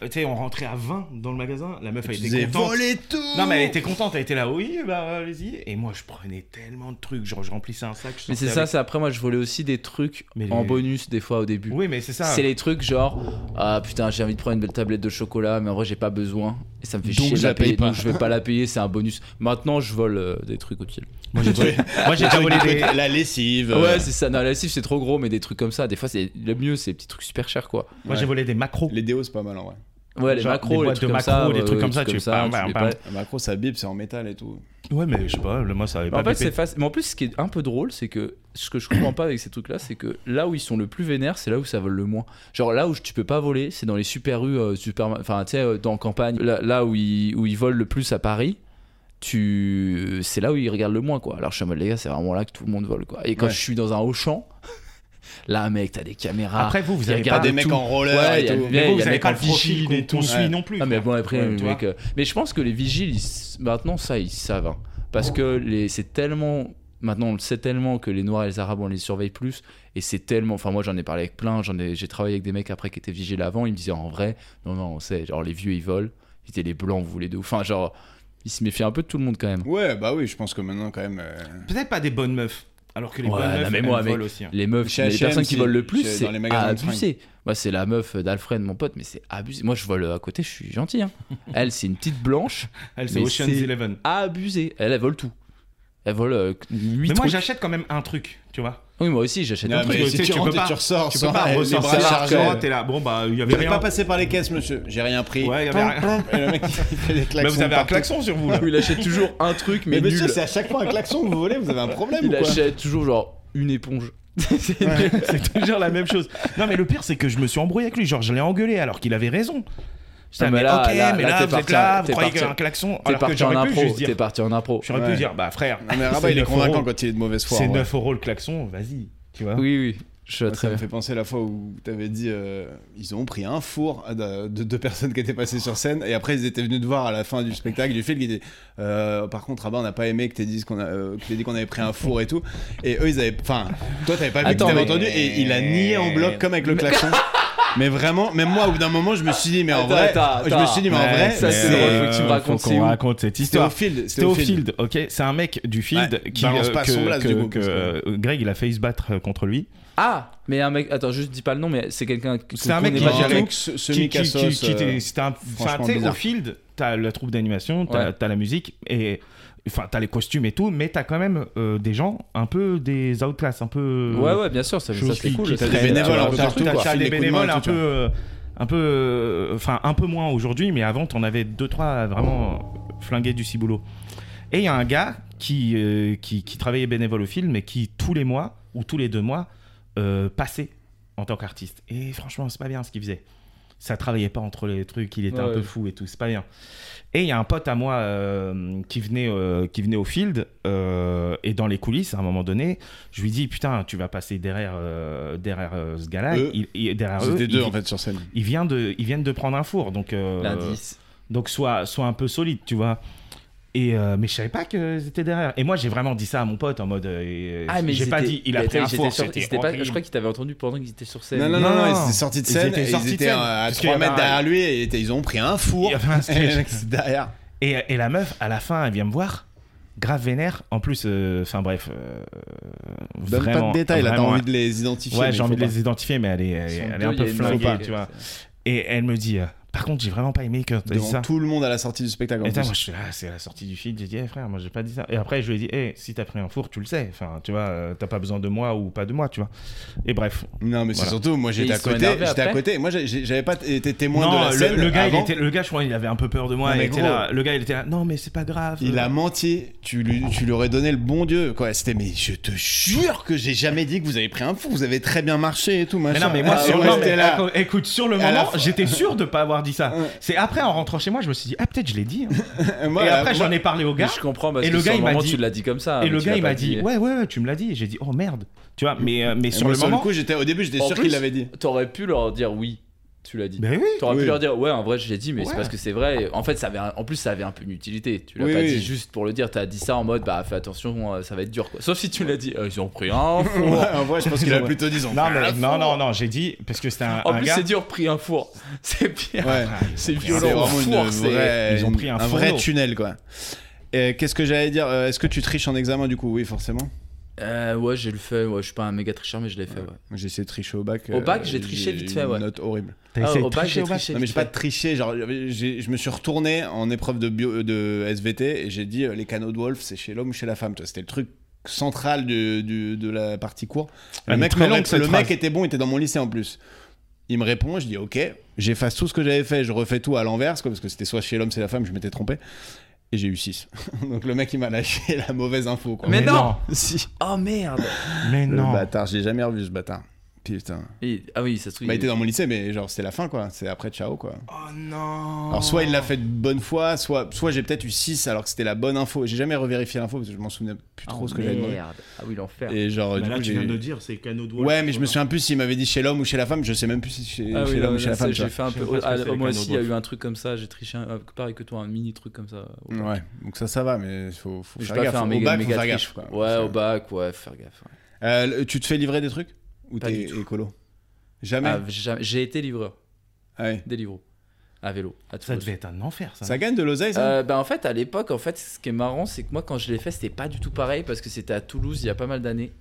B: Euh, Tu sais, on rentrait à 20 dans le magasin, la meuf elle
C: Tu
B: était
C: disais,
B: contente.
C: volez tout
B: Non mais elle était contente, elle était là, oui, bah allez-y. Et moi je prenais tellement de trucs, genre je remplissais un sac. je
A: Mais c'est
B: sortais
A: ça,
B: avec-
A: c'est après, moi, je volais aussi des trucs
B: Mais
A: en
B: les-
A: bonus des fois au début.
B: Oui mais c'est ça.
A: C'est les trucs genre ah putain j'ai envie de prendre une belle tablette de chocolat mais en vrai j'ai pas besoin et ça me fait
C: Donc
A: chier de
C: je la
A: la payer
C: paye pas.
A: donc je vais pas la payer c'est un bonus. Maintenant je vole euh, des trucs utiles.
B: Moi j'ai déjà- moi, j'ai déjà volé des...
C: La
B: Ah
C: lessive. euh,
A: Ouais c'est ça non la lessive c'est trop gros mais des trucs comme ça des fois c'est le mieux c'est des petits trucs super chers quoi.
B: Moi j'ai volé des macros.
C: Les déos, c'est pas mal en vrai.
A: Ouais les
B: Genre,
A: macros
B: des
A: les
B: boîtes
A: trucs
B: de
A: comme
B: macros,
A: ça
B: des
A: ouais,
B: trucs comme ça, tu fais pas,
A: tu
B: bah,
A: les
B: bah,
A: payes.
C: La macro, Ah, ça bip, c'est en métal et tout.
B: Ouais mais je sais pas, moi ça avait
A: Mais
B: pas
A: en fait
B: pipé.
A: c'est facile mais en plus ce qui est un peu drôle c'est que ce que je comprends pas avec ces trucs là c'est que là où ils sont le plus vénères c'est là où ça vole le moins. Genre là où tu peux pas voler c'est dans les super rues euh, super enfin tu sais euh, dans campagne là, là où ils où ils volent le plus à Paris. tu c'est là où ils regardent le moins quoi. Alors je suis en mode les gars, c'est vraiment là que tout le monde vole quoi. Et quand
C: Ouais.
A: je suis dans un haut champ, là mec, t'as des caméras.
B: Après, vous, vous
A: il
B: avez
A: regarde
B: pas
C: T'as des
A: de
C: mecs
A: tout.
C: en roller
A: Ouais,
C: et
A: y a
C: tout.
A: le
B: Mais
A: il y
B: vous,
A: a
B: vous avez
A: mec
B: pas
A: en
B: le
A: profil
B: profil
A: qu'on-
B: qu'on- qu'on
A: ouais.
B: suit non plus.
A: Ah mais
B: quoi.
A: bon après
B: Ouais,
A: le
B: tu
A: mec,
B: vois.
A: euh, mais je pense que les vigiles ils s- maintenant ça ils savent hein.
C: Oh.
A: parce que les c'est tellement maintenant on le sait tellement que les noirs et les arabes on les surveille plus et c'est tellement enfin moi j'en ai parlé avec plein j'en ai j'ai travaillé avec des mecs après qui étaient vigiles avant ils me disaient en vrai non non on sait genre les vieux ils volent ils étaient les blancs vous voulez de ouf. enfin genre ils se méfient un peu de tout le monde quand même
C: Ouais, bah oui, je pense que maintenant, quand même. euh,
B: Peut-être pas des bonnes meufs. Alors que les
A: Ouais,
B: bonnes
A: non,
B: meufs,
A: mais
B: elles
A: moi,
B: volent
A: mec,
B: aussi. hein.
A: les meufs
C: Chez
A: les
C: H&M,
A: personnes qui
C: c'est-
A: volent le plus
C: chez-
A: c'est
C: dans les magasins de
A: abusé moi c'est la meuf d'Alfred mon pote mais c'est abusé moi je vole à côté je suis gentil hein. elle c'est une petite blanche
B: Elles, c'est
A: mais
B: Ocean's
A: c'est-
B: Eleven.
A: abusé. Elle, elle vole tout. Elle vole 8
B: Mais moi,
A: trucs.
B: j'achète quand même un truc, tu vois.
A: oui, moi aussi, j'achète un
C: non,
A: truc.
B: truc,
C: mais
B: tu sais,
C: si tu
B: tu
C: rentres
B: peux
C: et
B: pas-
C: tu ressors,
B: Tu
C: sans
B: peux pas
C: les bras
B: ressortir
C: chargés.
B: l'argent, t'es là. Bon, bah, il y
C: Vous
B: avait
C: n'avez pas
B: rien.
C: passé par les caisses, monsieur. J'ai rien pris.
B: Ouais, il y avait rien.
C: Et le mec, il fait des
B: Bah,
C: klaxons.
B: vous avez un
C: partout.
B: klaxon sur vous, là.
A: il achète toujours un truc, mais,
C: Mais monsieur,
A: nul.
C: c'est à chaque fois un klaxon que vous volez, vous avez un problème
A: Il
C: ou quoi
A: achète toujours genre une éponge. C'est-
B: c'est toujours la même chose. Non, mais le pire, c'est que je me suis embrouillé avec lui. Genre, je l'ai engueulé alors qu'il avait raison. Je dis,
A: Non,
B: ah,
A: mais
B: mais
A: là-
B: ok,
A: là-
B: mais
A: là,
B: là,
A: t'es
B: vous êtes
A: parti-
B: là, vous
A: t'es
B: croyez
A: parti-
B: qu'il y a un klaxon.
A: T'es
B: Alors que
A: parti en
B: j'aurais pu
A: impro.
B: juste
A: T'es
B: dire.
A: parti en impro.
B: J'aurais
C: Ouais.
B: pu dire, bah, frère.
C: Non, mais
B: c'est
C: Rabat, il est
B: 9
C: convaincant
B: euros.
C: quand il est de mauvaise foi.
B: C'est
C: en vrai.
B: 9 euros le klaxon, vas-y. Tu vois
A: Oui, oui. Je vois
C: Moi, Bah, Ça
A: très
C: me
A: bien.
C: fait penser à la fois où t'avais dit euh, ils ont pris un four euh, de, de deux personnes qui étaient passées sur scène et après ils étaient venus te voir à la fin du spectacle du film qui disaient euh, par contre Rabat on n'a pas aimé que t'aies dit qu'on a euh, que t'aies dit qu'on avait pris un four et tout et eux ils avaient enfin toi t'avais pas vu
A: Attends,
C: que t'avais
A: mais-
C: entendu et il a nié en bloc comme avec le klaxon mais vraiment même moi au bout d'un moment je me suis dit mais en
A: Attends,
C: vrai
A: attends,
C: je me suis dit mais en
A: attends.
C: vrai
A: Ça, c'est
B: mais,
A: drôle,
C: c'est
A: faut que tu me
B: euh,
A: racontes,
B: faut
A: c'est
B: qu'on
A: où
B: raconte cette
C: c'était au
B: histoire.
C: field c'était
B: C'était au field, ok C'est un mec du field
C: Ouais,
B: qui.
C: balance
B: euh,
C: pas
B: que-
C: son blase,
B: que-
C: du coup,
B: que,
C: parce que-
B: euh, Greg, il a failli se battre euh, contre lui.
A: Ah Mais un mec. Attends, juste dis pas le nom, mais c'est quelqu'un. que-
B: C'est un
A: qu'on
B: mec
A: est
B: qui
A: pas
B: gère
A: du
B: les-
A: tout.
B: qui,
C: semi euh,
B: qui, qui, qui était- c'était un, enfin, tu sais, au
C: bizarre.
B: field, t'as la troupe d'animation, t'as
A: Ouais.
B: t'as la musique, et enfin, t'as les costumes et tout, mais t'as quand même euh, des gens un peu des outcasts, un peu.
A: Ouais, ouais, bien sûr, ça,
B: choses
A: ça c'est
B: qui-
A: cool.
B: qui
A: ça,
B: traînent,
A: c'est-
C: bénévoles
B: tu
C: un
B: vois,
C: peu
B: t'as-
C: partout,
B: t'as-
C: quoi.
B: T'as
C: File
B: des
C: des coups de
B: bénévoles
C: main,
B: un
C: tout,
B: peu. euh, Un peu, euh, enfin un peu moins aujourd'hui, mais avant t'en avais deux trois vraiment flingués du ciboulot. Et il y a un gars qui, euh, qui qui travaillait bénévole au film, mais qui tous les mois ou tous les deux mois euh, passait en tant qu'artiste. Et franchement, c'est pas bien ce qu'il faisait. Ça travaillait pas entre les trucs, il était un
A: Ouais.
B: peu fou et tout, c'est pas bien. Et il y a un pote à moi euh, qui, venait, euh, qui venait au field, euh, et dans les coulisses, à un moment donné, je lui dis Putain, tu vas passer derrière, euh, derrière euh, ce gars-là.
C: Eux.
B: Il, il- derrière
C: ils
B: eux,
C: étaient
B: Ah, euh, il-
C: deux en fait sur scène
B: ils viennent de, ils viennent de prendre un four, donc, euh,
A: L'indice.
B: donc soit, soit un peu solide, tu vois. Et euh, mais je savais pas qu'ils étaient derrière. Et moi, j'ai vraiment dit ça à mon pote en mode euh,
A: Ah, mais
B: J'ai
A: ils
B: pas
A: étaient-
B: dit, il a
A: mais
B: pris
A: attends, ils
B: un
A: étaient
B: four.
A: sur- ils
B: c'était
A: étaient pas-
B: horrible.
A: Je crois qu'ils t'avaient entendu pendant qu'ils étaient sur scène.
C: Non, non,
B: Non,
C: non,
B: non.
C: non, ils étaient sortis de
B: Ils
C: scène,
B: étaient
C: et ils étaient,
B: sortis de scène,
C: à
B: parce
C: 3
B: qu'il y
C: mètres
B: avait un-
C: derrière lui et étaient- ils ont pris un four.
B: Il y avait un
C: Et le
B: sketch.
C: mec, c'est derrière.
B: Et, et la meuf, à la fin, elle vient me voir, grave vénère. En plus, euh, enfin bref. euh,
C: Donne pas
B: vraiment-
C: de détails là, t'as
B: vraiment-
C: envie de les identifier.
B: Ouais,
C: mais
B: j'ai
C: faut
B: envie de
C: pas.
B: les identifier, mais elle est, elle est-
A: Ils sont
B: elle est
A: deux,
B: un peu
A: il y a une
B: flinguée,
A: marque,
B: tu vois. Et elle me dit euh, Par contre, j'ai vraiment pas aimé que tu dit
C: Devant
B: ça.
C: tout le monde à la sortie du spectacle. en
B: Et putain,
C: plus.
B: moi, je suis là, c'est à la sortie du film, j'ai dit, Eh, frère, moi j'ai pas dit ça. Et après, je lui ai dit, Eh, si t'as pris un four, tu le sais. Enfin, tu vois, euh, t'as pas besoin de moi ou pas de moi, tu vois. Et bref.
C: Non,
B: Voilà.
C: mais c'est surtout, moi j'étais
A: ils
C: à
A: sont
C: côté.
A: énervés
C: J'étais à
A: après
C: côté. Moi j'ai- j'ai- j'avais pas t- été témoin de
B: Non,
C: la
B: le,
C: scène.
B: le gars, il
C: avant.
B: était, le gars, je crois, il avait un peu peur de moi.
C: Non,
B: il
C: mais
B: était
C: gros.
B: là, le gars, il était là, non, mais c'est pas grave.
C: Il a
B: Euh,
C: menti, tu lui, tu lui aurais donné le bon Dieu. Quoi, c'était, mais je te jure que j'ai jamais dit que vous avez pris un four, vous avez très bien marché et tout,
B: Mais
C: machin.
B: non, mais moi,
C: Ah,
B: sur
C: ouais,
B: le moment,
C: j'étais
B: mais
C: là.
B: éco- écoute, sur le
C: Et à la
B: moment,
C: fin-
B: j'étais sûr de pas avoir dit ça.
C: Ouais.
B: C'est après, en rentrant chez moi, je me suis dit, ah, peut-être je l'ai dit. hein.
C: Moi,
B: et
C: là,
B: après,
C: moi-
B: j'en ai parlé au
A: Mais
B: gars.
A: je comprends parce
B: Et
A: que
B: le
A: sur
B: gars, il m'a
A: moment,
B: dit-
A: tu l'as dit comme ça. hein,
B: Et
A: mais
B: le
A: tu
B: gars,
A: l'as
B: il
A: pas
B: m'a dit, ouais, ouais, ouais, tu me l'as dit. J'ai dit, oh merde. Tu vois, mais, euh, mais sur
C: moi,
B: le moment.
C: coup, j'étais, au début, j'étais
A: En
C: sûr
A: plus-
C: qu'il l'avait dit.
A: T'aurais pu leur dire oui, tu l'as dit.
B: Ben oui.
A: T'aurais
C: Oui.
A: pu leur dire, ouais, en vrai, je l'ai dit, mais
B: Ouais.
A: c'est parce que c'est vrai. En fait, ça avait un- en plus, ça avait un peu une utilité. Tu l'as
C: Oui,
A: pas
C: oui.
A: dit juste pour le dire, t'as dit ça en mode, bah fais attention, euh, ça va être dur quoi. Sauf si tu l'as dit, euh, ils ont pris un
C: Ouais,
A: four.
C: en vrai, je pense qu'il a plutôt dit
B: Non, mais- non, non, non, j'ai dit, parce que c'était un,
A: en
B: un
A: plus,
B: gars.
A: c'est dur, pris un four. C'est pire.
C: Ouais.
B: Ah,
A: C'est
C: C'est
A: violent.
C: vraiment
A: Un
C: une
A: four, c'est-
C: vraie-
B: Ils ont pris un fourneau.
C: vrai tunnel, quoi. Et Qu'est-ce que j'allais dire Euh, Est-ce que tu triches en examen du coup Oui, forcément.
A: Euh, ouais, j'ai le fait. Ouais, je suis pas un méga tricheur, mais je l'ai fait. Ouais.
C: Moi, J'ai essayé de tricher au bac. euh,
A: Au bac, j'ai triché vite fait,
C: une
A: ouais.
C: Note horrible.
B: T'as
A: Ah,
B: essayé
A: au
B: de
A: bac,
B: tricher
A: j'ai
B: au bac
A: triché.
C: Non mais j'ai pas triché, genre j'avais- j'ai- je me suis retourné en épreuve de bio, de SVT et j'ai dit euh, les canaux de Wolf, c'est chez l'homme ou chez la femme. tu vois. C'était le truc central du, du- de la partie cours.
B: Elle
C: Le
B: est
C: mec,
B: Ah, très
C: me
B: longue,
C: rép-
B: cette
C: le
B: phrase.
C: mec était bon, il était dans mon lycée en plus. Il me répond, je dis ok, j'efface tout ce que j'avais fait, je refais tout à l'envers, quoi, parce que c'était soit chez l'homme, c'est la femme, je m'étais trompé. Et j'ai eu 6. Donc le mec il m'a lâché la mauvaise info. Quoi.
A: Mais non
C: Si.
A: Oh merde
B: Oh, Mais
C: Le
B: non
C: bâtard, j'ai jamais revu ce bâtard. Putain.
A: Et- ah oui, ça se trouve.
C: Bah, il
A: il-
C: était dans mon lycée, mais genre, c'était la fin, quoi. C'est après, ciao, quoi.
B: Oh non
C: Alors, soit il
A: Oh.
C: l'a fait de bonne foi, soit, soit j'ai peut-être eu 6 alors que c'était la bonne info. J'ai jamais revérifié l'info parce que je m'en souvenais plus
A: Ah,
C: trop ce que j'avais demandé.
A: merde. Ah oui, l'enfer.
C: Et genre,
I: Bah
C: du
I: là,
C: coup,
I: tu
C: j'ai.
I: viens de dire, c'est canot de
C: Ouais, mais je me souviens plus s'il m'avait dit chez l'homme ou chez la femme. Je sais même plus si chez,
A: Ah oui,
C: chez
A: non,
C: l'homme ou
A: non,
C: chez la
A: ça,
C: femme. tu
A: j'ai
C: vois.
A: fait un
I: Je
A: peu.
I: sais pas ce que
A: ah,
I: c'est, les
A: moi
I: canaux
A: aussi, il y a
I: bois.
A: eu un truc comme ça. J'ai triché un- euh, pareil que toi, un mini truc comme ça. au bac.
C: Ouais, donc ça, ça va, mais faut, faut
A: J'ai
C: faire
A: pas
C: gaffe.
A: fait un
C: Au
A: méga,
C: bac, faut
A: méga
C: faire gaffe.
A: triche.
C: quoi.
A: Ouais, au bac, ouais, faut faire gaffe. ouais.
C: Euh, le- tu te fais livrer des trucs Ou
A: Pas
C: t'es
A: du tout.
C: écolo Jamais.
A: Ah, jamais- J'ai été livreur,
C: Ah ouais.
A: des livreaux, à vélo. À
B: Ça
A: Toulouse.
B: devait être un enfer, ça.
C: Ça gagne de l'oseille, ça
A: Euh, bah en fait à l'époque en fait ce qui est marrant c'est que moi quand je l'ai fait c'était pas du tout pareil parce que c'était à Toulouse il y a pas mal d'années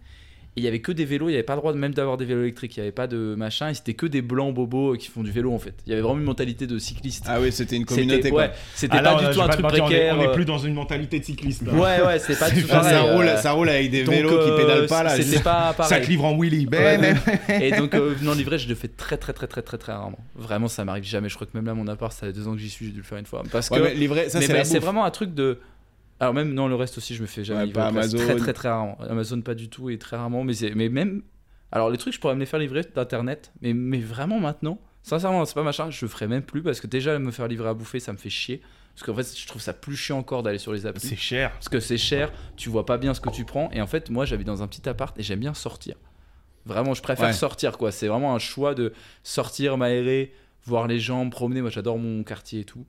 A: et il y avait que des vélos il y avait pas le droit de- même d'avoir des vélos électriques il y avait pas de machin et c'était que des blancs bobos euh, qui font du vélo en fait il y avait vraiment une mentalité de cycliste
C: Ah oui, c'était une
A: C'était-
C: communauté, quoi. Ah,
A: ouais, c'était
B: Alors,
A: pas
B: je
A: du
B: vais
A: tout un
B: pas te
A: truc
B: mentir, on est-
A: précaire
B: On est
A: euh,
B: plus dans une mentalité de cycliste. là.
A: ouais ouais c'était pas du tout
C: Ah,
A: pareil
C: ça, roule,
A: euh,
C: ça roule avec des
A: donc,
C: vélos qui
A: euh,
C: pédalent pas, là.
A: c'était
C: juste-
A: pas
B: Ça
A: pareil
B: livre en wheelie.
A: Ouais,
B: Ben,
A: ouais.
B: ben.
A: et donc euh, venant livrer je le fais très très très très très très rarement vraiment ça m'arrive jamais je crois que même là mon appart ça fait deux ans que j'y suis j'ai dû le faire une fois parce
C: Ouais,
A: que
C: mais livrer, ça,
A: mais
C: c'est
A: bah,
C: la
A: c'est
C: bouffe.
A: vraiment un truc de. Alors même dans le reste aussi, je me fais jamais
C: Ouais,
A: livrer.
C: pas
A: presque.
C: Amazon.
A: Très très très rarement. Amazon pas du tout et très rarement. Mais c'est- mais même. Alors les trucs, je pourrais me les faire livrer d'internet. Mais mais vraiment maintenant, sincèrement, c'est pas machin. Je le ferais même plus parce que déjà me faire livrer à bouffer, ça me fait chier. Parce qu'en fait, je trouve ça plus chiant encore d'aller sur les applis.
B: C'est cher.
A: Parce que c'est cher, tu vois pas bien ce que tu prends. Et en fait, moi, j'habite dans un petit appart et j'aime bien sortir. Vraiment, je préfère
C: Ouais.
A: sortir, quoi. C'est vraiment un choix de sortir, m'aérer, voir les gens, me promener. Moi, j'adore mon quartier et tout.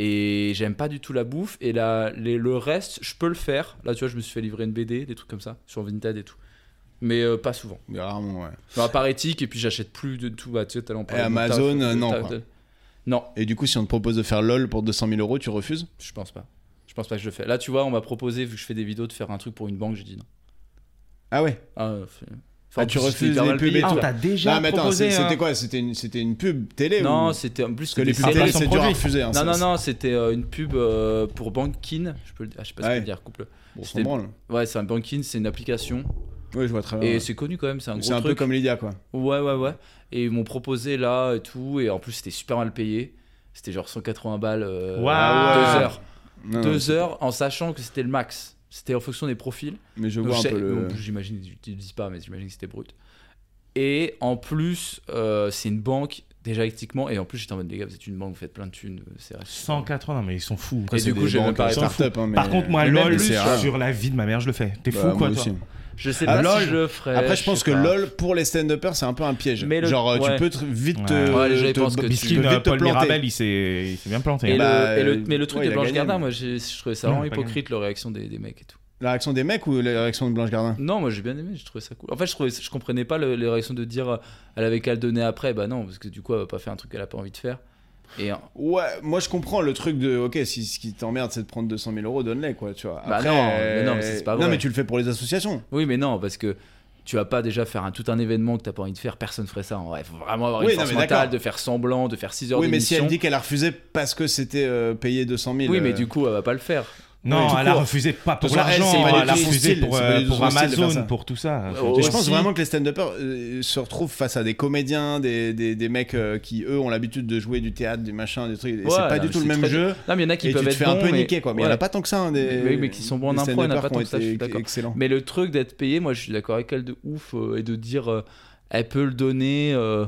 A: Et j'aime pas du tout la bouffe. Et la, les- le reste, je peux le faire. Là, tu vois, je me suis fait livrer une BD, des trucs comme ça, sur Vinted et tout. Mais euh, pas souvent.
C: Mais Rarement, ouais.
A: Enfin, à part éthique, et puis j'achète plus de tout. Bah, tu sais, t'as l'en parler
C: Et
A: de mon
C: Amazon,
A: taf,
C: euh,
A: de
C: non,
A: taf,
C: quoi.
A: de- Non,
C: Et du coup, si on te propose de faire LOL pour 200 000 euros, tu refuses
A: je pense pas. Je pense pas que je le fais. Là, tu vois, on m'a proposé, vu que je fais des vidéos, de faire un truc pour une banque. J'ai dit non.
C: Ah ouais
A: Ah, euh, f- enfin,
C: tu
A: en plus,
C: refuses
A: c'était hyper
C: les
A: mal
C: pubs et
A: payé,
C: tout.
A: tu
B: Non,
A: vois.
B: t'as déjà
C: Non, mais attends,
B: proposé
C: c'est-
B: un-
C: c'était quoi C'était une, c'était une pub télé
A: hein. Non,
C: ou-
A: c'était en plus
C: Parce
A: c'était
C: que les
A: des Ah,
C: pubs télé,
A: séries.
B: sans
C: c'est dur à
B: produit.
C: refuser. hein,
A: Non,
C: ça-
A: non,
C: ça-
A: non, c'était euh, une pub euh, pour Bankin. Je peux le dire, ah, je sais pas ce
C: Ouais.
A: qu'on dire, couple.
C: Bon, on s'en
A: c'était-
C: branle.
A: Ouais, c'est un Bankin, c'est une application.
C: Oui, je vois très
A: et
C: bien.
A: c'est connu quand même, c'est un
C: C'est
A: gros
C: un peu
A: truc.
C: comme Lydia, quoi.
A: Ouais, ouais, ouais. Et ils m'ont proposé là et tout. Et en plus, c'était super mal payé. C'était genre 180 balles. euh,
B: Waouh.
A: Deux heures.
C: Non, non,
A: Deux heures en sachant que c'était le max. C'était en fonction des profils.
C: Mais je
A: Donc,
C: vois un
A: je sais-
C: peu
A: bon,
C: le.
A: J'imagine, tu le dis pas, mais j'imagine que c'était brut. Et en plus, euh, c'est une banque, déjà éthiquement, et en plus, j'étais en mode, les gars, vous êtes une banque, vous faites plein de thunes, c'est vrai.
B: 180, mais ils sont fous.
A: Et du coup, j'ai même pas-
C: start
B: Par contre, moi, LOL,
C: hein, mais c'est Bah, rare.
B: sur la vie de ma mère, je le fais. T'es fou, quoi, toi
A: Je sais
C: Ah,
A: pas
C: lol.
A: si je le ferais.
C: Après, je pense
A: sais
C: que
A: pas.
C: LOL, pour les stand-uppers, c'est un peu un piège.
A: Mais le-
C: Genre, euh, tu
A: ouais.
C: peux te- vite te.
B: Ouais.
A: Ouais, les gens, ils
C: te-
A: pensent que tu-
B: Miskin,
C: peux vite
B: euh,
C: te
B: Paul
C: planter.
B: Mirabel, il s'est il s'est bien planté.
A: Et
B: hein.
C: Bah,
A: le, et le-
C: euh,
A: mais le truc
C: ouais, il
A: de
C: a
A: Blanche
C: gagné,
A: Gardin,
C: mais-
A: moi, j'ai- je trouvais ça
B: Non,
A: vraiment
B: il a pas
A: hypocrite, la réaction des, des mecs et tout.
C: La réaction des mecs ou la réaction de Blanche Gardin
A: Non, moi, j'ai bien aimé, je trouvais ça cool. En fait, je, trouvais, je comprenais pas le- les réactions de dire, euh, elle avait qu'à le donner après, bah non, parce que du coup, elle va pas faire un truc qu'elle a pas envie de faire. Et hein,
C: Ouais, moi je comprends le truc de ok, si ce qui t'emmerde c'est de prendre 200 000 euros, donne-les quoi, tu vois.
A: Bah
C: Après,
A: non, mais non, mais c'est pas
C: Non,
A: vrai.
C: mais tu le fais pour les associations.
A: Oui, mais non, parce que tu vas pas déjà faire un, tout un événement que t'as pas envie de faire. Personne ferait ça. Il faut vraiment avoir
C: Oui,
A: une
C: non,
A: force
C: mais
A: mentale
C: d'accord.
A: de faire semblant, de faire 6 heures
C: Oui, mais si
A: d'émission.
C: elle dit qu'elle a refusé parce que c'était euh, payé 200 000.
A: oui,
C: euh,
A: mais du coup, elle va pas le faire.
B: Non,
C: tout
B: elle a
C: court.
B: refusé pas pour
C: Tout ça, elle,
B: l'argent,
C: c'est pas du
B: elle a
C: tout son
B: refusé
C: style,
B: pour,
C: c'est pas
B: euh,
C: du tout
B: pour
C: son style de faire ça.
B: Amazon, pour tout ça.
A: Ouais,
B: Surtout.
C: Et je pense
A: aussi-
C: vraiment que les stand-uppers euh, se retrouvent face à des comédiens, des, des, des mecs euh, qui eux ont l'habitude de jouer du théâtre, du machin, des trucs. Et
A: Ouais,
C: c'est
A: non,
C: pas du
A: mais
C: tout le
A: c'est
C: même
A: très-
C: jeu.
A: Non, mais il y en a qui
C: et tu
A: peuvent
C: te
A: être
C: fais un
A: bons,
C: peu
A: mais-
C: niquer quoi. Mais il y en
A: Ouais.
C: a pas tant que ça. hein, des...
A: Mais oui, mais qui sont bons en
C: des
A: impro, il y en a
C: stand-uppers
A: pas
C: qui ont
A: tant que ça, je
C: été
A: suis d'accord.
C: Excellent.
A: Mais le truc d'être payé, moi je suis d'accord avec elle de ouf euh, et de dire euh, elle peut le donner. euh,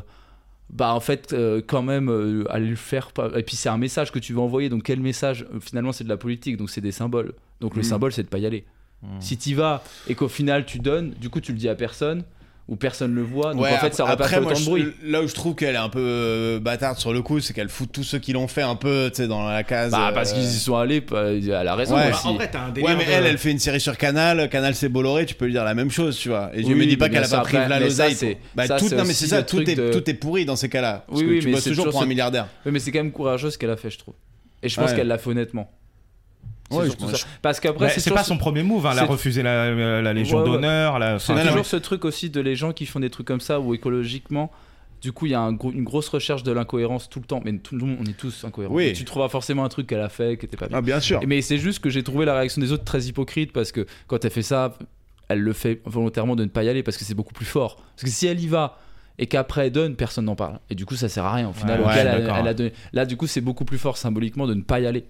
A: bah en fait euh, quand même euh, aller le faire pas- et puis c'est un message que tu veux envoyer donc quel message Euh, finalement c'est de la politique donc c'est des symboles donc le
C: Mhm.
A: symbole c'est de pas y aller
C: Mm.
A: si t'y vas et qu'au final tu donnes du coup tu le dis à personne ou personne le voit donc
C: Ouais,
A: en fait ça
C: après-
A: aurait pas
C: après,
A: fait
C: moi,
A: autant de
C: je-
A: bruit
C: Là où je trouve qu'elle est un peu euh, bâtarde sur le coup, c'est qu'elle fout tous ceux qui l'ont fait un peu, tu sais, dans la case.
A: bah parce
C: euh,
A: qu'ils y sont allés bah, elle a raison
C: Ouais.
A: aussi.
I: En vrai, t'as un délire.
C: Ouais, mais
I: de-
C: elle, elle fait une série sur Canal, Canal c'est Bolloré, tu peux lui dire la même chose, tu vois. Et je
A: Oui,
C: me dis pas
A: mais
C: qu'elle a
A: bien sûr,
C: pas pris
A: après,
C: la
A: mais ça,
C: l'oseille.
A: c'est-
C: Bah,
A: ça,
C: tout,
A: c'est
C: non, mais c'est
A: aussi
C: ça,
A: le
C: tout
A: truc
C: est,
A: de-
C: tout est pourri dans ces cas-là. Parce
A: Oui,
C: que
A: oui,
C: tu
A: mais
C: bosses
A: c'est
C: toujours
A: toujours
C: pour un
A: ce-
C: milliardaire.
A: Oui, mais c'est quand même courageux ce qu'elle a fait, je trouve. Et je pense
C: Ouais.
A: qu'elle l'a fait honnêtement. C'est
C: Ouais,
A: surtout
C: je pense.
A: ça. Parce qu'après,
B: Ouais,
A: c'est
B: C'est
A: toujours
B: pas
A: ce-
B: son premier move, hein, elle a
A: c'est-
B: refusé la, euh, la Légion
A: Ouais, ouais.
B: d'honneur. la-
A: C'est
B: enfin,
A: toujours
C: mais-
A: ce truc aussi de les gens qui font des trucs comme ça ou écologiquement. Du coup, il y a un gros- une grosse recherche de l'incohérence tout le temps. Mais tout le monde, on est tous incohérents.
C: Oui.
A: Et tu trouveras forcément un truc qu'elle a fait qui était pas bien.
C: Ah, bien sûr.
A: Et- Mais c'est juste que j'ai trouvé la réaction des autres très hypocrite parce que quand elle fait ça, elle le fait volontairement de ne pas y aller parce que c'est beaucoup plus fort. Parce que si elle y va et qu'après elle donne, personne n'en parle. Et du coup, ça sert à rien. Au final,
B: Ouais,
A: ok,
B: ouais,
A: elle, a-
B: d'accord.
A: elle a donné. Là, du coup, c'est beaucoup plus fort symboliquement de ne pas y aller.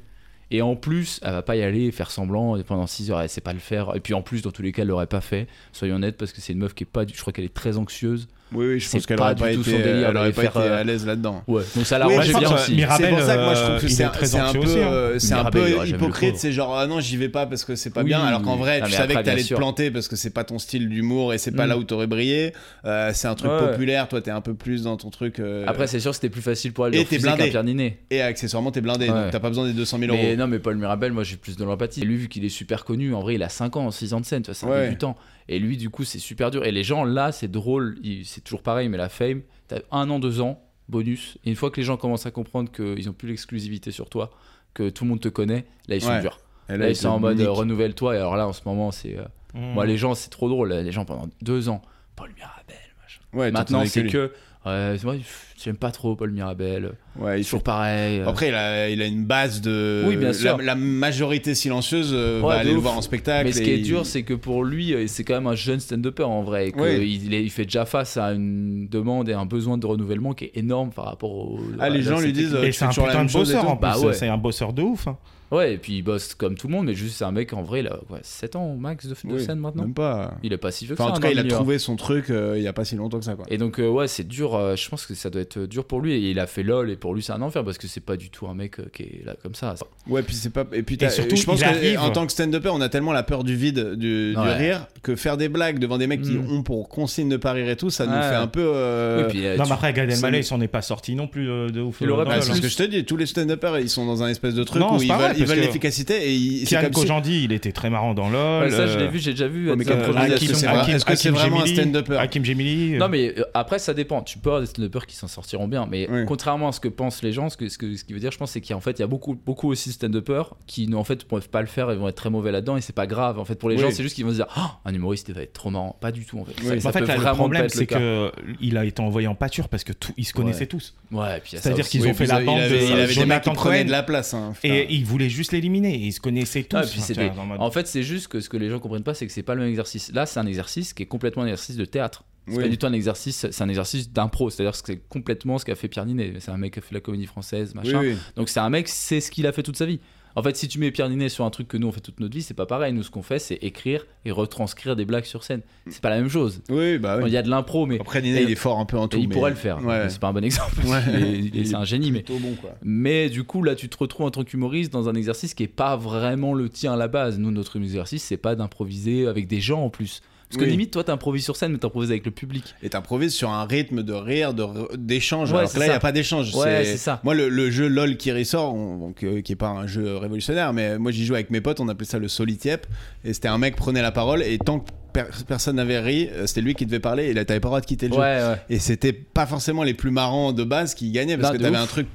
A: Et en plus, elle va pas y aller, faire semblant et pendant 6 heures, elle sait pas le faire. Et puis en plus, dans tous les cas, elle l'aurait pas fait. Soyons honnêtes, parce que c'est une meuf qui est pas du. Je crois qu'elle est très anxieuse.
C: Oui, oui, je
A: C'est
C: pense qu'elle
A: pas
C: aurait
A: du
C: pas
A: tout
C: été
A: son délire
C: elle
A: de
C: aurait
A: les
C: pas
A: faire,
C: été
A: euh,
C: à l'aise là-dedans.
A: Ouais, donc ça
C: Oui,
A: l'arrangeait
C: je pense
A: bien
C: que
A: aussi.
B: Mirabel,
C: c'est pour ça que moi je
B: euh,
C: trouve que
B: il
C: c'est
B: est
C: un,
B: très
C: c'est un
B: anxieux
C: peu,
B: aussi, hein.
C: euh, c'est un
A: Mirabel, il
C: peu
A: aurait jamais le
C: hypocrite.
A: coup.
C: C'est genre, ah non, j'y vais pas parce que c'est pas
A: Oui,
C: bien. Alors qu'en vrai,
A: non,
C: tu
A: mais
C: savais
A: après,
C: que t'allais
A: bien
C: te
A: sûr.
C: planter parce que c'est pas ton style d'humour et c'est pas
A: Mm.
C: là où t'aurais brillé. Euh, c'est un truc
A: Ouais, ouais.
C: populaire. Toi, t'es un peu plus dans ton truc. euh,
A: Après, c'est sûr, c'était plus facile pour elle de
C: Et t'es
A: refuser qu'à
C: blindé.
A: Pierre Ninet.
C: et accessoirement, t'es blindé.
A: Ouais.
C: Donc t'as pas besoin des 200 000 euros.
A: Mais non, mais Paul Mirabel, moi j'ai plus de l'empathie. Et Lui, vu qu'il est super connu, en vrai, il a 5 ans, 6 ans de scène, tu vois, c'est
C: Ouais.
A: un débutant. Et lui, du coup, c'est super dur. Et les gens, là, c'est drôle, il- c'est toujours pareil, mais la fame, t'as un an, deux ans, bonus. Et une fois que les gens commencent à comprendre qu'ils ont plus l'exclusivité sur toi, que tout le monde te connaît, là, ils sont
C: Ouais.
A: durs.
C: Et
A: Là, ils
C: te
A: sont en mode
C: niquent.
A: euh, renouvelle-toi. Et alors là, en ce moment, c'est. euh,
B: Mmh.
A: Moi, les gens, c'est trop drôle. Les gens, pendant 2 ans, Paul Mirabel. machin.
C: Ouais,
A: Maintenant,
C: t'entendais
A: c'est
C: lui.
A: que. ouais, c'est vrai, pff, j'aime pas trop Paul Mirabel.
C: Ouais, il
A: Toujours pareil. euh,
C: Après, il a, il a une base de.
A: Oui, bien
C: la-
A: sûr.
C: La, majorité silencieuse euh,
A: Ouais,
C: va
A: de
C: aller le
A: ouf.
C: voir en spectacle.
A: Mais ce
C: et
A: qui est
C: il-
A: dur, c'est que pour lui, euh, c'est quand même un jeune stand-upper en vrai. et que
C: Ouais.
A: il, est- il fait déjà face à une demande et un besoin de renouvellement qui est énorme par rapport au.
C: Ah,
A: à
C: les gens
A: cette
C: lui disent.
A: équipe.
C: euh,
B: Et
C: tu
B: c'est
C: fais
B: un
C: toujours la
B: putain
C: même
B: de
C: chose et
B: bosseur en
C: tout.
B: plus,
A: Bah ouais.
B: c'est un bosseur de ouf. hein.
A: Ouais, et puis il bosse comme tout le monde, mais juste c'est un mec en vrai, il a quoi, 7 ans au max de, de
C: Oui,
A: scène maintenant.
C: Même pas.
A: Il est pas si vieux que
C: Enfin,
A: ça,
C: en tout
A: hein,
C: cas, il
A: dans le
C: a
A: milieu, hein.
C: trouvé son truc euh, il y a pas si longtemps que ça, quoi.
A: Et donc, euh, ouais, c'est dur. euh, je pense que ça doit être dur pour lui. Et il a fait LOL, et pour lui, c'est un enfer parce que c'est pas du tout un mec euh, qui est là comme ça.
C: Ouais, puis c'est pas. Et puis, t'as-
B: Et surtout,
C: je pense
B: il
C: que
B: arrive-
C: en tant que stand-upper, on a tellement la peur du vide, du, du
A: Ouais.
C: rire, que faire des blagues devant des mecs qui
A: Mm.
C: ont pour consigne de pas rire et tout, ça nous
A: Ouais.
C: fait un peu. euh,
A: et puis, euh,
B: non,
A: tu-
B: mais après, Gad
C: c'est-
B: Elmaleh, il s'en est pas sorti non plus euh, de ouf.
A: Il aurait
B: dans
A: pas
C: ouais,
B: le-
C: bah, c'est ce que je te dis. Tous les stand-uppers, ils sont dans un espèce de truc
B: Non,
C: où
B: c'est
C: ils
B: pas
C: veulent
B: vrai,
C: ils
B: parce
C: veulent
B: que
C: l'efficacité et ils- c'est
B: Kian
C: comme si-
B: Kojandi, il était très marrant dans LOL.
A: ouais, ça, je
B: euh,
A: l'ai vu, j'ai déjà vu.
C: Ouais,
A: euh,
C: mais
A: des
C: quelle
A: improvisations.
C: improvisation, c'est vrai. Est-ce que c'est vraiment un stand-upper
B: Hakim Gemili.
A: Non, mais euh, après, ça dépend. Tu peux avoir des stand-uppers qui s'en sortiront bien, mais
C: Oui.
A: contrairement à ce que pensent les gens, ce, que, ce, que- ce qui veut dire, je pense, c'est qu'en fait, il y a beaucoup, beaucoup aussi de stand-uppers qui, ne- en fait, peuvent pas le faire et vont être très mauvais là-dedans, et c'est pas grave. En fait, pour les
C: Oui.
A: gens, c'est juste qu'ils vont se dire, Ah, un humoriste, il va être trop marrant. Pas du tout, en fait. Ça,
B: En
A: ça
B: fait,
A: peut
B: là, le
A: vraiment pas
B: problème,
A: être
B: c'est
A: cas.
B: que il a été envoyé en pâture parce que tout, ils se connaissaient
A: Ouais.
B: tous.
A: Ouais, et puis il y a ça
B: C'est-à-dire
A: aussi.
B: qu'ils ont
C: Oui,
B: fait
C: puis
B: la
C: il
B: bande
C: avait-
B: de
C: Il avait des mecs qui
B: Jonathan
C: prenaient
B: Cohen
C: de la place. hein, putain.
B: et ils voulaient juste l'éliminer. et Ils se connaissaient tous.
A: Ah, et puis c'est
B: Tu vois,
A: des-
B: dans le mode-
A: En fait, c'est juste que ce que les gens comprennent pas, c'est que c'est pas le même exercice. Là, c'est un exercice qui est complètement un exercice de théâtre. C'est
C: Oui.
A: pas du tout un exercice, c'est un exercice d'impro. C'est-à-dire que c'est complètement ce qu'a fait Pierre Ninet. C'est un mec qui a fait la comédie française,
C: Oui,
A: machin.
C: oui.
A: Donc c'est un mec, c'est ce qu'il a fait toute sa vie. En fait, si tu mets Pierre Ninet sur un truc que nous on fait toute notre vie, c'est pas pareil. Nous, ce qu'on fait, c'est écrire et retranscrire des blagues sur scène. C'est pas la même chose.
C: Oui, bah
A: Il
C: Mm. oui.
A: y a de l'impro, mais
C: Après, Nina,
A: Et-
C: il est fort un peu en tout.
A: il
C: mais-
A: pourrait le faire.
C: Ouais.
A: C'est pas un bon exemple.
C: Ouais.
A: Il est- il est- c'est un génie, mais.
C: Plutôt bon, quoi.
A: Mais du coup, là, tu te retrouves en tant qu'humoriste dans un exercice qui est pas vraiment le tien à la base. Nous, notre exercice, c'est pas d'improviser avec des gens en plus. Parce que
C: Oui.
A: limite, toi, t'improvises sur scène, mais t'improvises avec le public.
C: Et t'improvises sur un rythme de rire, de re- d'échange.
A: Ouais,
C: alors que
A: c'est
C: là, il n'y a
A: ça.
C: pas d'échange.
A: Ouais, c'est ça.
C: Moi, le, le jeu LOL qui ressort, on- donc, euh, qui est pas un jeu révolutionnaire, mais moi, j'y jouais avec mes potes, on appelait ça le solitiep. Et c'était un mec prenait la parole, et tant que per- personne n'avait ri, euh, c'était lui qui devait parler, et là, t'avais pas le droit de quitter le
A: Ouais,
C: jeu.
A: ouais.
C: Et c'était pas forcément les plus marrants de base qui gagnaient, parce
A: Non,
C: que
A: Bah, de
C: t'avais
A: ouf.
C: un truc,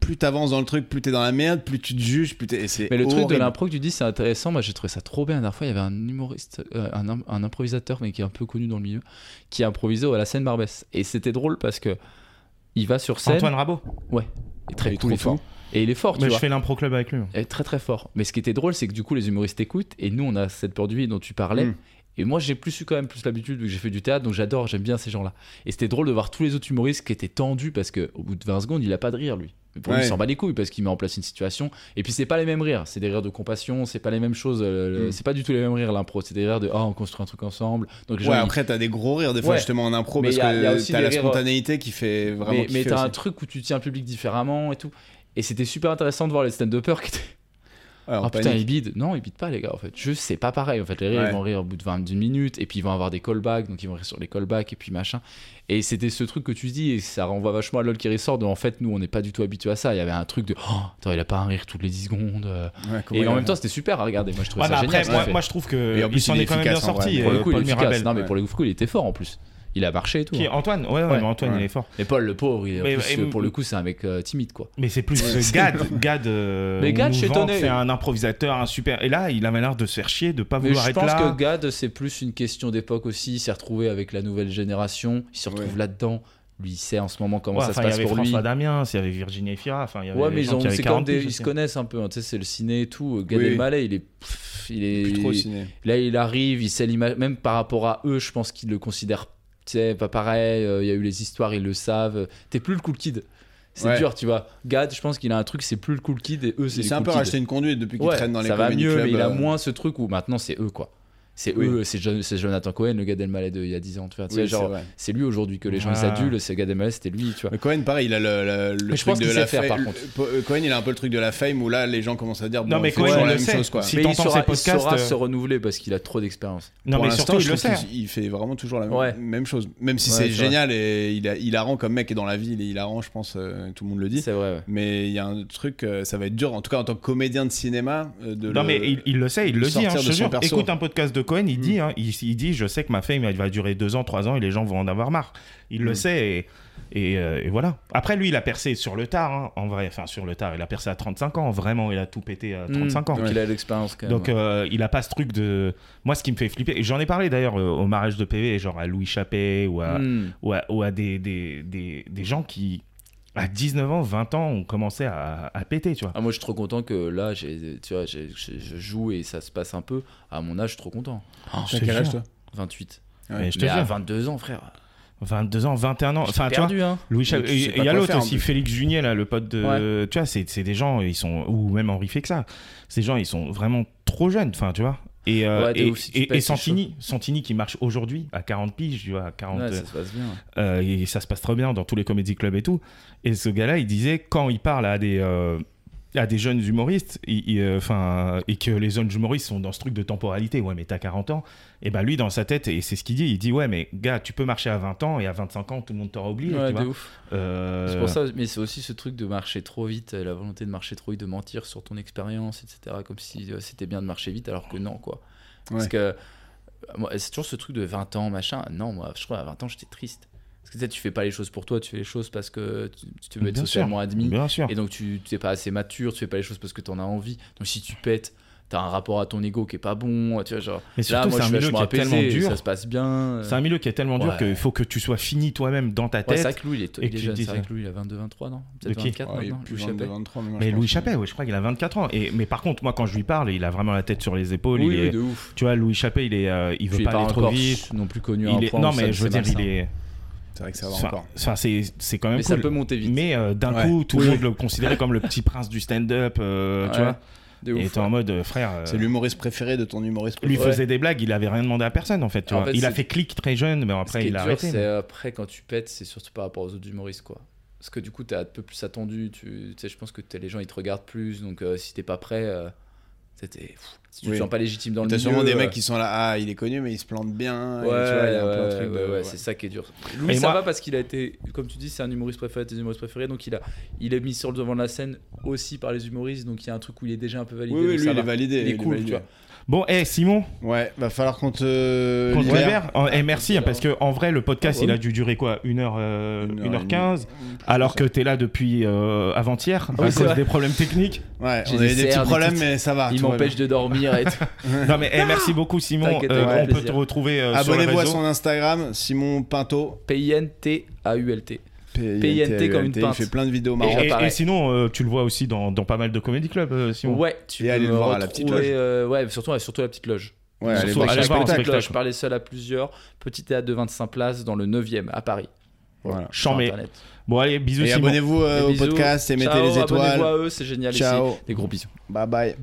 C: plus t'avances dans le truc, plus t'es dans la merde, plus tu te juges, plus t'es. et c'est
A: Mais le truc de
C: horrible.
A: l'impro que tu dis, c'est intéressant. Moi, j'ai trouvé ça trop bien. La dernière fois, il y avait un humoriste, euh, un, im- un improvisateur, mais qui est un peu connu dans le milieu, qui improvisait à la scène Barbès. Et c'était drôle parce que il va sur scène,
B: Antoine Rabot.
A: et très
C: Il est
A: cool
C: trop
A: et tout. Et il est fort,
B: Mais
A: tu
B: je
A: vois.
B: fais l'impro club avec lui.
A: Et très très fort. Mais ce qui était drôle, c'est que du coup, les humoristes écoutent et nous, on a cette peur du vide dont tu parlais.
C: Mm.
A: Et moi, j'ai plus eu quand même plus l'habitude, vu que j'ai fait du théâtre, donc j'adore, j'aime bien ces gens-là. Et c'était drôle de voir tous les autres humoristes qui étaient tendus parce que au bout de 20 secondes, il a pas de rire lui. Pour lui,
C: Ouais.
A: il s'en bat les couilles parce qu'il met en place une situation. Et puis, c'est pas les mêmes rires. C'est des rires de compassion, c'est pas les mêmes choses. euh, le-
C: Mm.
A: C'est pas du tout les mêmes rires l'impro. C'est des rires de ah on construit un truc ensemble. Donc, les gens,
C: Ouais,
A: ils-
C: après, t'as des gros rires, des fois,
A: Ouais.
C: justement, en impro,
A: Mais
C: parce
A: y a- y a
C: que
A: aussi
C: t'as
A: des
C: la
A: rires- euh,
C: spontanéité qui fait vraiment.
A: mais mais
C: kiffer
A: t'as
C: aussi.
A: un truc où tu tiens le public différemment et tout. Et c'était super intéressant de voir les stand-uppers qui étaient
C: Ouais, en
A: Ah putain,
C: panique.
A: ils bident. Non, ils bident pas, les gars, en fait. Juste, c'est pas pareil. En fait, les rires,
C: Ouais.
A: ils vont rire au bout de 20 d'une minute, et puis ils vont avoir des callbacks, donc ils vont rire sur les callbacks, et puis machin. Et c'était ce truc que tu dis, et ça renvoie vachement à LOL qui ressort, de en fait, nous, on n'est pas du tout habitué à ça. Il y avait un truc de, oh, attends, il a pas un rire toutes les 10 secondes. euh.
C: Ouais, comment
A: Et
C: il
A: en
C: va
A: même temps, c'était super à regarder. Moi, je trouvais
B: Ouais, mais
A: ça
B: après,
A: génial. ce
B: moi,
A: qu'il
B: moi,
A: fait.
B: je trouve que
C: Et en
B: il
C: plus,
B: s'en
C: il est
B: est quand même bien
C: efficace, en vrai.
B: sorti.
A: pour
B: euh,
A: le coup, il
B: Paul
A: est efficace.
B: Mirabel.
A: Non, mais
C: ouais.
A: pour le coup, il était fort en plus. Il a marché et tout.
B: Qui est
A: hein.
B: Antoine Ouais, ouais,
A: Ouais.
B: mais Antoine,
C: Ouais.
B: il est fort.
A: Mais Paul, le pauvre, il est, en
B: Mais-
A: plus,
B: et-
A: euh, pour le coup, c'est un mec euh, timide, quoi.
B: Mais c'est plus euh, Gad. Gad, euh,
A: Mais
B: on
A: Gad,
B: nous
A: je suis
B: vend
A: étonné.
B: que C'est un improvisateur, un super. Et là, il avait l'air de se faire chier, de pas
A: Mais
B: vouloir
A: je
B: être
A: pense
B: là.
A: que Gad, c'est plus une question d'époque aussi. Il s'est retrouvé avec la nouvelle génération. Il se retrouve
C: Ouais.
A: là-dedans. Lui, il sait en ce moment comment
B: Ouais,
A: ça se
B: enfin, il y
A: passe
B: avait
A: pour
B: François
A: lui.
B: Damiens, il y avait Virginie Efira. Enfin, il y avait
A: Ouais,
B: des
A: mais
B: gens
A: ils, ont-
B: qui avaient
A: c'est quand même
B: 40
A: des-
B: piges,
A: ils
B: je
A: se
B: sais.
A: connaissent un peu. hein. Tu sais, c'est le ciné et tout. Gad
C: Oui.
A: Elmaleh, il est, pff, il est,
C: Plus trop au ciné.
A: là, il arrive, il sait l'image. Même par rapport à eux, je pense qu'ils le considèrent. Tu sais, pas pareil. euh, Il y a eu les histoires, ils le savent. T'es plus le cool kid. C'est
C: Ouais.
A: dur, tu vois. Gad, je pense qu'il a un truc, c'est plus le cool kid et eux, c'est
C: Il
A: les
C: s'est un
A: cool
C: peu
A: kids.
C: racheté une conduite depuis qu'il
A: Ouais,
C: traîne dans les
A: ça va
C: comedy
A: mieux,
C: clubs,
A: mais il a
C: euh,
A: moins ce truc où maintenant c'est eux quoi. C'est
C: Oui.
A: eux, c'est Jon- c'est Jonathan Cohen, le gars d'Elmaleh de il y a 10 ans. Tu vois, tu sais,
C: Oui,
A: genre,
C: c'est vrai.
A: c'est lui aujourd'hui que les gens
B: Ah.
A: ils adulent, c'est Gad Elmaleh, c'était lui, tu vois.
C: Mais Cohen, pareil, il a le, le, le
A: Mais je
C: truc
A: pense
C: de
A: qu'il
C: la
A: sait faire,
C: fa-
A: par
C: le-
A: contre.
C: po- euh, Cohen, il a un peu le truc de la fame où là, les gens commencent à dire
B: Non,
C: bon,
B: mais
C: on fait
B: Cohen,
C: toujours
B: il
C: la
B: le
C: même
B: sait.
C: chose quoi.
B: Si
A: mais il
B: t'entends
A: saura,
B: ces podcasts,
A: il saura
B: euh,
A: se renouveler parce qu'il a trop d'expérience.
B: Non,
C: Pour
B: mais
C: l'instant,
B: surtout, il
C: je
B: le
C: trouve
B: sait.
C: qu'il- Il fait vraiment toujours la même,
A: Ouais.
C: même chose. Même si
A: Ouais,
C: c'est
A: c'est vrai.
C: génial et il a, hilarant comme mec et dans la vie, il est hilarant, je pense, euh, tout le monde le dit.
A: C'est vrai, ouais.
C: Mais il y a un truc, euh, ça va être dur, en tout cas en tant que comédien de cinéma. euh, de
B: Non,
C: le-
B: mais il, il le sait, il le dit.
C: sortir
B: hein, je
C: de
B: te
C: son
B: jure.
C: perso. Mm.
B: Écoute un podcast de Cohen, il dit, hein, il, il dit, je sais que ma fame, elle va durer deux ans, trois ans, et les gens vont en avoir marre. Il
C: Mm.
B: le sait, et, et, euh, et voilà. Après, lui, il a percé sur le tard, hein, en vrai, enfin sur le tard, il a percé à 35 ans, vraiment, il a tout pété à 35 ans.
A: Donc il a de l'expérience quand même.
B: Donc euh, il a pas ce truc de. Moi, ce qui me fait flipper, et j'en ai parlé d'ailleurs euh, au mariage de PV, genre à Louis Chappé ou à,
A: Hmm.
B: ou à, ou à des, des, des, des gens qui, à 19 ans, 20 ans, ont commencé à, à péter, tu vois.
A: Ah, moi, je suis trop content que là, j'ai- tu vois, j'ai- je je joue et ça se passe un peu. À mon âge, je suis trop content.
B: Oh, je te
C: Quel âge
B: jure.
C: toi
A: 28.
B: Mais je te
A: Mais à
B: jure,
A: 22 ans, frère.
B: 22 ans, 21 ans. Enfin,
A: J'ai
B: tu vois,
A: perdu, hein.
B: Louis
C: Mais
B: Chappé.
C: tu sais
B: Et
C: pas
B: il y a
C: quoi
B: l'autre
C: faire, en
B: aussi,
C: plus.
B: Félix Junier, là, le pote de. Tu vois, c'est c'est des gens, ils sont. Ou même Henri Fexa. Ces gens, ils sont vraiment trop jeunes, enfin, tu vois. Et, euh,
A: Ouais, de
B: et,
A: ouf, si tu
B: et- et
A: pèses, c'est
B: Santini, Santini qui marche aujourd'hui à 40 piges, tu vois, à 40,
A: Ouais, ça se passe bien.
B: euh, et ça se passe très bien dans tous les comédie clubs et tout. Et ce gars-là, il disait quand il parle à des euh, à des jeunes humoristes, il- il, euh, 'fin, et que les jeunes humoristes sont dans ce truc de temporalité. Ouais, mais t'as 40 ans. Et ben lui, dans sa tête, et c'est ce qu'il dit, il dit ouais, mais gars, tu peux marcher à 20 ans et à 25 ans, tout le monde t'aura oublié.
A: Ouais,
B: tu vois.
A: de ouf.
B: Euh,
A: C'est pour ça, mais c'est aussi ce truc de marcher trop vite, euh, la volonté de marcher trop vite, de mentir sur ton expérience, etc. Comme si euh, c'était bien de marcher vite, alors que non, quoi. Parce
C: Ouais.
A: que euh, moi, c'est toujours ce truc de 20 ans, machin. Non, moi, je crois à 20 ans, j'étais triste. Parce que tu sais, tu fais pas les choses pour toi, tu fais les choses parce que tu, tu veux être
B: Bien sûr.
A: socialement admis.
B: Bien sûr.
A: Et donc, tu n'es pas assez mature, tu fais pas les choses parce que tu en as envie. Donc, si tu pètes, tu as un rapport à ton ego qui est pas bon. Tu vois, genre,
B: Mais
A: là,
B: surtout,
A: moi, je
B: c'est un
A: suis
B: milieu
A: vachement
B: qui est tellement
A: apaisé,
B: dur.
A: ça se passe bien.
B: C'est un milieu qui est tellement dur
A: Ouais.
B: qu'il faut que tu sois fini toi-même dans ta
A: Ouais, c'est
B: tête.
A: vrai que Louis, il est,
B: et
A: il est
B: que tu
A: jeune,
B: dis
A: c'est vrai
B: ça.
A: que Louis, il a 22, 23, non
B: De
A: Peut-être
B: qui
A: 24
C: Ouais, il est
A: maintenant,
C: plus
A: Louis
C: 22,
A: Chappé.
C: 23, mais moi, je
B: mais
C: pense
B: Louis
C: que-
B: Chappé, ouais, je crois qu'il a 24 ans. Et, mais par contre, moi, quand je lui parle, il a vraiment la tête sur les épaules.
A: Oui,
B: il
A: oui,
B: est-
A: de ouf.
B: Tu vois, Louis Chappé, il, est, euh, il veut
A: Puis
B: pas aller trop
A: encore
B: vite.
A: non plus connu à un
B: Il est-
A: point
B: non,
A: où ça-
B: mais je veux
A: c'est
B: dire, il
A: malsain.
B: est.
C: C'est vrai que ça va
B: Enfin,
C: encore.
B: enfin, c'est c'est quand même
A: Mais ça
B: cool.
A: peut monter vite.
B: Mais euh, d'un
C: Ouais.
B: coup, tout le
C: Oui.
B: monde le considérait comme le petit prince du stand-up, euh, tu
A: Ouais,
B: vois.
A: de
B: et
A: ouf, hein.
B: t'es en
A: ouais.
B: mode, euh, frère. euh,
C: C'est l'humoriste préféré de ton humoriste
B: lui
C: préféré.
A: Ouais.
B: faisait des blagues, il avait rien demandé à personne en fait. Tu
A: En
B: vois.
A: fait,
B: il a
A: c'est-
B: fait clic très jeune, mais
A: Ce
B: après
A: qui est
B: il a
A: dur,
B: arrêté.
A: c'est
B: mais-
A: euh, après quand tu pètes, c'est surtout par rapport aux autres humoristes, quoi. Parce que du coup, t'es un peu plus attendu. Tu tu sais, je pense que t'es- les gens ils te regardent plus. Donc euh, si t'es pas prêt, euh, t'es- t'es- pff, si tu te
C: Oui.
A: sens pas légitime dans le
C: T'as
A: milieu.
C: sûrement des
A: euh,
C: mecs qui sont là, ah, il est connu, mais il se plante bien.
A: Ouais,
C: et tu vois, il y a un peu un
A: ouais,
C: truc de-
A: ouais, ouais,
C: ouais.
A: c'est ça qui est dur. Louis,
B: Et
A: ça
B: moi-
A: va parce qu'il a été, comme tu dis, c'est un humoriste préféré, tes humoristes préférés, donc il a, il est mis sur le devant de la scène aussi par les humoristes, donc il y a un truc où il est déjà un peu validé.
C: Oui, oui,
A: donc
C: lui,
A: ça
C: il
A: va.
C: est validé.
A: Il est cool,
C: validé.
A: tu vois.
B: Bon, hé Simon,
C: Ouais, va falloir qu'on te. euh,
B: contre
C: libère.
B: Weber, oh, eh, merci, hein, parce que en vrai, le podcast
A: Ah, ouais.
B: il a dû durer quoi euh, 1h15
C: Une Ah heure et demie.
B: alors que t'es là depuis euh, avant-hier
A: oui,
B: à
A: c'est
B: cause
A: vrai.
B: des problèmes techniques.
C: Ouais,
A: J'ai
C: on avait
A: des
C: des petits
A: serres, des
C: problèmes,
A: petites-
C: mais ça va.
A: Il
C: tout va
A: m'empêche de dormir. Et tout.
B: non, mais eh,
C: Ah
B: merci beaucoup, Simon.
A: T'inquiète,
B: Euh,
A: avec
B: on peut
A: plaisir.
B: te retrouver euh,
C: bien.
B: sur le
C: Abonnez-vous à
B: réseau.
C: son Instagram, Simon Pinto.
A: P-I-N-T-A-U-L-T.
C: PINT
A: comme une
C: Il
A: pinte.
C: fait plein de vidéos
B: Et,
A: Déjà
C: marrantes.
B: et- et
A: pareil.
B: sinon, euh, tu le vois aussi dans, dans pas mal de comédie clubs, euh, Simon.
A: Ouais, tu
C: Et
A: peux
C: allez le
A: me
C: voir à la petite
A: retrouver,
C: loge.
A: euh, ouais, surtout, surtout la petite loge.
C: Ouais,
B: Surtout,
C: allez voir
B: allez
C: son
B: voir en
C: spectacle.
A: petite loge,
B: spectacle.
A: je parlais seul à plusieurs. Petit théâtre de 25 places dans le 9e à Paris.
C: Voilà.
A: sur
B: Chant, mais-
A: Internet.
B: Bon, allez, bisous,
C: Et
B: Simon.
C: abonnez-vous
A: Des
C: euh, au
A: bisous.
C: podcast et mettez
A: Ciao,
C: les
A: Abonnez-vous
C: étoiles.
A: à eux, c'est génial. ici.
C: Ciao.
A: Des gros bisous.
C: Bye bye.